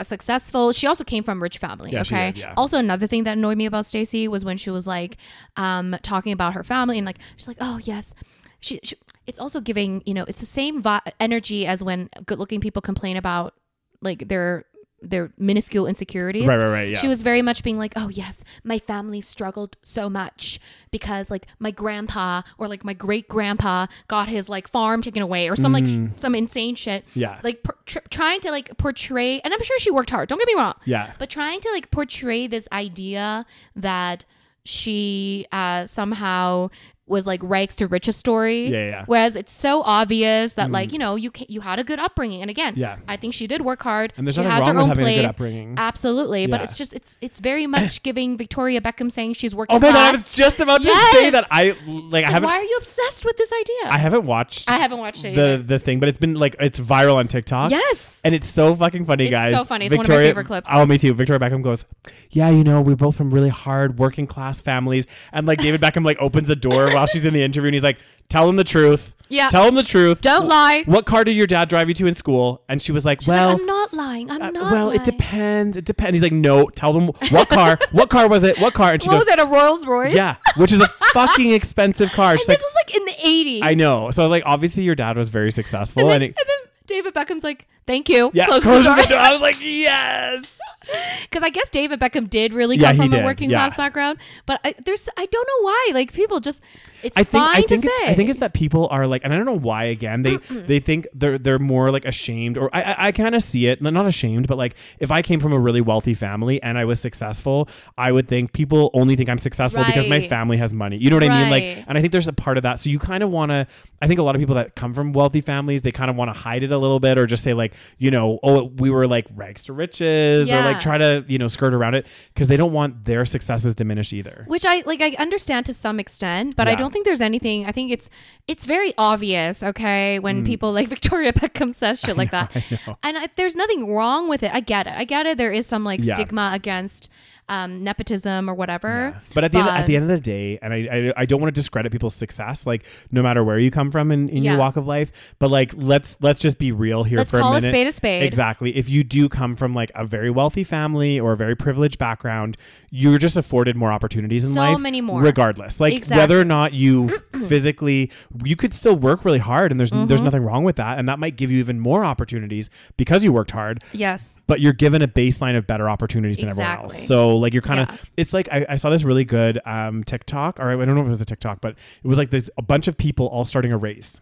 Speaker 1: a successful. She also came from a rich family.
Speaker 2: Yeah, she
Speaker 1: okay.
Speaker 2: did, yeah.
Speaker 1: Also, another thing that annoyed me about Stacey was when she was like, um, talking about her family and like, she's like, oh yes, she. she it's also giving, you know, it's the same vi- energy as when good-looking people complain about like their their minuscule insecurities.
Speaker 2: Right, right, right, yeah.
Speaker 1: She was very much being like, "Oh yes, my family struggled so much because like my grandpa or like my great grandpa got his like farm taken away or some like some insane shit."
Speaker 2: Yeah.
Speaker 1: like por- tr- trying to like portray, and I'm sure she worked hard. Don't get me wrong.
Speaker 2: Yeah.
Speaker 1: but trying to like portray this idea that she uh, somehow was like rags to riches story.
Speaker 2: Yeah, yeah. Mm.
Speaker 1: Whereas it's so obvious that like you know you ca- you had a good upbringing, and again,
Speaker 2: Yeah.
Speaker 1: I think she did work hard.
Speaker 2: And there's
Speaker 1: she
Speaker 2: nothing
Speaker 1: has
Speaker 2: wrong
Speaker 1: her
Speaker 2: with
Speaker 1: own
Speaker 2: having a good
Speaker 1: place.
Speaker 2: upbringing.
Speaker 1: Absolutely, but
Speaker 2: Yeah.
Speaker 1: it's just it's it's
Speaker 2: <laughs>
Speaker 1: very much giving Victoria Beckham saying she's working.
Speaker 2: Oh my god, I
Speaker 1: class.
Speaker 2: was just about to
Speaker 1: Yes!
Speaker 2: say that I like I
Speaker 1: Like,
Speaker 2: haven't
Speaker 1: why are you obsessed with this idea?
Speaker 2: I haven't watched
Speaker 1: I haven't watched it
Speaker 2: the
Speaker 1: either.
Speaker 2: the thing, but it's been like it's viral on TikTok.
Speaker 1: Yes.
Speaker 2: and it's so fucking funny,
Speaker 1: It's
Speaker 2: guys.
Speaker 1: so funny. It's one of my favorite clips.
Speaker 2: Oh, me too. Victoria Beckham goes, "Yeah, you know, we're both from really hard working class families," and like David Beckham like opens the
Speaker 1: <laughs>
Speaker 2: door while she's in the interview, and he's like, "Tell him the truth.
Speaker 1: Yeah.
Speaker 2: tell him the truth.
Speaker 1: Don't lie.
Speaker 2: What car did your dad drive you to in school?" And she was like,
Speaker 1: She's
Speaker 2: "Well." uh,
Speaker 1: like, I'm not lying. I'm not.
Speaker 2: well,
Speaker 1: lying.
Speaker 2: it depends. It depends. He's like, no. Tell them what
Speaker 1: <laughs>
Speaker 2: car. what car was it? What car? And she
Speaker 1: What
Speaker 2: goes,
Speaker 1: was it? A Rolls Royce?
Speaker 2: yeah, which is a
Speaker 1: <laughs>
Speaker 2: fucking expensive car. She's
Speaker 1: this
Speaker 2: like,
Speaker 1: was like in the '80s.
Speaker 2: I know. So I was like, obviously your dad was very successful,
Speaker 1: And
Speaker 2: and,
Speaker 1: then,
Speaker 2: it,
Speaker 1: and then David Beckham's like, "Thank you."
Speaker 2: yeah, <laughs>
Speaker 1: Closes
Speaker 2: closes
Speaker 1: the
Speaker 2: the
Speaker 1: <laughs>
Speaker 2: door. I was like, yes.
Speaker 1: Because I guess David Beckham did really
Speaker 2: Yeah,
Speaker 1: come
Speaker 2: he
Speaker 1: from
Speaker 2: did.
Speaker 1: a working
Speaker 2: Yeah.
Speaker 1: class background, but I, there's I don't know why. Like people just,
Speaker 2: <laughs>
Speaker 1: it's
Speaker 2: I think
Speaker 1: fine
Speaker 2: I think
Speaker 1: to
Speaker 2: it's
Speaker 1: say.
Speaker 2: I think it's that people are like, and I don't know why. Again, they they think they're they're more like ashamed, or I I, I kind of see it. Not ashamed, but like if I came from a really wealthy family and I was successful, I would think people only think I'm successful because my
Speaker 1: Right.
Speaker 2: family has money. You know what I mean?
Speaker 1: Right.
Speaker 2: Like, and I think there's a part of that. So you kind of want to. I think a lot of people that come from wealthy families, they kind of want to hide it a little bit, or just say like, you know, oh, we were like rags to riches, or
Speaker 1: Yeah.
Speaker 2: like try to you know skirt around it because they don't want their successes diminished either.
Speaker 1: which i like i understand to some extent but i
Speaker 2: Yeah.
Speaker 1: don't think there's anything i think it's it's very obvious okay when
Speaker 2: Mm.
Speaker 1: people like <laughs> victoria beckham says shit
Speaker 2: <laughs>
Speaker 1: like that and I, there's nothing wrong with it i get it i get it there is some like
Speaker 2: Yeah.
Speaker 1: stigma against um nepotism or whatever
Speaker 2: Yeah. But at the end, at the end of the day, and I, I I don't want to discredit people's success, like no matter where you come from in, in
Speaker 1: Yeah.
Speaker 2: your walk of life. But like let's let's just be real here
Speaker 1: Let's
Speaker 2: for
Speaker 1: call
Speaker 2: a
Speaker 1: a
Speaker 2: minute.
Speaker 1: spade a spade.
Speaker 2: Exactly. If you do come from like a very wealthy family or a very privileged background, you're just afforded more opportunities in
Speaker 1: So
Speaker 2: life.
Speaker 1: many more.
Speaker 2: Regardless. Like whether or not
Speaker 1: <clears throat>
Speaker 2: you physically you could still work really hard and there's there's
Speaker 1: Mm-hmm.
Speaker 2: nothing wrong with that. And that might give you even more opportunities because you worked hard
Speaker 1: yes
Speaker 2: but you're given a baseline of better opportunities than everyone
Speaker 1: Exactly.
Speaker 2: else. So like you're kind of
Speaker 1: Yeah.
Speaker 2: it's like I, I saw this really good um, TikTok or I don't know if it was a TikTok, but it was like this a bunch of people all starting a race.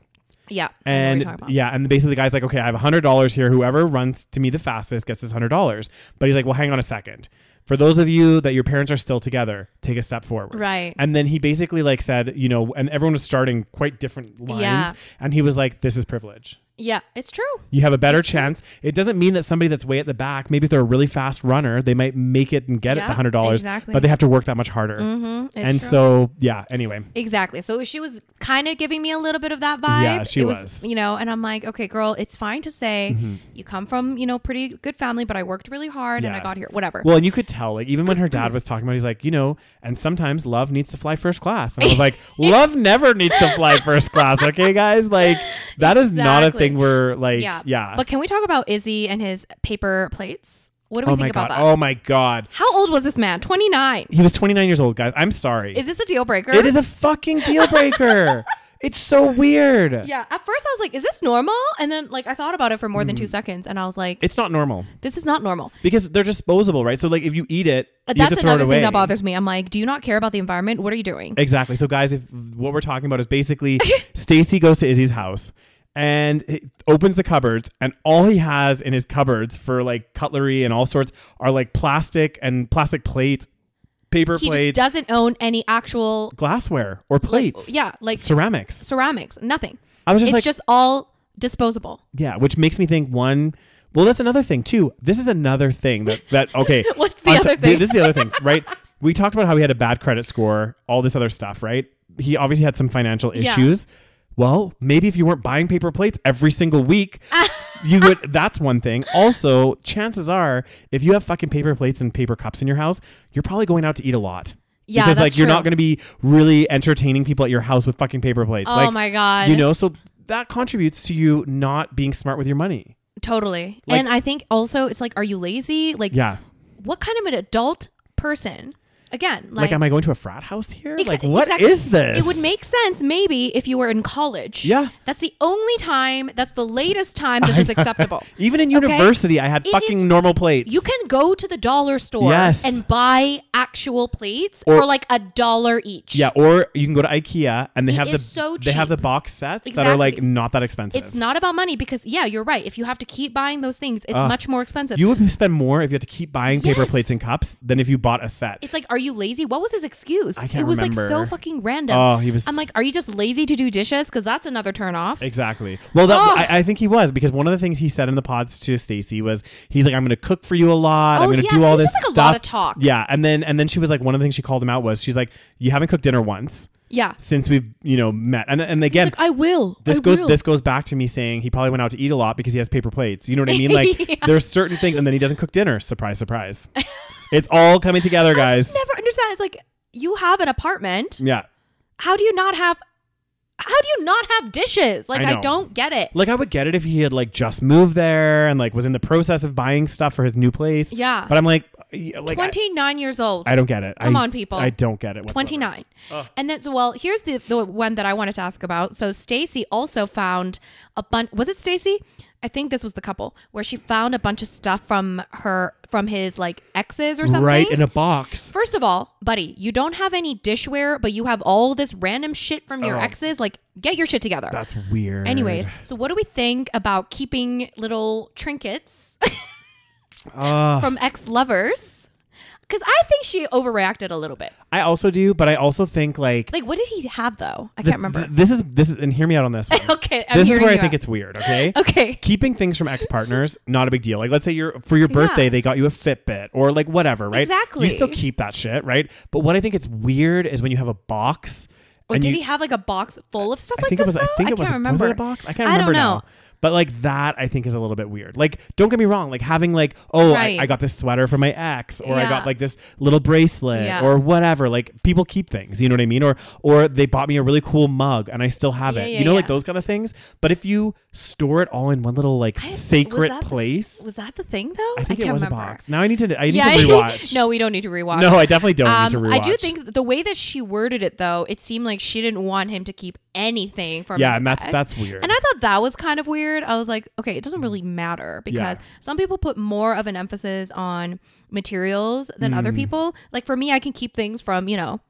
Speaker 1: yeah I know what you're
Speaker 2: And
Speaker 1: talking about.
Speaker 2: yeah, and basically the guy's like, okay, I have hundred dollars here. Whoever runs to me the fastest gets this hundred dollars. But he's like, well, hang on a second. For those of you that your parents are still together, take a step forward.
Speaker 1: Right.
Speaker 2: And then he basically like said, you know, and everyone was starting quite different lines.
Speaker 1: Yeah.
Speaker 2: And he was like, this is privilege.
Speaker 1: yeah it's true
Speaker 2: You have a better chance. It doesn't mean that somebody that's way at the back, maybe if they're a really fast runner, they might make it and get it
Speaker 1: Yeah,
Speaker 2: the hundred dollars,
Speaker 1: exactly.
Speaker 2: but they have to work that much harder.
Speaker 1: Mhm, it's
Speaker 2: And
Speaker 1: true.
Speaker 2: so, yeah. Anyway,
Speaker 1: Exactly. So she was kind of giving me a little bit of that vibe.
Speaker 2: Yeah, she
Speaker 1: It
Speaker 2: was. Mm-hmm.
Speaker 1: You know, and I'm like, okay, girl, it's fine to say you come from, you know, pretty good family, but I worked really hard and I
Speaker 2: Yeah.
Speaker 1: got here. Whatever.
Speaker 2: well, and you could tell, like, even when her dad was talking about, it, he's like, you know, and sometimes love needs to fly first class, and I was
Speaker 1: <laughs>
Speaker 2: like, love never needs to fly first class. Okay, guys, like that is not a
Speaker 1: Exactly.
Speaker 2: thing where, like,
Speaker 1: yeah.
Speaker 2: yeah,
Speaker 1: But can we talk about Izzy and his paper plates? What do we
Speaker 2: oh
Speaker 1: think
Speaker 2: my
Speaker 1: about
Speaker 2: god,
Speaker 1: that?
Speaker 2: oh my god,
Speaker 1: How old was this man? 29.
Speaker 2: he was 29 years old, guys. I'm sorry,
Speaker 1: Is this a deal breaker?
Speaker 2: it is a fucking deal
Speaker 1: <laughs>
Speaker 2: breaker. it's so weird.
Speaker 1: Yeah. At first I was like, is this normal? And then like I thought about it for more
Speaker 2: Mm-hmm.
Speaker 1: than 2 seconds and I was like,
Speaker 2: It's not normal.
Speaker 1: this is not normal.
Speaker 2: because they're disposable, right? So like if you eat it, you have
Speaker 1: That's
Speaker 2: to throw it
Speaker 1: another
Speaker 2: away.
Speaker 1: thing that bothers me. I'm like, do you not care about the environment? What are you doing?
Speaker 2: Exactly. So guys, if what we're talking about is
Speaker 1: <laughs>
Speaker 2: basically Stacy goes to Izzy's house and he opens the cupboards and all he has in his cupboards for like cutlery and all sorts are like plastic and plastic plates paper
Speaker 1: he just
Speaker 2: plates,
Speaker 1: doesn't own any actual
Speaker 2: glassware, or
Speaker 1: like,
Speaker 2: plates.
Speaker 1: yeah, like
Speaker 2: ceramics.
Speaker 1: ceramics, nothing.
Speaker 2: I was just
Speaker 1: it's
Speaker 2: like-
Speaker 1: just all disposable.
Speaker 2: Yeah, which makes me think one. Well, that's another thing too. This is another thing that that okay.
Speaker 1: <laughs> What's the
Speaker 2: on
Speaker 1: other thing?
Speaker 2: This is the
Speaker 1: <laughs>
Speaker 2: other thing, right? We talked about how he had a bad credit score, all this other stuff, right? He obviously had some financial
Speaker 1: Yeah.
Speaker 2: issues. Well, maybe if you weren't buying paper plates every single
Speaker 1: <laughs>
Speaker 2: week, you would. That's one thing. Also, chances are, if you have fucking paper plates and paper cups in your house, you're probably going out to eat a lot.
Speaker 1: Yeah,
Speaker 2: because
Speaker 1: that's
Speaker 2: like you're
Speaker 1: true.
Speaker 2: not going to be really entertaining people at your house with fucking paper plates.
Speaker 1: Oh
Speaker 2: like,
Speaker 1: my God.
Speaker 2: You know, so that contributes to you not being smart with your money.
Speaker 1: Totally.
Speaker 2: Like-
Speaker 1: and I think also it's like, are you lazy? Like,
Speaker 2: Yeah.
Speaker 1: what kind of an adult person? Again,
Speaker 2: Like,
Speaker 1: like,
Speaker 2: am I going to a frat house here?
Speaker 1: Exa-
Speaker 2: like, what is
Speaker 1: exactly.
Speaker 2: this?
Speaker 1: It would make sense maybe if you were in college.
Speaker 2: Yeah.
Speaker 1: That's the only time, that's the latest time
Speaker 2: <laughs>
Speaker 1: this is acceptable.
Speaker 2: Even in
Speaker 1: Okay?
Speaker 2: university, I had
Speaker 1: It
Speaker 2: fucking
Speaker 1: is-
Speaker 2: normal plates.
Speaker 1: You can go to the dollar store
Speaker 2: Yes.
Speaker 1: and buy actual plates
Speaker 2: Or-
Speaker 1: for like a dollar each.
Speaker 2: Yeah, or you can go to IKEA and they
Speaker 1: It
Speaker 2: have the
Speaker 1: is so
Speaker 2: they have the
Speaker 1: cheap.
Speaker 2: box sets that are like
Speaker 1: Exactly.
Speaker 2: not that expensive.
Speaker 1: It's not about money because, yeah, you're right. If you have to keep buying those things, it's
Speaker 2: Ugh.
Speaker 1: much more expensive.
Speaker 2: you would spend more if you had to keep buying paper
Speaker 1: Yes.
Speaker 2: plates and cups than if you bought a set.
Speaker 1: it's like, are you lazy? What was his excuse?
Speaker 2: I can't
Speaker 1: it was like so
Speaker 2: remember.
Speaker 1: fucking random.
Speaker 2: Oh, he was-
Speaker 1: I'm like, are you just lazy to do dishes? Because that's another turn off.
Speaker 2: Exactly. Well, that,
Speaker 1: Ugh.
Speaker 2: I, I think he was because one of the things he said in the pods to Stacy was he's like, "I'm going to cook for you a lot. I'm
Speaker 1: Oh,
Speaker 2: going to
Speaker 1: yeah,
Speaker 2: do all
Speaker 1: there's
Speaker 2: this
Speaker 1: just, like,
Speaker 2: stuff."
Speaker 1: a lot of talk.
Speaker 2: Yeah, and then and then she was like, one of the things she called him out was she's like, "You haven't cooked dinner once
Speaker 1: yeah.
Speaker 2: since we've you know met," and and again.
Speaker 1: Like I will.
Speaker 2: this
Speaker 1: I
Speaker 2: goes.
Speaker 1: will.
Speaker 2: This goes back to me saying he probably went out to eat a lot because he has paper plates. You know what I mean?
Speaker 1: <laughs>
Speaker 2: Like
Speaker 1: Yeah.
Speaker 2: there's certain things, and then he doesn't cook dinner. Surprise, surprise. it's all coming together,
Speaker 1: <laughs> I
Speaker 2: guys.
Speaker 1: just never understand. It's like you have an apartment.
Speaker 2: yeah.
Speaker 1: How do you not have? How do you not have dishes? Like
Speaker 2: I
Speaker 1: I,
Speaker 2: know.
Speaker 1: don't get it.
Speaker 2: Like I would get it if he had like just moved there and like was in the process of buying stuff for his new place.
Speaker 1: Yeah.
Speaker 2: But I'm like, y- like I-
Speaker 1: Twenty nine years old.
Speaker 2: I don't get it.
Speaker 1: Come
Speaker 2: I-
Speaker 1: on, people.
Speaker 2: I don't get it. whatsoever.
Speaker 1: 29
Speaker 2: Oh.
Speaker 1: and then so well here's the, the one that i wanted to ask about so stacy also found a bunch was it stacy i think this was the couple where she found a bunch of stuff from her from his like exes or something
Speaker 2: Right in a box.
Speaker 1: First of all, buddy, you don't have any dishware, but you have all this random shit from your
Speaker 2: Oh.
Speaker 1: exes. Like, get your shit together.
Speaker 2: That's weird.
Speaker 1: Anyways, so what do we think about keeping little
Speaker 2: <laughs>
Speaker 1: trinkets
Speaker 2: Ugh.
Speaker 1: from ex lovers? Because I think she overreacted a little bit.
Speaker 2: I also do, but I also think like,
Speaker 1: Like, what did he have though? I
Speaker 2: the-
Speaker 1: can't remember.
Speaker 2: th- this is this is and hear me out on this one.
Speaker 1: <laughs> okay, I'm
Speaker 2: this is
Speaker 1: hearing
Speaker 2: where I
Speaker 1: you
Speaker 2: think
Speaker 1: out.
Speaker 2: it's weird. Okay.
Speaker 1: <laughs> okay.
Speaker 2: Keeping things from ex partners, not a big deal. Like, let's say you're for your birthday,
Speaker 1: Yeah.
Speaker 2: they got you a Fitbit or like whatever, right?
Speaker 1: Exactly.
Speaker 2: You still keep that shit, right? But what I think it's weird is when you have a box.
Speaker 1: Or
Speaker 2: and
Speaker 1: did
Speaker 2: you,
Speaker 1: he have like a box full of stuff
Speaker 2: I
Speaker 1: like
Speaker 2: think
Speaker 1: this?
Speaker 2: it was. I
Speaker 1: though?
Speaker 2: think it was. Was
Speaker 1: can't remember.
Speaker 2: it a box? I can't
Speaker 1: I don't
Speaker 2: remember
Speaker 1: know.
Speaker 2: now. But like that, I think is a little bit weird. Like, don't get me wrong. Like having like, oh,
Speaker 1: Right.
Speaker 2: I, I got this sweater from my ex, or I
Speaker 1: Yeah.
Speaker 2: got like this little bracelet,
Speaker 1: Yeah.
Speaker 2: or whatever. Like people keep things. You know what I mean? Or or they bought me a really cool mug, and I still have
Speaker 1: Yeah,
Speaker 2: it.
Speaker 1: yeah,
Speaker 2: you know,
Speaker 1: yeah.
Speaker 2: like those kind of things. But if you store it all in one little like
Speaker 1: I- was
Speaker 2: sacred
Speaker 1: that the-
Speaker 2: place,
Speaker 1: Was that the thing though?
Speaker 2: I think
Speaker 1: can't
Speaker 2: it was
Speaker 1: remember.
Speaker 2: a box. Now I need to. I need
Speaker 1: yeah.
Speaker 2: to rewatch.
Speaker 1: no, we don't need to
Speaker 2: <laughs>
Speaker 1: rewatch.
Speaker 2: no, I definitely don't need to
Speaker 1: Um,
Speaker 2: rewatch.
Speaker 1: I do think the way that she worded it, though, it seemed like she didn't want him to keep anything from.
Speaker 2: Yeah,
Speaker 1: his
Speaker 2: and that's
Speaker 1: ex.
Speaker 2: that's weird.
Speaker 1: And I thought that was kind of weird. I was like, okay, it doesn't really matter because
Speaker 2: Mm. Yeah.
Speaker 1: some people put more of an emphasis on materials than other
Speaker 2: Mm.
Speaker 1: people. Like for me, I can keep things from you know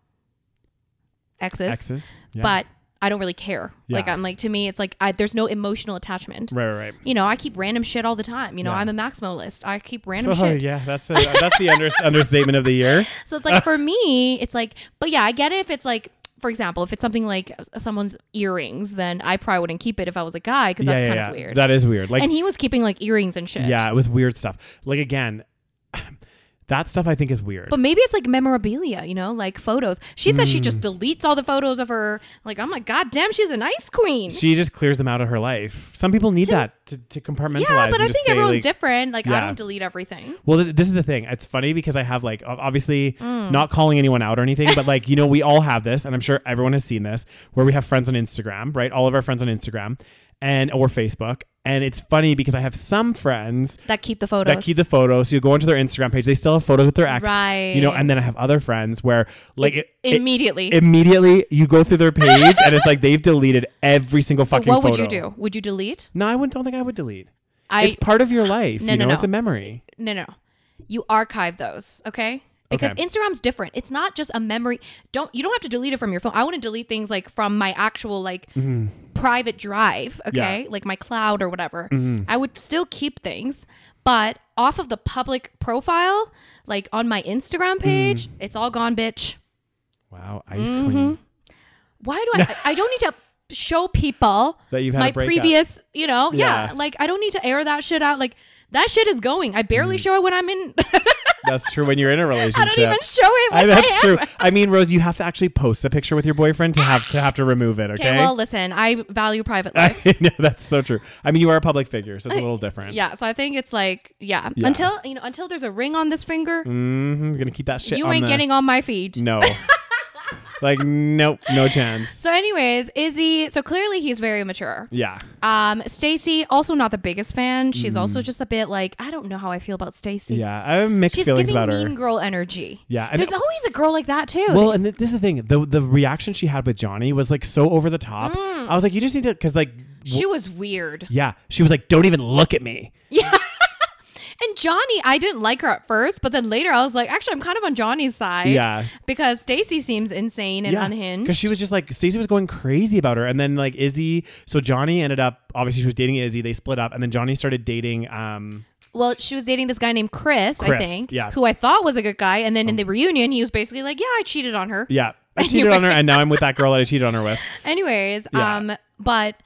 Speaker 1: exes,
Speaker 2: exes, yeah.
Speaker 1: but I don't really care. Like
Speaker 2: Yeah.
Speaker 1: I'm like to me, it's like I, there's no emotional attachment.
Speaker 2: right, right, right.
Speaker 1: You know, I keep random shit all the time. You know,
Speaker 2: Yeah.
Speaker 1: I'm a maximalist. I keep
Speaker 2: <laughs>
Speaker 1: random
Speaker 2: Oh
Speaker 1: shit.
Speaker 2: yeah, that's a, that's the
Speaker 1: <laughs>
Speaker 2: under, understatement of the year.
Speaker 1: So it's like for me, it's like, but yeah, I get it if it's like, for example, if it's something like someone's earrings, then I probably wouldn't keep it if I was a guy because that's kind of weird.
Speaker 2: That is weird. Like,
Speaker 1: and he was keeping like earrings and shit.
Speaker 2: yeah, it was weird stuff. Like again, <sighs> that stuff I think is weird.
Speaker 1: But maybe it's like memorabilia, you know, like photos. She says she just
Speaker 2: Mm.
Speaker 1: deletes all the photos of her. Like, I'm like, God damn, she's an ice queen.
Speaker 2: she just clears them out of her life. Some people need that to, to compartmentalize.
Speaker 1: yeah, but
Speaker 2: and
Speaker 1: I
Speaker 2: just
Speaker 1: think
Speaker 2: say,
Speaker 1: everyone's
Speaker 2: like-
Speaker 1: different. Like, I
Speaker 2: Yeah.
Speaker 1: don't delete everything.
Speaker 2: Well, th- this is the thing. It's funny because I have like ob- obviously
Speaker 1: Mm.
Speaker 2: not calling anyone out or anything, but like you know we all have this, and I'm sure everyone has seen this where we have friends on Instagram, right? All of our friends on Instagram and or Facebook, and it's funny because I have some friends
Speaker 1: That keep the photos.
Speaker 2: that keep the photos. So you go onto their Instagram page. They still have photos with their ex.
Speaker 1: Right.
Speaker 2: You know, and then I have other friends where like it, it-
Speaker 1: immediately.
Speaker 2: immediately you go through their page and it's like they've deleted every single
Speaker 1: so
Speaker 2: fucking
Speaker 1: what would
Speaker 2: photo.
Speaker 1: you do? Would you delete?
Speaker 2: No, I wouldn't don't think I would delete.
Speaker 1: I
Speaker 2: it's part of your life.
Speaker 1: No,
Speaker 2: you
Speaker 1: no,
Speaker 2: know,
Speaker 1: no.
Speaker 2: it's a memory.
Speaker 1: No, no. You archive those, okay? Because
Speaker 2: Okay.
Speaker 1: Instagram's different. It's not just a memory. Don't you don't have to delete it from your phone. I want to delete things like from my actual like
Speaker 2: Mm-hmm. Mm-hmm.
Speaker 1: private drive, okay? Like my cloud or whatever. I would still keep things, but off of the public profile, like on my Instagram
Speaker 2: Mm.
Speaker 1: page, it's all gone, bitch.
Speaker 2: Wow, ice
Speaker 1: Mm-hmm.
Speaker 2: queen.
Speaker 1: Why do I? I don't need to show people
Speaker 2: That you've had
Speaker 1: my
Speaker 2: a breakup.
Speaker 1: previous, you know, yeah,
Speaker 2: Yeah.
Speaker 1: Like I don't need to air that shit out. Like that shit is going. I
Speaker 2: Mm.
Speaker 1: barely show it when I'm in.
Speaker 2: <laughs>
Speaker 1: <laughs>
Speaker 2: That's true when you're in a relationship.
Speaker 1: I don't even show
Speaker 2: <laughs>
Speaker 1: it
Speaker 2: I-
Speaker 1: when I,
Speaker 2: that's
Speaker 1: am.
Speaker 2: true. I mean, Rose, you have to actually post a picture with your boyfriend to have to have to remove it. Okay.
Speaker 1: Okay, well, listen, I value private life.
Speaker 2: <laughs> I know, that's so true. I mean, you are a public figure,
Speaker 1: <laughs>
Speaker 2: so it's a little different.
Speaker 1: Yeah, so I think it's like, yeah,
Speaker 2: Yeah.
Speaker 1: until you know, until there's a ring on this finger,
Speaker 2: Mm-hmm. Gonna keep that shit.
Speaker 1: you
Speaker 2: on
Speaker 1: ain't
Speaker 2: the- Mm.
Speaker 1: getting on my
Speaker 2: <laughs>
Speaker 1: feed.
Speaker 2: No. like nope, no chance.
Speaker 1: So, anyways, Izzy. So clearly, he's very mature.
Speaker 2: Yeah.
Speaker 1: Um, Stacy also not the biggest fan. She's also just a bit like I don't know how I feel about Stacy.
Speaker 2: Mm. Yeah. I have mixed
Speaker 1: she's
Speaker 2: feelings
Speaker 1: giving
Speaker 2: about
Speaker 1: mean
Speaker 2: her.
Speaker 1: girl energy.
Speaker 2: Yeah, and-
Speaker 1: there's always a girl like that too.
Speaker 2: Well, and th- this is the thing. The the reaction she had with Johnny was like so over the top. I was like, you just need to, because like, w-
Speaker 1: Mm. she was weird.
Speaker 2: yeah, she was like, don't even look at me.
Speaker 1: And Johnny, I didn't like her at first, but then later I was like, actually, I'm kind of on Johnny's side.
Speaker 2: Yeah.
Speaker 1: because Stacy seems insane and unhinged.
Speaker 2: Because she was just like Stacey was going crazy about her, and then like Izzy. So Johnny ended up obviously she was dating Izzy. They split up, and then Johnny started dating. Um,
Speaker 1: Well, she was dating this guy named Chris, I
Speaker 2: Chris,
Speaker 1: think,
Speaker 2: yeah. Um,
Speaker 1: who I thought was a good guy. And then in the reunion, he was basically like, Yeah, I cheated on her.
Speaker 2: yeah, I cheated on her, and now I'm with that girl that I cheated on her with.
Speaker 1: Anyways,
Speaker 2: Yeah.
Speaker 1: um, but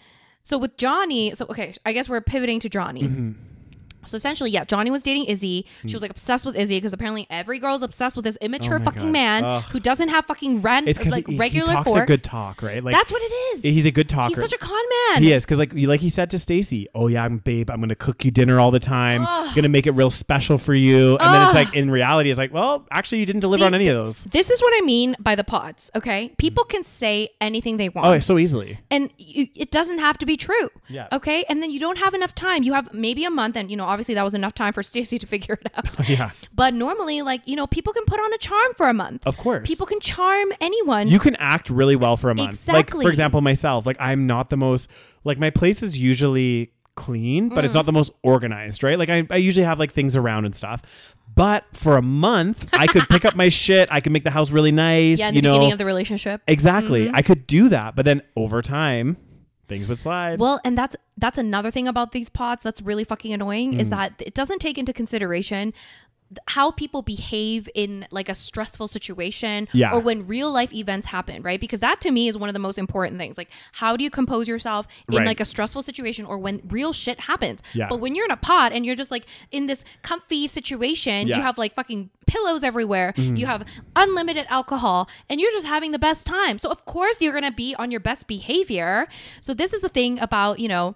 Speaker 1: so with Johnny, so okay, I guess we're pivoting to Johnny.
Speaker 2: Mm-hmm.
Speaker 1: So essentially, yeah, Johnny was dating Izzy. She was like obsessed with Izzy because apparently every girl's obsessed with this immature
Speaker 2: Mm. Oh my
Speaker 1: fucking
Speaker 2: God.
Speaker 1: man
Speaker 2: Ugh.
Speaker 1: who doesn't have fucking rent,
Speaker 2: It's because
Speaker 1: like
Speaker 2: he,
Speaker 1: regular
Speaker 2: he talks
Speaker 1: forks.
Speaker 2: a good talk, right? Like
Speaker 1: That's what it is.
Speaker 2: he's a good talker.
Speaker 1: He's such a con man.
Speaker 2: He is because like you- like he said to Stacy, "Oh yeah, I'm babe. I'm gonna cook you dinner all the time. Gonna make it real special for you." And then it's like in reality, it's like, well, actually, you didn't deliver
Speaker 1: See,
Speaker 2: on any of those.
Speaker 1: This is what I mean by the pods, okay? People can say anything they want.
Speaker 2: Oh, so easily.
Speaker 1: and you, it doesn't have to be true.
Speaker 2: Yeah.
Speaker 1: Okay. And then you don't have enough time. You have maybe a month, and you know, obviously that was enough time for <laughs> Stacey to figure it
Speaker 2: <laughs>
Speaker 1: out.
Speaker 2: Yeah.
Speaker 1: But normally, like you know, people can put on a charm for a month.
Speaker 2: Of course.
Speaker 1: people can charm anyone.
Speaker 2: you can act really well for a month. Like
Speaker 1: Exactly.
Speaker 2: for example, myself, like I'm not the most like my place is usually clean, but it's
Speaker 1: Mm.
Speaker 2: not the most organized, right? Like I, I usually have like things around and stuff. But for a month, I could pick up
Speaker 1: <laughs>
Speaker 2: my shit. I could make the house really nice.
Speaker 1: yeah, in the
Speaker 2: you know,
Speaker 1: beginning of the Mm-hmm. relationship.
Speaker 2: exactly. I could do that, but then over time, things would slide.
Speaker 1: well, and that's that's another thing about these pods that's really fucking annoying
Speaker 2: Mm.
Speaker 1: is that it doesn't take into consideration th- how people behave in like a stressful situation
Speaker 2: Yeah.
Speaker 1: or when real life events happen, right? Because that to me is one of the most important things. Like how do you compose yourself in
Speaker 2: Right.
Speaker 1: like a stressful situation or when real shit happens?
Speaker 2: Yeah.
Speaker 1: But when you're in a pod and you're just like in this comfy situation,
Speaker 2: Yeah. Mm-hmm.
Speaker 1: you have like fucking pillows everywhere, you have unlimited alcohol, and you're just having the best time. So of course you're gonna be on your best behavior. So this is the thing about, you know,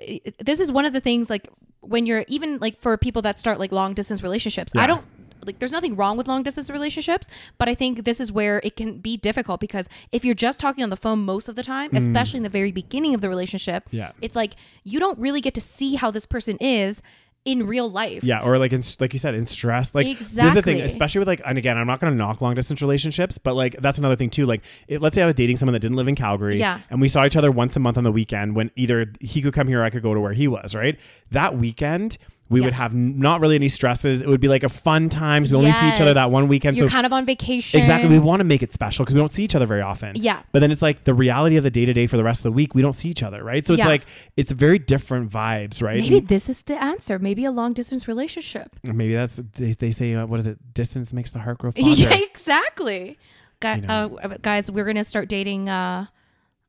Speaker 1: i- this is one of the things like when you're even like for people that start like long distance relationships i
Speaker 2: Yeah.
Speaker 1: don't like there's nothing wrong with long distance relationships but i think this is where it can be difficult because if you're just talking on the phone most of the time especially in the very beginning of the relationship
Speaker 2: Mm. Yeah.
Speaker 1: it's like you don't really get to see how this person is in real life
Speaker 2: Yeah, or like in like you said, in stress. Like this is the
Speaker 1: Exactly.
Speaker 2: thing, especially with like, and again, I'm not gonna knock long distance relationships, but like that's another thing too. Like, it, let's say I was dating someone that didn't live in Calgary,
Speaker 1: Yeah.
Speaker 2: and we saw each other once a month on the weekend when either he could come here, or I could go to where he was. Right, that weekend we
Speaker 1: Yeah.
Speaker 2: would have n- not really any stresses. It would be like a fun time. 'cause We only see each other
Speaker 1: Yes.
Speaker 2: that one weekend,
Speaker 1: you're
Speaker 2: so.
Speaker 1: kind of on vacation
Speaker 2: Exactly. We want to make it special because we don't see each other very often.
Speaker 1: Yeah.
Speaker 2: But then it's like the reality of the day to day for the rest of the week, we don't see each other, right? So it's
Speaker 1: Yeah.
Speaker 2: like, it's very different vibes, right?
Speaker 1: maybe this is the answer maybe a long distance relationship <laughs>
Speaker 2: Or maybe that's they, they say uh, what is it distance makes the heart grow fonder
Speaker 1: yeah exactly Guy,
Speaker 2: You know.
Speaker 1: uh, guys we're gonna start dating uh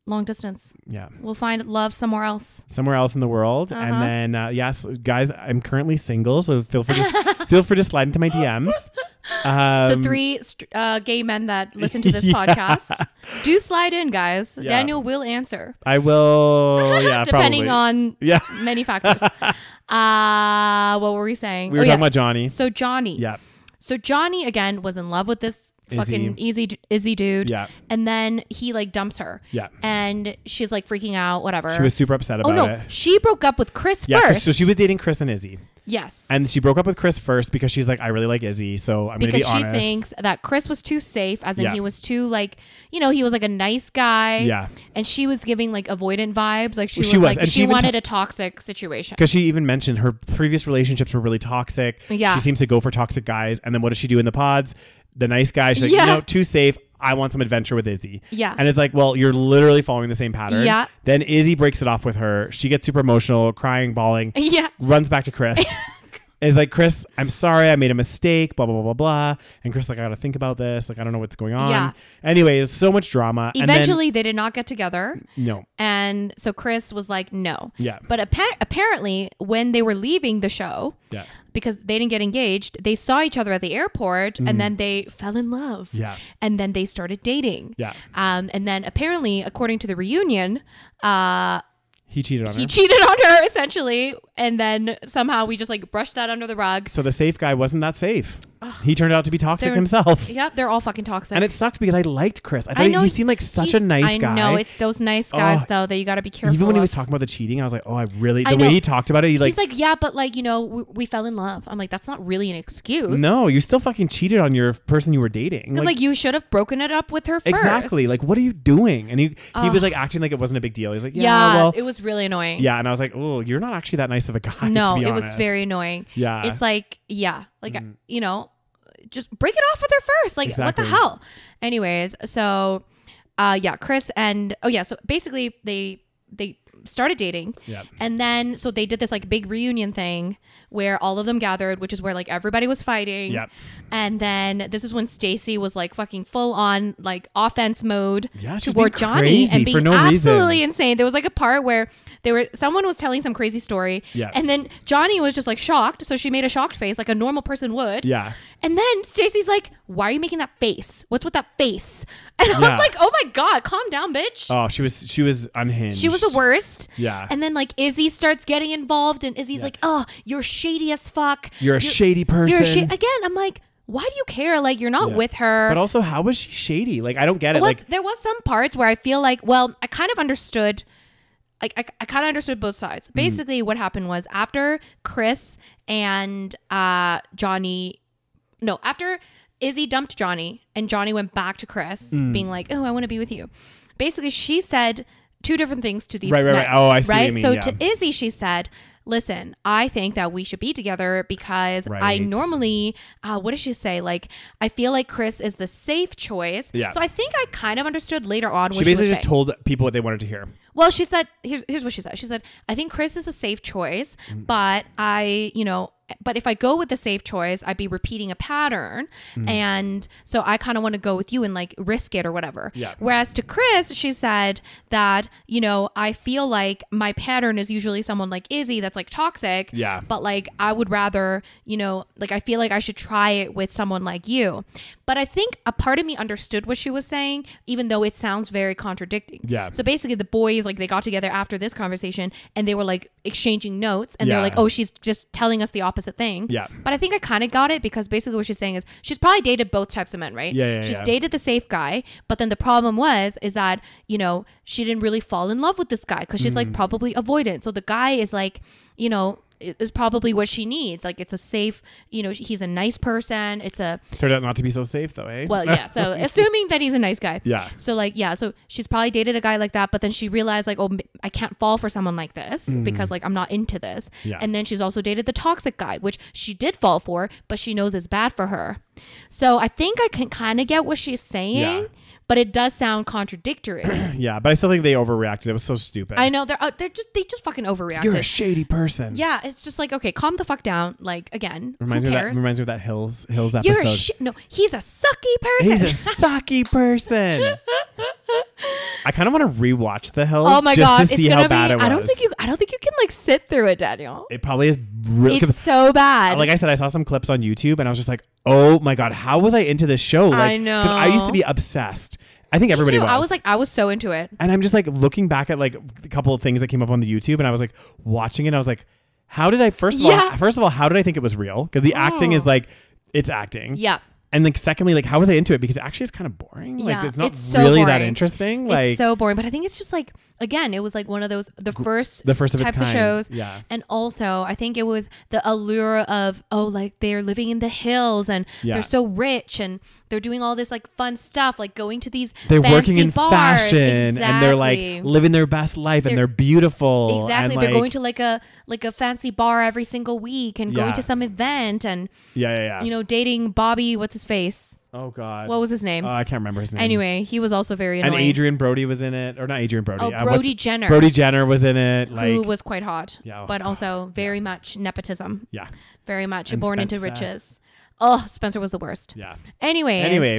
Speaker 1: long distance
Speaker 2: Yeah.
Speaker 1: We'll find love somewhere else.
Speaker 2: somewhere else in the world
Speaker 1: Uh-huh.
Speaker 2: and then uh, yes guys i'm currently single so feel free to
Speaker 1: <laughs>
Speaker 2: s- feel free to slide into my dms
Speaker 1: The
Speaker 2: um,
Speaker 1: three st- uh, gay men
Speaker 2: <laughs>
Speaker 1: that listen to this
Speaker 2: yeah.
Speaker 1: podcast do slide in, guys.
Speaker 2: Yeah.
Speaker 1: Daniel will answer,
Speaker 2: i
Speaker 1: <laughs>
Speaker 2: will <laughs> yeah
Speaker 1: depending
Speaker 2: probably.
Speaker 1: on
Speaker 2: yeah
Speaker 1: many
Speaker 2: <laughs>
Speaker 1: factors. uh, what were we saying?
Speaker 2: We were
Speaker 1: Oh,
Speaker 2: talking about Johnny.
Speaker 1: So Johnny.
Speaker 2: yeah
Speaker 1: So Johnny again was in love with this fucking easy Izzy dude.
Speaker 2: Yeah.
Speaker 1: And then he like dumps her.
Speaker 2: Yeah.
Speaker 1: And she's like freaking out. Whatever.
Speaker 2: she was super upset
Speaker 1: Oh
Speaker 2: about
Speaker 1: no,
Speaker 2: it
Speaker 1: she broke up with Chris
Speaker 2: yeah 'cause-
Speaker 1: first.
Speaker 2: so she was dating chris and izzy
Speaker 1: yes.
Speaker 2: and she broke up with chris first because she's like i really like izzy so i'm
Speaker 1: because
Speaker 2: gonna
Speaker 1: she
Speaker 2: be honest
Speaker 1: thinks that Chris was too safe, as in
Speaker 2: Yeah.
Speaker 1: he was too like, you know, he was like a nice guy.
Speaker 2: Yeah.
Speaker 1: And she was giving like avoidant vibes. Like she was,
Speaker 2: She was,
Speaker 1: like
Speaker 2: and
Speaker 1: she,
Speaker 2: she even
Speaker 1: wanted
Speaker 2: t-
Speaker 1: a toxic situation.
Speaker 2: because she even mentioned her previous relationships were really toxic.
Speaker 1: Yeah.
Speaker 2: She seems to go for toxic guys. And then what does she do in the pods? The nice guy. She's like,
Speaker 1: Yeah.
Speaker 2: you know, too safe. I want some adventure with Izzy.
Speaker 1: Yeah.
Speaker 2: And it's like, well, you're literally following the same pattern.
Speaker 1: Yeah.
Speaker 2: Then Izzy breaks it off with her. She gets super emotional, crying, bawling,
Speaker 1: <laughs> Yeah. <laughs>
Speaker 2: runs back to Chris. is like, Chris, I'm sorry, I made a mistake, blah, blah, blah, blah, blah. And Chris, like, I gotta think about this. Like, I don't know what's going on.
Speaker 1: Yeah.
Speaker 2: Anyway, there's so much drama.
Speaker 1: Eventually, they did not get together.
Speaker 2: and then, no.
Speaker 1: And so Chris was like, no.
Speaker 2: Yeah.
Speaker 1: But appa- apparently, when they were leaving the show,
Speaker 2: Yeah.
Speaker 1: because they didn't get engaged, they saw each other at the airport and then they fell in love.
Speaker 2: Mm. Yeah.
Speaker 1: And then they started dating.
Speaker 2: Yeah.
Speaker 1: Um, and then apparently, according to the reunion, uh,
Speaker 2: He cheated on
Speaker 1: he
Speaker 2: her.
Speaker 1: cheated on her essentially. And then somehow we just like brushed that under the rug.
Speaker 2: so the safe guy wasn't that safe. he turned out to be toxic
Speaker 1: They're- <laughs>
Speaker 2: himself.
Speaker 1: Yep, they're all fucking toxic.
Speaker 2: And it sucked because I liked Chris. I thought
Speaker 1: I know
Speaker 2: he seemed like such a
Speaker 1: he's-
Speaker 2: nice guy.
Speaker 1: I know it's those nice guys
Speaker 2: Oh,
Speaker 1: though that you got to be careful.
Speaker 2: Even when he
Speaker 1: of.
Speaker 2: was talking about the cheating, I was like, oh, I really, the
Speaker 1: I know.
Speaker 2: way he talked about it, he like,
Speaker 1: he's like, yeah, but like you know, we, we fell in love. I'm like, that's not really an excuse.
Speaker 2: no, you still fucking cheated on your person you were dating.
Speaker 1: because like, you should have broken it up with her first.
Speaker 2: exactly. Like, what are you doing? And he, he was like acting like it wasn't a big deal. He's like, yeah,
Speaker 1: yeah,
Speaker 2: well,
Speaker 1: it was really annoying.
Speaker 2: yeah. And I was like, oh, you're not actually that nice of a guy.
Speaker 1: <laughs> no,
Speaker 2: to be
Speaker 1: it was
Speaker 2: honest.
Speaker 1: very annoying.
Speaker 2: Yeah. Mm.
Speaker 1: it's like yeah, like you know, just break it off with her first. Like what the
Speaker 2: Exactly.
Speaker 1: hell? Anyways, so uh, yeah, Chris and oh yeah, so basically they they started dating.
Speaker 2: Yep.
Speaker 1: And then so they did this like big reunion thing where all of them gathered, which is where like everybody was fighting.
Speaker 2: Yep.
Speaker 1: And then this is when Stacy was like fucking full on like offense mode
Speaker 2: Yeah, she was
Speaker 1: toward
Speaker 2: being
Speaker 1: Johnny
Speaker 2: crazy
Speaker 1: and
Speaker 2: for
Speaker 1: being
Speaker 2: no reason.
Speaker 1: absolutely insane. There was like a part where they were someone was telling some crazy story.
Speaker 2: Yep.
Speaker 1: And then Johnny was just like shocked, so she made a shocked face like a normal person would.
Speaker 2: Yeah.
Speaker 1: And then Stacy's like, "Why are you making that face? What's with that face?" <laughs> And I
Speaker 2: Yeah.
Speaker 1: was like, "Oh my god, calm down, bitch."
Speaker 2: Oh, she was she was unhinged.
Speaker 1: She was the worst.
Speaker 2: Yeah.
Speaker 1: And then like Izzy starts getting involved, and Izzy's like, "Oh, you're shady as fuck.
Speaker 2: You're a shady
Speaker 1: You're a
Speaker 2: person."
Speaker 1: again." I'm like, "Why do you care? Like, you're not
Speaker 2: Yeah.
Speaker 1: with her."
Speaker 2: But also, how was she shady? Like, I don't get it.
Speaker 1: Well,
Speaker 2: Like,
Speaker 1: there was some parts where I feel like, well, I kind of understood. Like I, I kind of understood both sides.
Speaker 2: Mm.
Speaker 1: Basically, what happened was after Chris and uh, Johnny, no, after Izzy dumped Johnny and Johnny went back to Chris,
Speaker 2: Mm.
Speaker 1: being like, "Oh, I want to be with you." Basically, she said two different things to these
Speaker 2: Right, right,
Speaker 1: men,
Speaker 2: right. Oh, I see what you mean,
Speaker 1: so
Speaker 2: yeah.
Speaker 1: to Izzy, she said. Listen, I think that we should be together because I
Speaker 2: Right.
Speaker 1: normally, uh, what does she say? Like, I feel like Chris is the safe choice.
Speaker 2: Yeah.
Speaker 1: So I think I kind of understood later on what
Speaker 2: she
Speaker 1: she,
Speaker 2: basically
Speaker 1: was
Speaker 2: just
Speaker 1: saying.
Speaker 2: told people what they wanted to hear.
Speaker 1: well, she said, here's, here's what she said. She said, I think Chris is a safe choice,
Speaker 2: Mm.
Speaker 1: but I, you know, but if I go with the safe choice, I'd be repeating a pattern.
Speaker 2: Mm.
Speaker 1: And so I kind of want to go with you and like risk it or whatever.
Speaker 2: Yeah.
Speaker 1: Whereas to Chris, she said that, you know, I feel like my pattern is usually someone like Izzy that's like toxic.
Speaker 2: Yeah.
Speaker 1: But like, I would rather, you know, like I feel like I should try it with someone like you. But I think a part of me understood what she was saying, even though it sounds very contradicting.
Speaker 2: Yeah.
Speaker 1: So basically, the boys like they got together after this conversation and they were like exchanging notes and
Speaker 2: Yeah.
Speaker 1: they're like, oh, she's just telling us the opposite thing.
Speaker 2: Yeah.
Speaker 1: But I think I kind of got it because basically what she's saying is she's probably dated both types of men, right?
Speaker 2: Yeah, yeah,
Speaker 1: She's
Speaker 2: yeah.
Speaker 1: dated the safe guy, but then the problem was is that you know she didn't really fall in love with this guy because she's
Speaker 2: Mm.
Speaker 1: like probably avoidant. So the guy is like, you know. i- Is probably what she needs. Like it's a safe, you know, he's a nice person. It's a
Speaker 2: Turned out not to be so safe though, eh? <laughs>
Speaker 1: well, yeah. So assuming that he's a nice guy.
Speaker 2: Yeah.
Speaker 1: So like, yeah. So she's probably dated a guy like that, but then she realized like, oh, m- I can't fall for someone like this because like I'm not into this.
Speaker 2: Mm-hmm. Yeah.
Speaker 1: And then she's also dated the toxic guy, which she did fall for, but she knows is bad for her. So I think I can kind of get what she's saying,
Speaker 2: Yeah.
Speaker 1: but it does sound
Speaker 2: <clears throat>
Speaker 1: contradictory.
Speaker 2: yeah, but I still think they overreacted. It was so stupid.
Speaker 1: I know they're uh, they're just they just fucking overreacted.
Speaker 2: You're a shady person.
Speaker 1: yeah, it's just like okay, calm the fuck down. Like again,
Speaker 2: Reminds
Speaker 1: who
Speaker 2: me of
Speaker 1: cares?
Speaker 2: that reminds me of that Hills Hills episode.
Speaker 1: You're a sh- no. He's a sucky person.
Speaker 2: He's a sucky
Speaker 1: <laughs>
Speaker 2: person. I kind of want to rewatch The Hills.
Speaker 1: Oh my
Speaker 2: just
Speaker 1: god,
Speaker 2: to
Speaker 1: it's
Speaker 2: see
Speaker 1: gonna
Speaker 2: how bad
Speaker 1: be.
Speaker 2: it was.
Speaker 1: I don't think you. I don't think you can like sit through it, Daniel.
Speaker 2: It probably is really.
Speaker 1: It's
Speaker 2: 'cause,
Speaker 1: so bad.
Speaker 2: Like I said, I saw some clips on YouTube, and I was just like, "Oh my god, how was I into this show?" Like,
Speaker 1: I know.
Speaker 2: because I used to be obsessed. I think everybody
Speaker 1: Too.
Speaker 2: was.
Speaker 1: I was like, I was so into it.
Speaker 2: and I'm just like looking back at like a couple of things that came up on the YouTube, and I was like watching it. And I was like, "How did I first of all?
Speaker 1: Yeah.
Speaker 2: First of all, how did I think it was real? Because the acting is
Speaker 1: Oh.
Speaker 2: like, it's acting.
Speaker 1: Yeah,
Speaker 2: And like, secondly, like, how was I into it? Because it actually is kind of boring. Like,
Speaker 1: Yeah,
Speaker 2: it's not
Speaker 1: it's so
Speaker 2: really that
Speaker 1: boring.
Speaker 2: interesting. Like,
Speaker 1: it's so boring. But I think it's just like again, it was like one of those the first
Speaker 2: the first of its
Speaker 1: types
Speaker 2: kind.
Speaker 1: of shows.
Speaker 2: Yeah.
Speaker 1: and also I think it was the allure of oh, like they're living in the hills and
Speaker 2: Yeah.
Speaker 1: they're so rich and they're doing all this like fun stuff, like going to these
Speaker 2: they're
Speaker 1: fancy
Speaker 2: working in
Speaker 1: bars.
Speaker 2: fashion
Speaker 1: exactly.
Speaker 2: and they're like living their best life and
Speaker 1: They're-
Speaker 2: they're beautiful.
Speaker 1: Exactly.
Speaker 2: And,
Speaker 1: They're
Speaker 2: like,
Speaker 1: going to like a like a fancy bar every single week and
Speaker 2: Yeah.
Speaker 1: going to some event and
Speaker 2: Yeah, yeah, yeah.
Speaker 1: you know dating Bobby. What's his face?
Speaker 2: oh God.
Speaker 1: What was his name?
Speaker 2: Oh, I can't remember his name.
Speaker 1: anyway, he was also very
Speaker 2: And
Speaker 1: annoying.
Speaker 2: Adrian Brody was in it, or not Adrian Brody.
Speaker 1: Oh,
Speaker 2: uh,
Speaker 1: Brody
Speaker 2: what's-
Speaker 1: Jenner.
Speaker 2: Brody Jenner was in it. Like,
Speaker 1: who was quite hot,
Speaker 2: Yeah, oh,
Speaker 1: but
Speaker 2: God.
Speaker 1: also very much nepotism.
Speaker 2: yeah,
Speaker 1: very much.
Speaker 2: And
Speaker 1: Born into
Speaker 2: Spencer.
Speaker 1: Riches. Oh, Spencer was the worst.
Speaker 2: Yeah.
Speaker 1: Anyways,
Speaker 2: Anyway,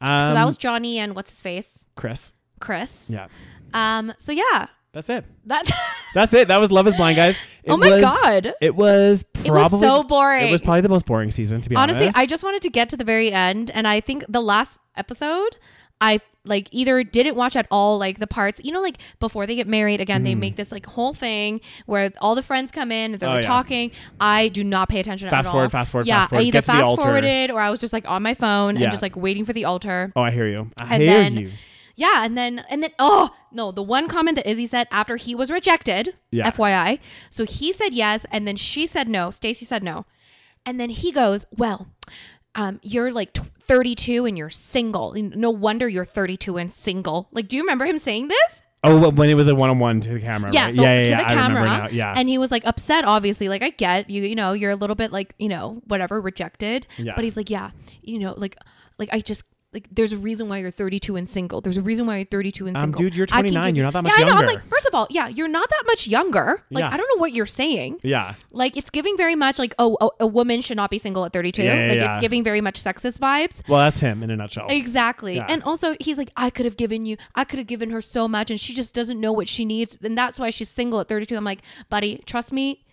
Speaker 2: um,
Speaker 1: so that was Johnny and what's his face,
Speaker 2: Chris.
Speaker 1: Chris.
Speaker 2: Yeah,
Speaker 1: Um. So yeah,
Speaker 2: that's it.
Speaker 1: that's. <laughs>
Speaker 2: That's it. That was Love Is Blind, guys. It
Speaker 1: Oh my
Speaker 2: was-
Speaker 1: God.
Speaker 2: It was probably
Speaker 1: was so boring.
Speaker 2: It was probably the most boring season to be
Speaker 1: Honestly,
Speaker 2: honest.
Speaker 1: I just wanted to get to the very end, and I think the last episode, I like either didn't watch at all, like the parts, you know, like before they get married again, they make this like whole thing where all the friends come in and they're
Speaker 2: Mm. Oh, yeah.
Speaker 1: talking. I do not pay attention.
Speaker 2: Fast
Speaker 1: at
Speaker 2: forward,
Speaker 1: all.
Speaker 2: fast forward,
Speaker 1: Yeah,
Speaker 2: fast forward.
Speaker 1: I either
Speaker 2: Get to the
Speaker 1: fast
Speaker 2: altar.
Speaker 1: forwarded or I was just like on my phone
Speaker 2: Yeah.
Speaker 1: and just like waiting for the altar.
Speaker 2: oh, I hear you. I
Speaker 1: And
Speaker 2: hear
Speaker 1: then,
Speaker 2: you.
Speaker 1: yeah, and then and then oh no, the one comment that Izzy said after he was rejected,
Speaker 2: Yeah.
Speaker 1: FYI. So he said yes, and then she said no. Stacy said no, and then he goes, "Well, um, you're like tw 32 and you're single. No wonder you're 32 and single." Like, do you remember him saying this?
Speaker 2: Oh, wh- when it was a one-on-one to the camera.
Speaker 1: Yeah,
Speaker 2: right?
Speaker 1: so
Speaker 2: yeah, yeah,
Speaker 1: to
Speaker 2: yeah.
Speaker 1: the
Speaker 2: I remember
Speaker 1: camera,
Speaker 2: now. Yeah,
Speaker 1: and he was like upset. Obviously, like I get you. You know, you're a little bit like you know whatever rejected.
Speaker 2: Yeah.
Speaker 1: But he's like, yeah, you know, like like I just like there's a reason why you're 32 and single. There's a reason why you're 32 and
Speaker 2: Um,
Speaker 1: single.
Speaker 2: dude, you're
Speaker 1: I can
Speaker 2: 29,
Speaker 1: give
Speaker 2: you're
Speaker 1: you-
Speaker 2: not that
Speaker 1: yeah,
Speaker 2: much
Speaker 1: I know. I'm
Speaker 2: younger.
Speaker 1: like, first of all, yeah, you're not that much younger. Like
Speaker 2: Yeah.
Speaker 1: I don't know what you're saying.
Speaker 2: yeah.
Speaker 1: Like it's giving very much like oh a, a woman should not be single at 32.
Speaker 2: Yeah, yeah,
Speaker 1: like
Speaker 2: yeah.
Speaker 1: it's giving very much sexist vibes.
Speaker 2: Well, that's him in a nutshell.
Speaker 1: Exactly.
Speaker 2: Yeah.
Speaker 1: And also, he's like, I could have given you, I could have given her so much, and she just doesn't know what she needs. And that's why she's single at 32. I'm like, buddy, trust me,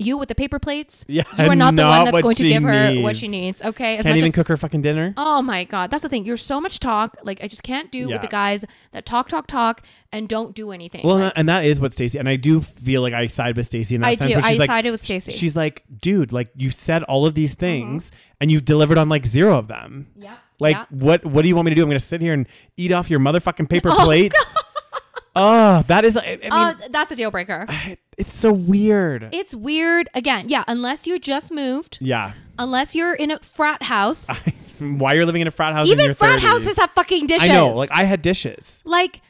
Speaker 1: you with the paper plates,
Speaker 2: Yeah,
Speaker 1: you are not the
Speaker 2: not
Speaker 1: one
Speaker 2: what
Speaker 1: that's going to
Speaker 2: she
Speaker 1: give her what
Speaker 2: needs.
Speaker 1: she needs. Okay. As
Speaker 2: Can't
Speaker 1: much
Speaker 2: even
Speaker 1: as-
Speaker 2: cook her fucking dinner.
Speaker 1: oh my God. That's the thing. You're so much talk. Like, I just can't do
Speaker 2: Yeah.
Speaker 1: with the guys that talk, talk, talk, and don't do anything.
Speaker 2: Well, uh,
Speaker 1: Like,
Speaker 2: and that- and that is what Stacey and I do feel like I side with Stacey in that
Speaker 1: I
Speaker 2: sense.
Speaker 1: do.
Speaker 2: where
Speaker 1: I
Speaker 2: she's like,
Speaker 1: sided with
Speaker 2: sh-
Speaker 1: Stacey. Uh-huh.
Speaker 2: She's like, dude, like you said all of these things and you've delivered on like zero of them.
Speaker 1: yeah.
Speaker 2: Like
Speaker 1: yeah.
Speaker 2: what? What do you want me to do? I'm gonna sit here and eat off your motherfucking paper
Speaker 1: <laughs> Oh,
Speaker 2: plates. Oh, that is. I, I
Speaker 1: Uh,
Speaker 2: mean,
Speaker 1: that's a
Speaker 2: <sighs>
Speaker 1: deal breaker.
Speaker 2: it's so weird.
Speaker 1: It's weird. Again, yeah, unless you just moved,
Speaker 2: yeah.
Speaker 1: unless you're in a
Speaker 2: <laughs>
Speaker 1: frat house.
Speaker 2: Why you're living in a frat house? in
Speaker 1: Even
Speaker 2: your
Speaker 1: frat
Speaker 2: 30s.
Speaker 1: houses have fucking dishes.
Speaker 2: I know. Like I had dishes.
Speaker 1: Like,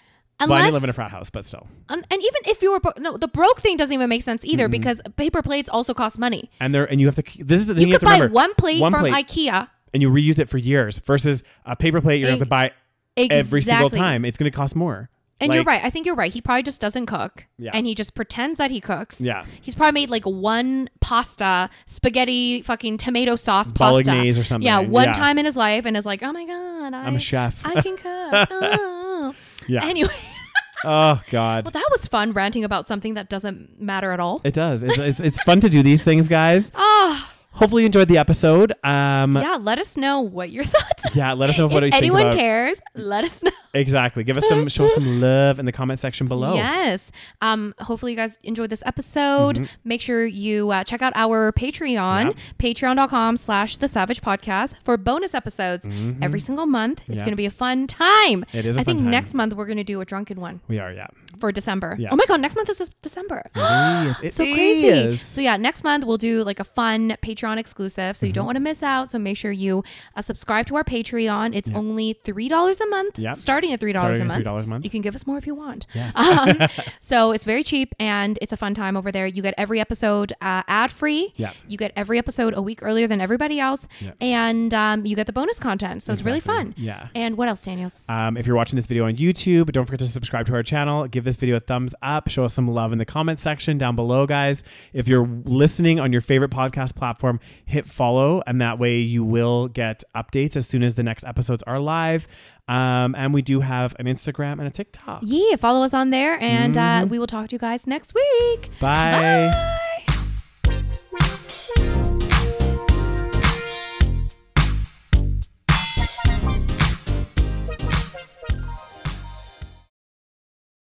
Speaker 2: Well, I
Speaker 1: unless
Speaker 2: didn't live in a frat house, but still.
Speaker 1: un- and even if you were bro- no, the broke thing doesn't even make sense either
Speaker 2: Mm-hmm.
Speaker 1: because paper plates also cost money.
Speaker 2: And there, and you have to. This is the thing
Speaker 1: You,
Speaker 2: you, have
Speaker 1: could
Speaker 2: to
Speaker 1: buy
Speaker 2: remember.
Speaker 1: one plate
Speaker 2: one
Speaker 1: from
Speaker 2: plate,
Speaker 1: IKEA.
Speaker 2: and you reuse it for years. Versus a paper plate, you're gonna have to buy
Speaker 1: Ex- Exactly.
Speaker 2: every single time. It's gonna cost more.
Speaker 1: And you're
Speaker 2: Like,
Speaker 1: right. I think you're right. He probably just doesn't cook.
Speaker 2: Yeah.
Speaker 1: And he just pretends that he cooks.
Speaker 2: Yeah.
Speaker 1: He's probably made like one pasta, spaghetti, fucking tomato sauce
Speaker 2: Bolognese
Speaker 1: pasta.
Speaker 2: or something.
Speaker 1: Yeah. One
Speaker 2: Yeah.
Speaker 1: time in his life and is like, oh my God. I,
Speaker 2: I'm a chef.
Speaker 1: I
Speaker 2: <laughs>
Speaker 1: can cook. oh.
Speaker 2: Yeah.
Speaker 1: Anyway, <laughs>
Speaker 2: Oh God.
Speaker 1: well, that was fun ranting about something that doesn't matter at all.
Speaker 2: it does. It's, it's, it's fun to do these things,
Speaker 1: <laughs>
Speaker 2: guys.
Speaker 1: Ah.
Speaker 2: Hopefully, you enjoyed the episode. Um, yeah.
Speaker 1: yeah, let us know what your <laughs> thoughts are.
Speaker 2: let us know
Speaker 1: if
Speaker 2: what you think
Speaker 1: anyone
Speaker 2: about.
Speaker 1: cares, let us <laughs> know.
Speaker 2: Exactly. Give us some, show us
Speaker 1: <laughs>
Speaker 2: some love in the comment section below.
Speaker 1: Yes. Um, hopefully, you guys enjoyed this episode.
Speaker 2: Mm-hmm.
Speaker 1: Make sure you uh, check out our Patreon, patreon.com slash the Savage Podcast for bonus episodes every single month.
Speaker 2: Mm-hmm.
Speaker 1: It's
Speaker 2: Yeah.
Speaker 1: going to be a fun time.
Speaker 2: It is a fun
Speaker 1: I think
Speaker 2: time.
Speaker 1: next month we're going to do a drunken one
Speaker 2: We are, yeah.
Speaker 1: for December.
Speaker 2: Yeah.
Speaker 1: Oh my God, next month is December.
Speaker 2: It is.
Speaker 1: <gasps> so
Speaker 2: It
Speaker 1: crazy.
Speaker 2: is.
Speaker 1: So yeah, next month we'll do like a fun Patreon exclusive. So you
Speaker 2: Mm-hmm.
Speaker 1: don't want to miss out. So make sure you uh, subscribe to our Patreon. It's only three dollars a month,
Speaker 2: Yep.
Speaker 1: starting at three dollars a
Speaker 2: Starting at
Speaker 1: month.
Speaker 2: $3 a month.
Speaker 1: You can give us more if you want.
Speaker 2: Yes.
Speaker 1: <laughs>
Speaker 2: <laughs>
Speaker 1: Um, so it's very cheap and it's a fun time over there. You get every episode uh, ad free.
Speaker 2: Yep.
Speaker 1: You get every episode a week earlier than everybody else,
Speaker 2: Yep.
Speaker 1: and um, you get the bonus content. So it's really fun.
Speaker 2: Exactly. Yeah.
Speaker 1: And what else, Daniels?
Speaker 2: Um, if you're watching this video on YouTube, don't forget to subscribe to our channel. Give this video a thumbs up. Show us some love in the comment section down below, guys. If you're listening on your favorite podcast platform, hit follow, and that way you will get updates as soon as the next episodes are live. Um, and we do have an Instagram and a TikTok.
Speaker 1: yeah, follow us on there, and uh, we will talk to you guys next week.
Speaker 2: Mm-hmm. Bye.
Speaker 1: <laughs> Bye.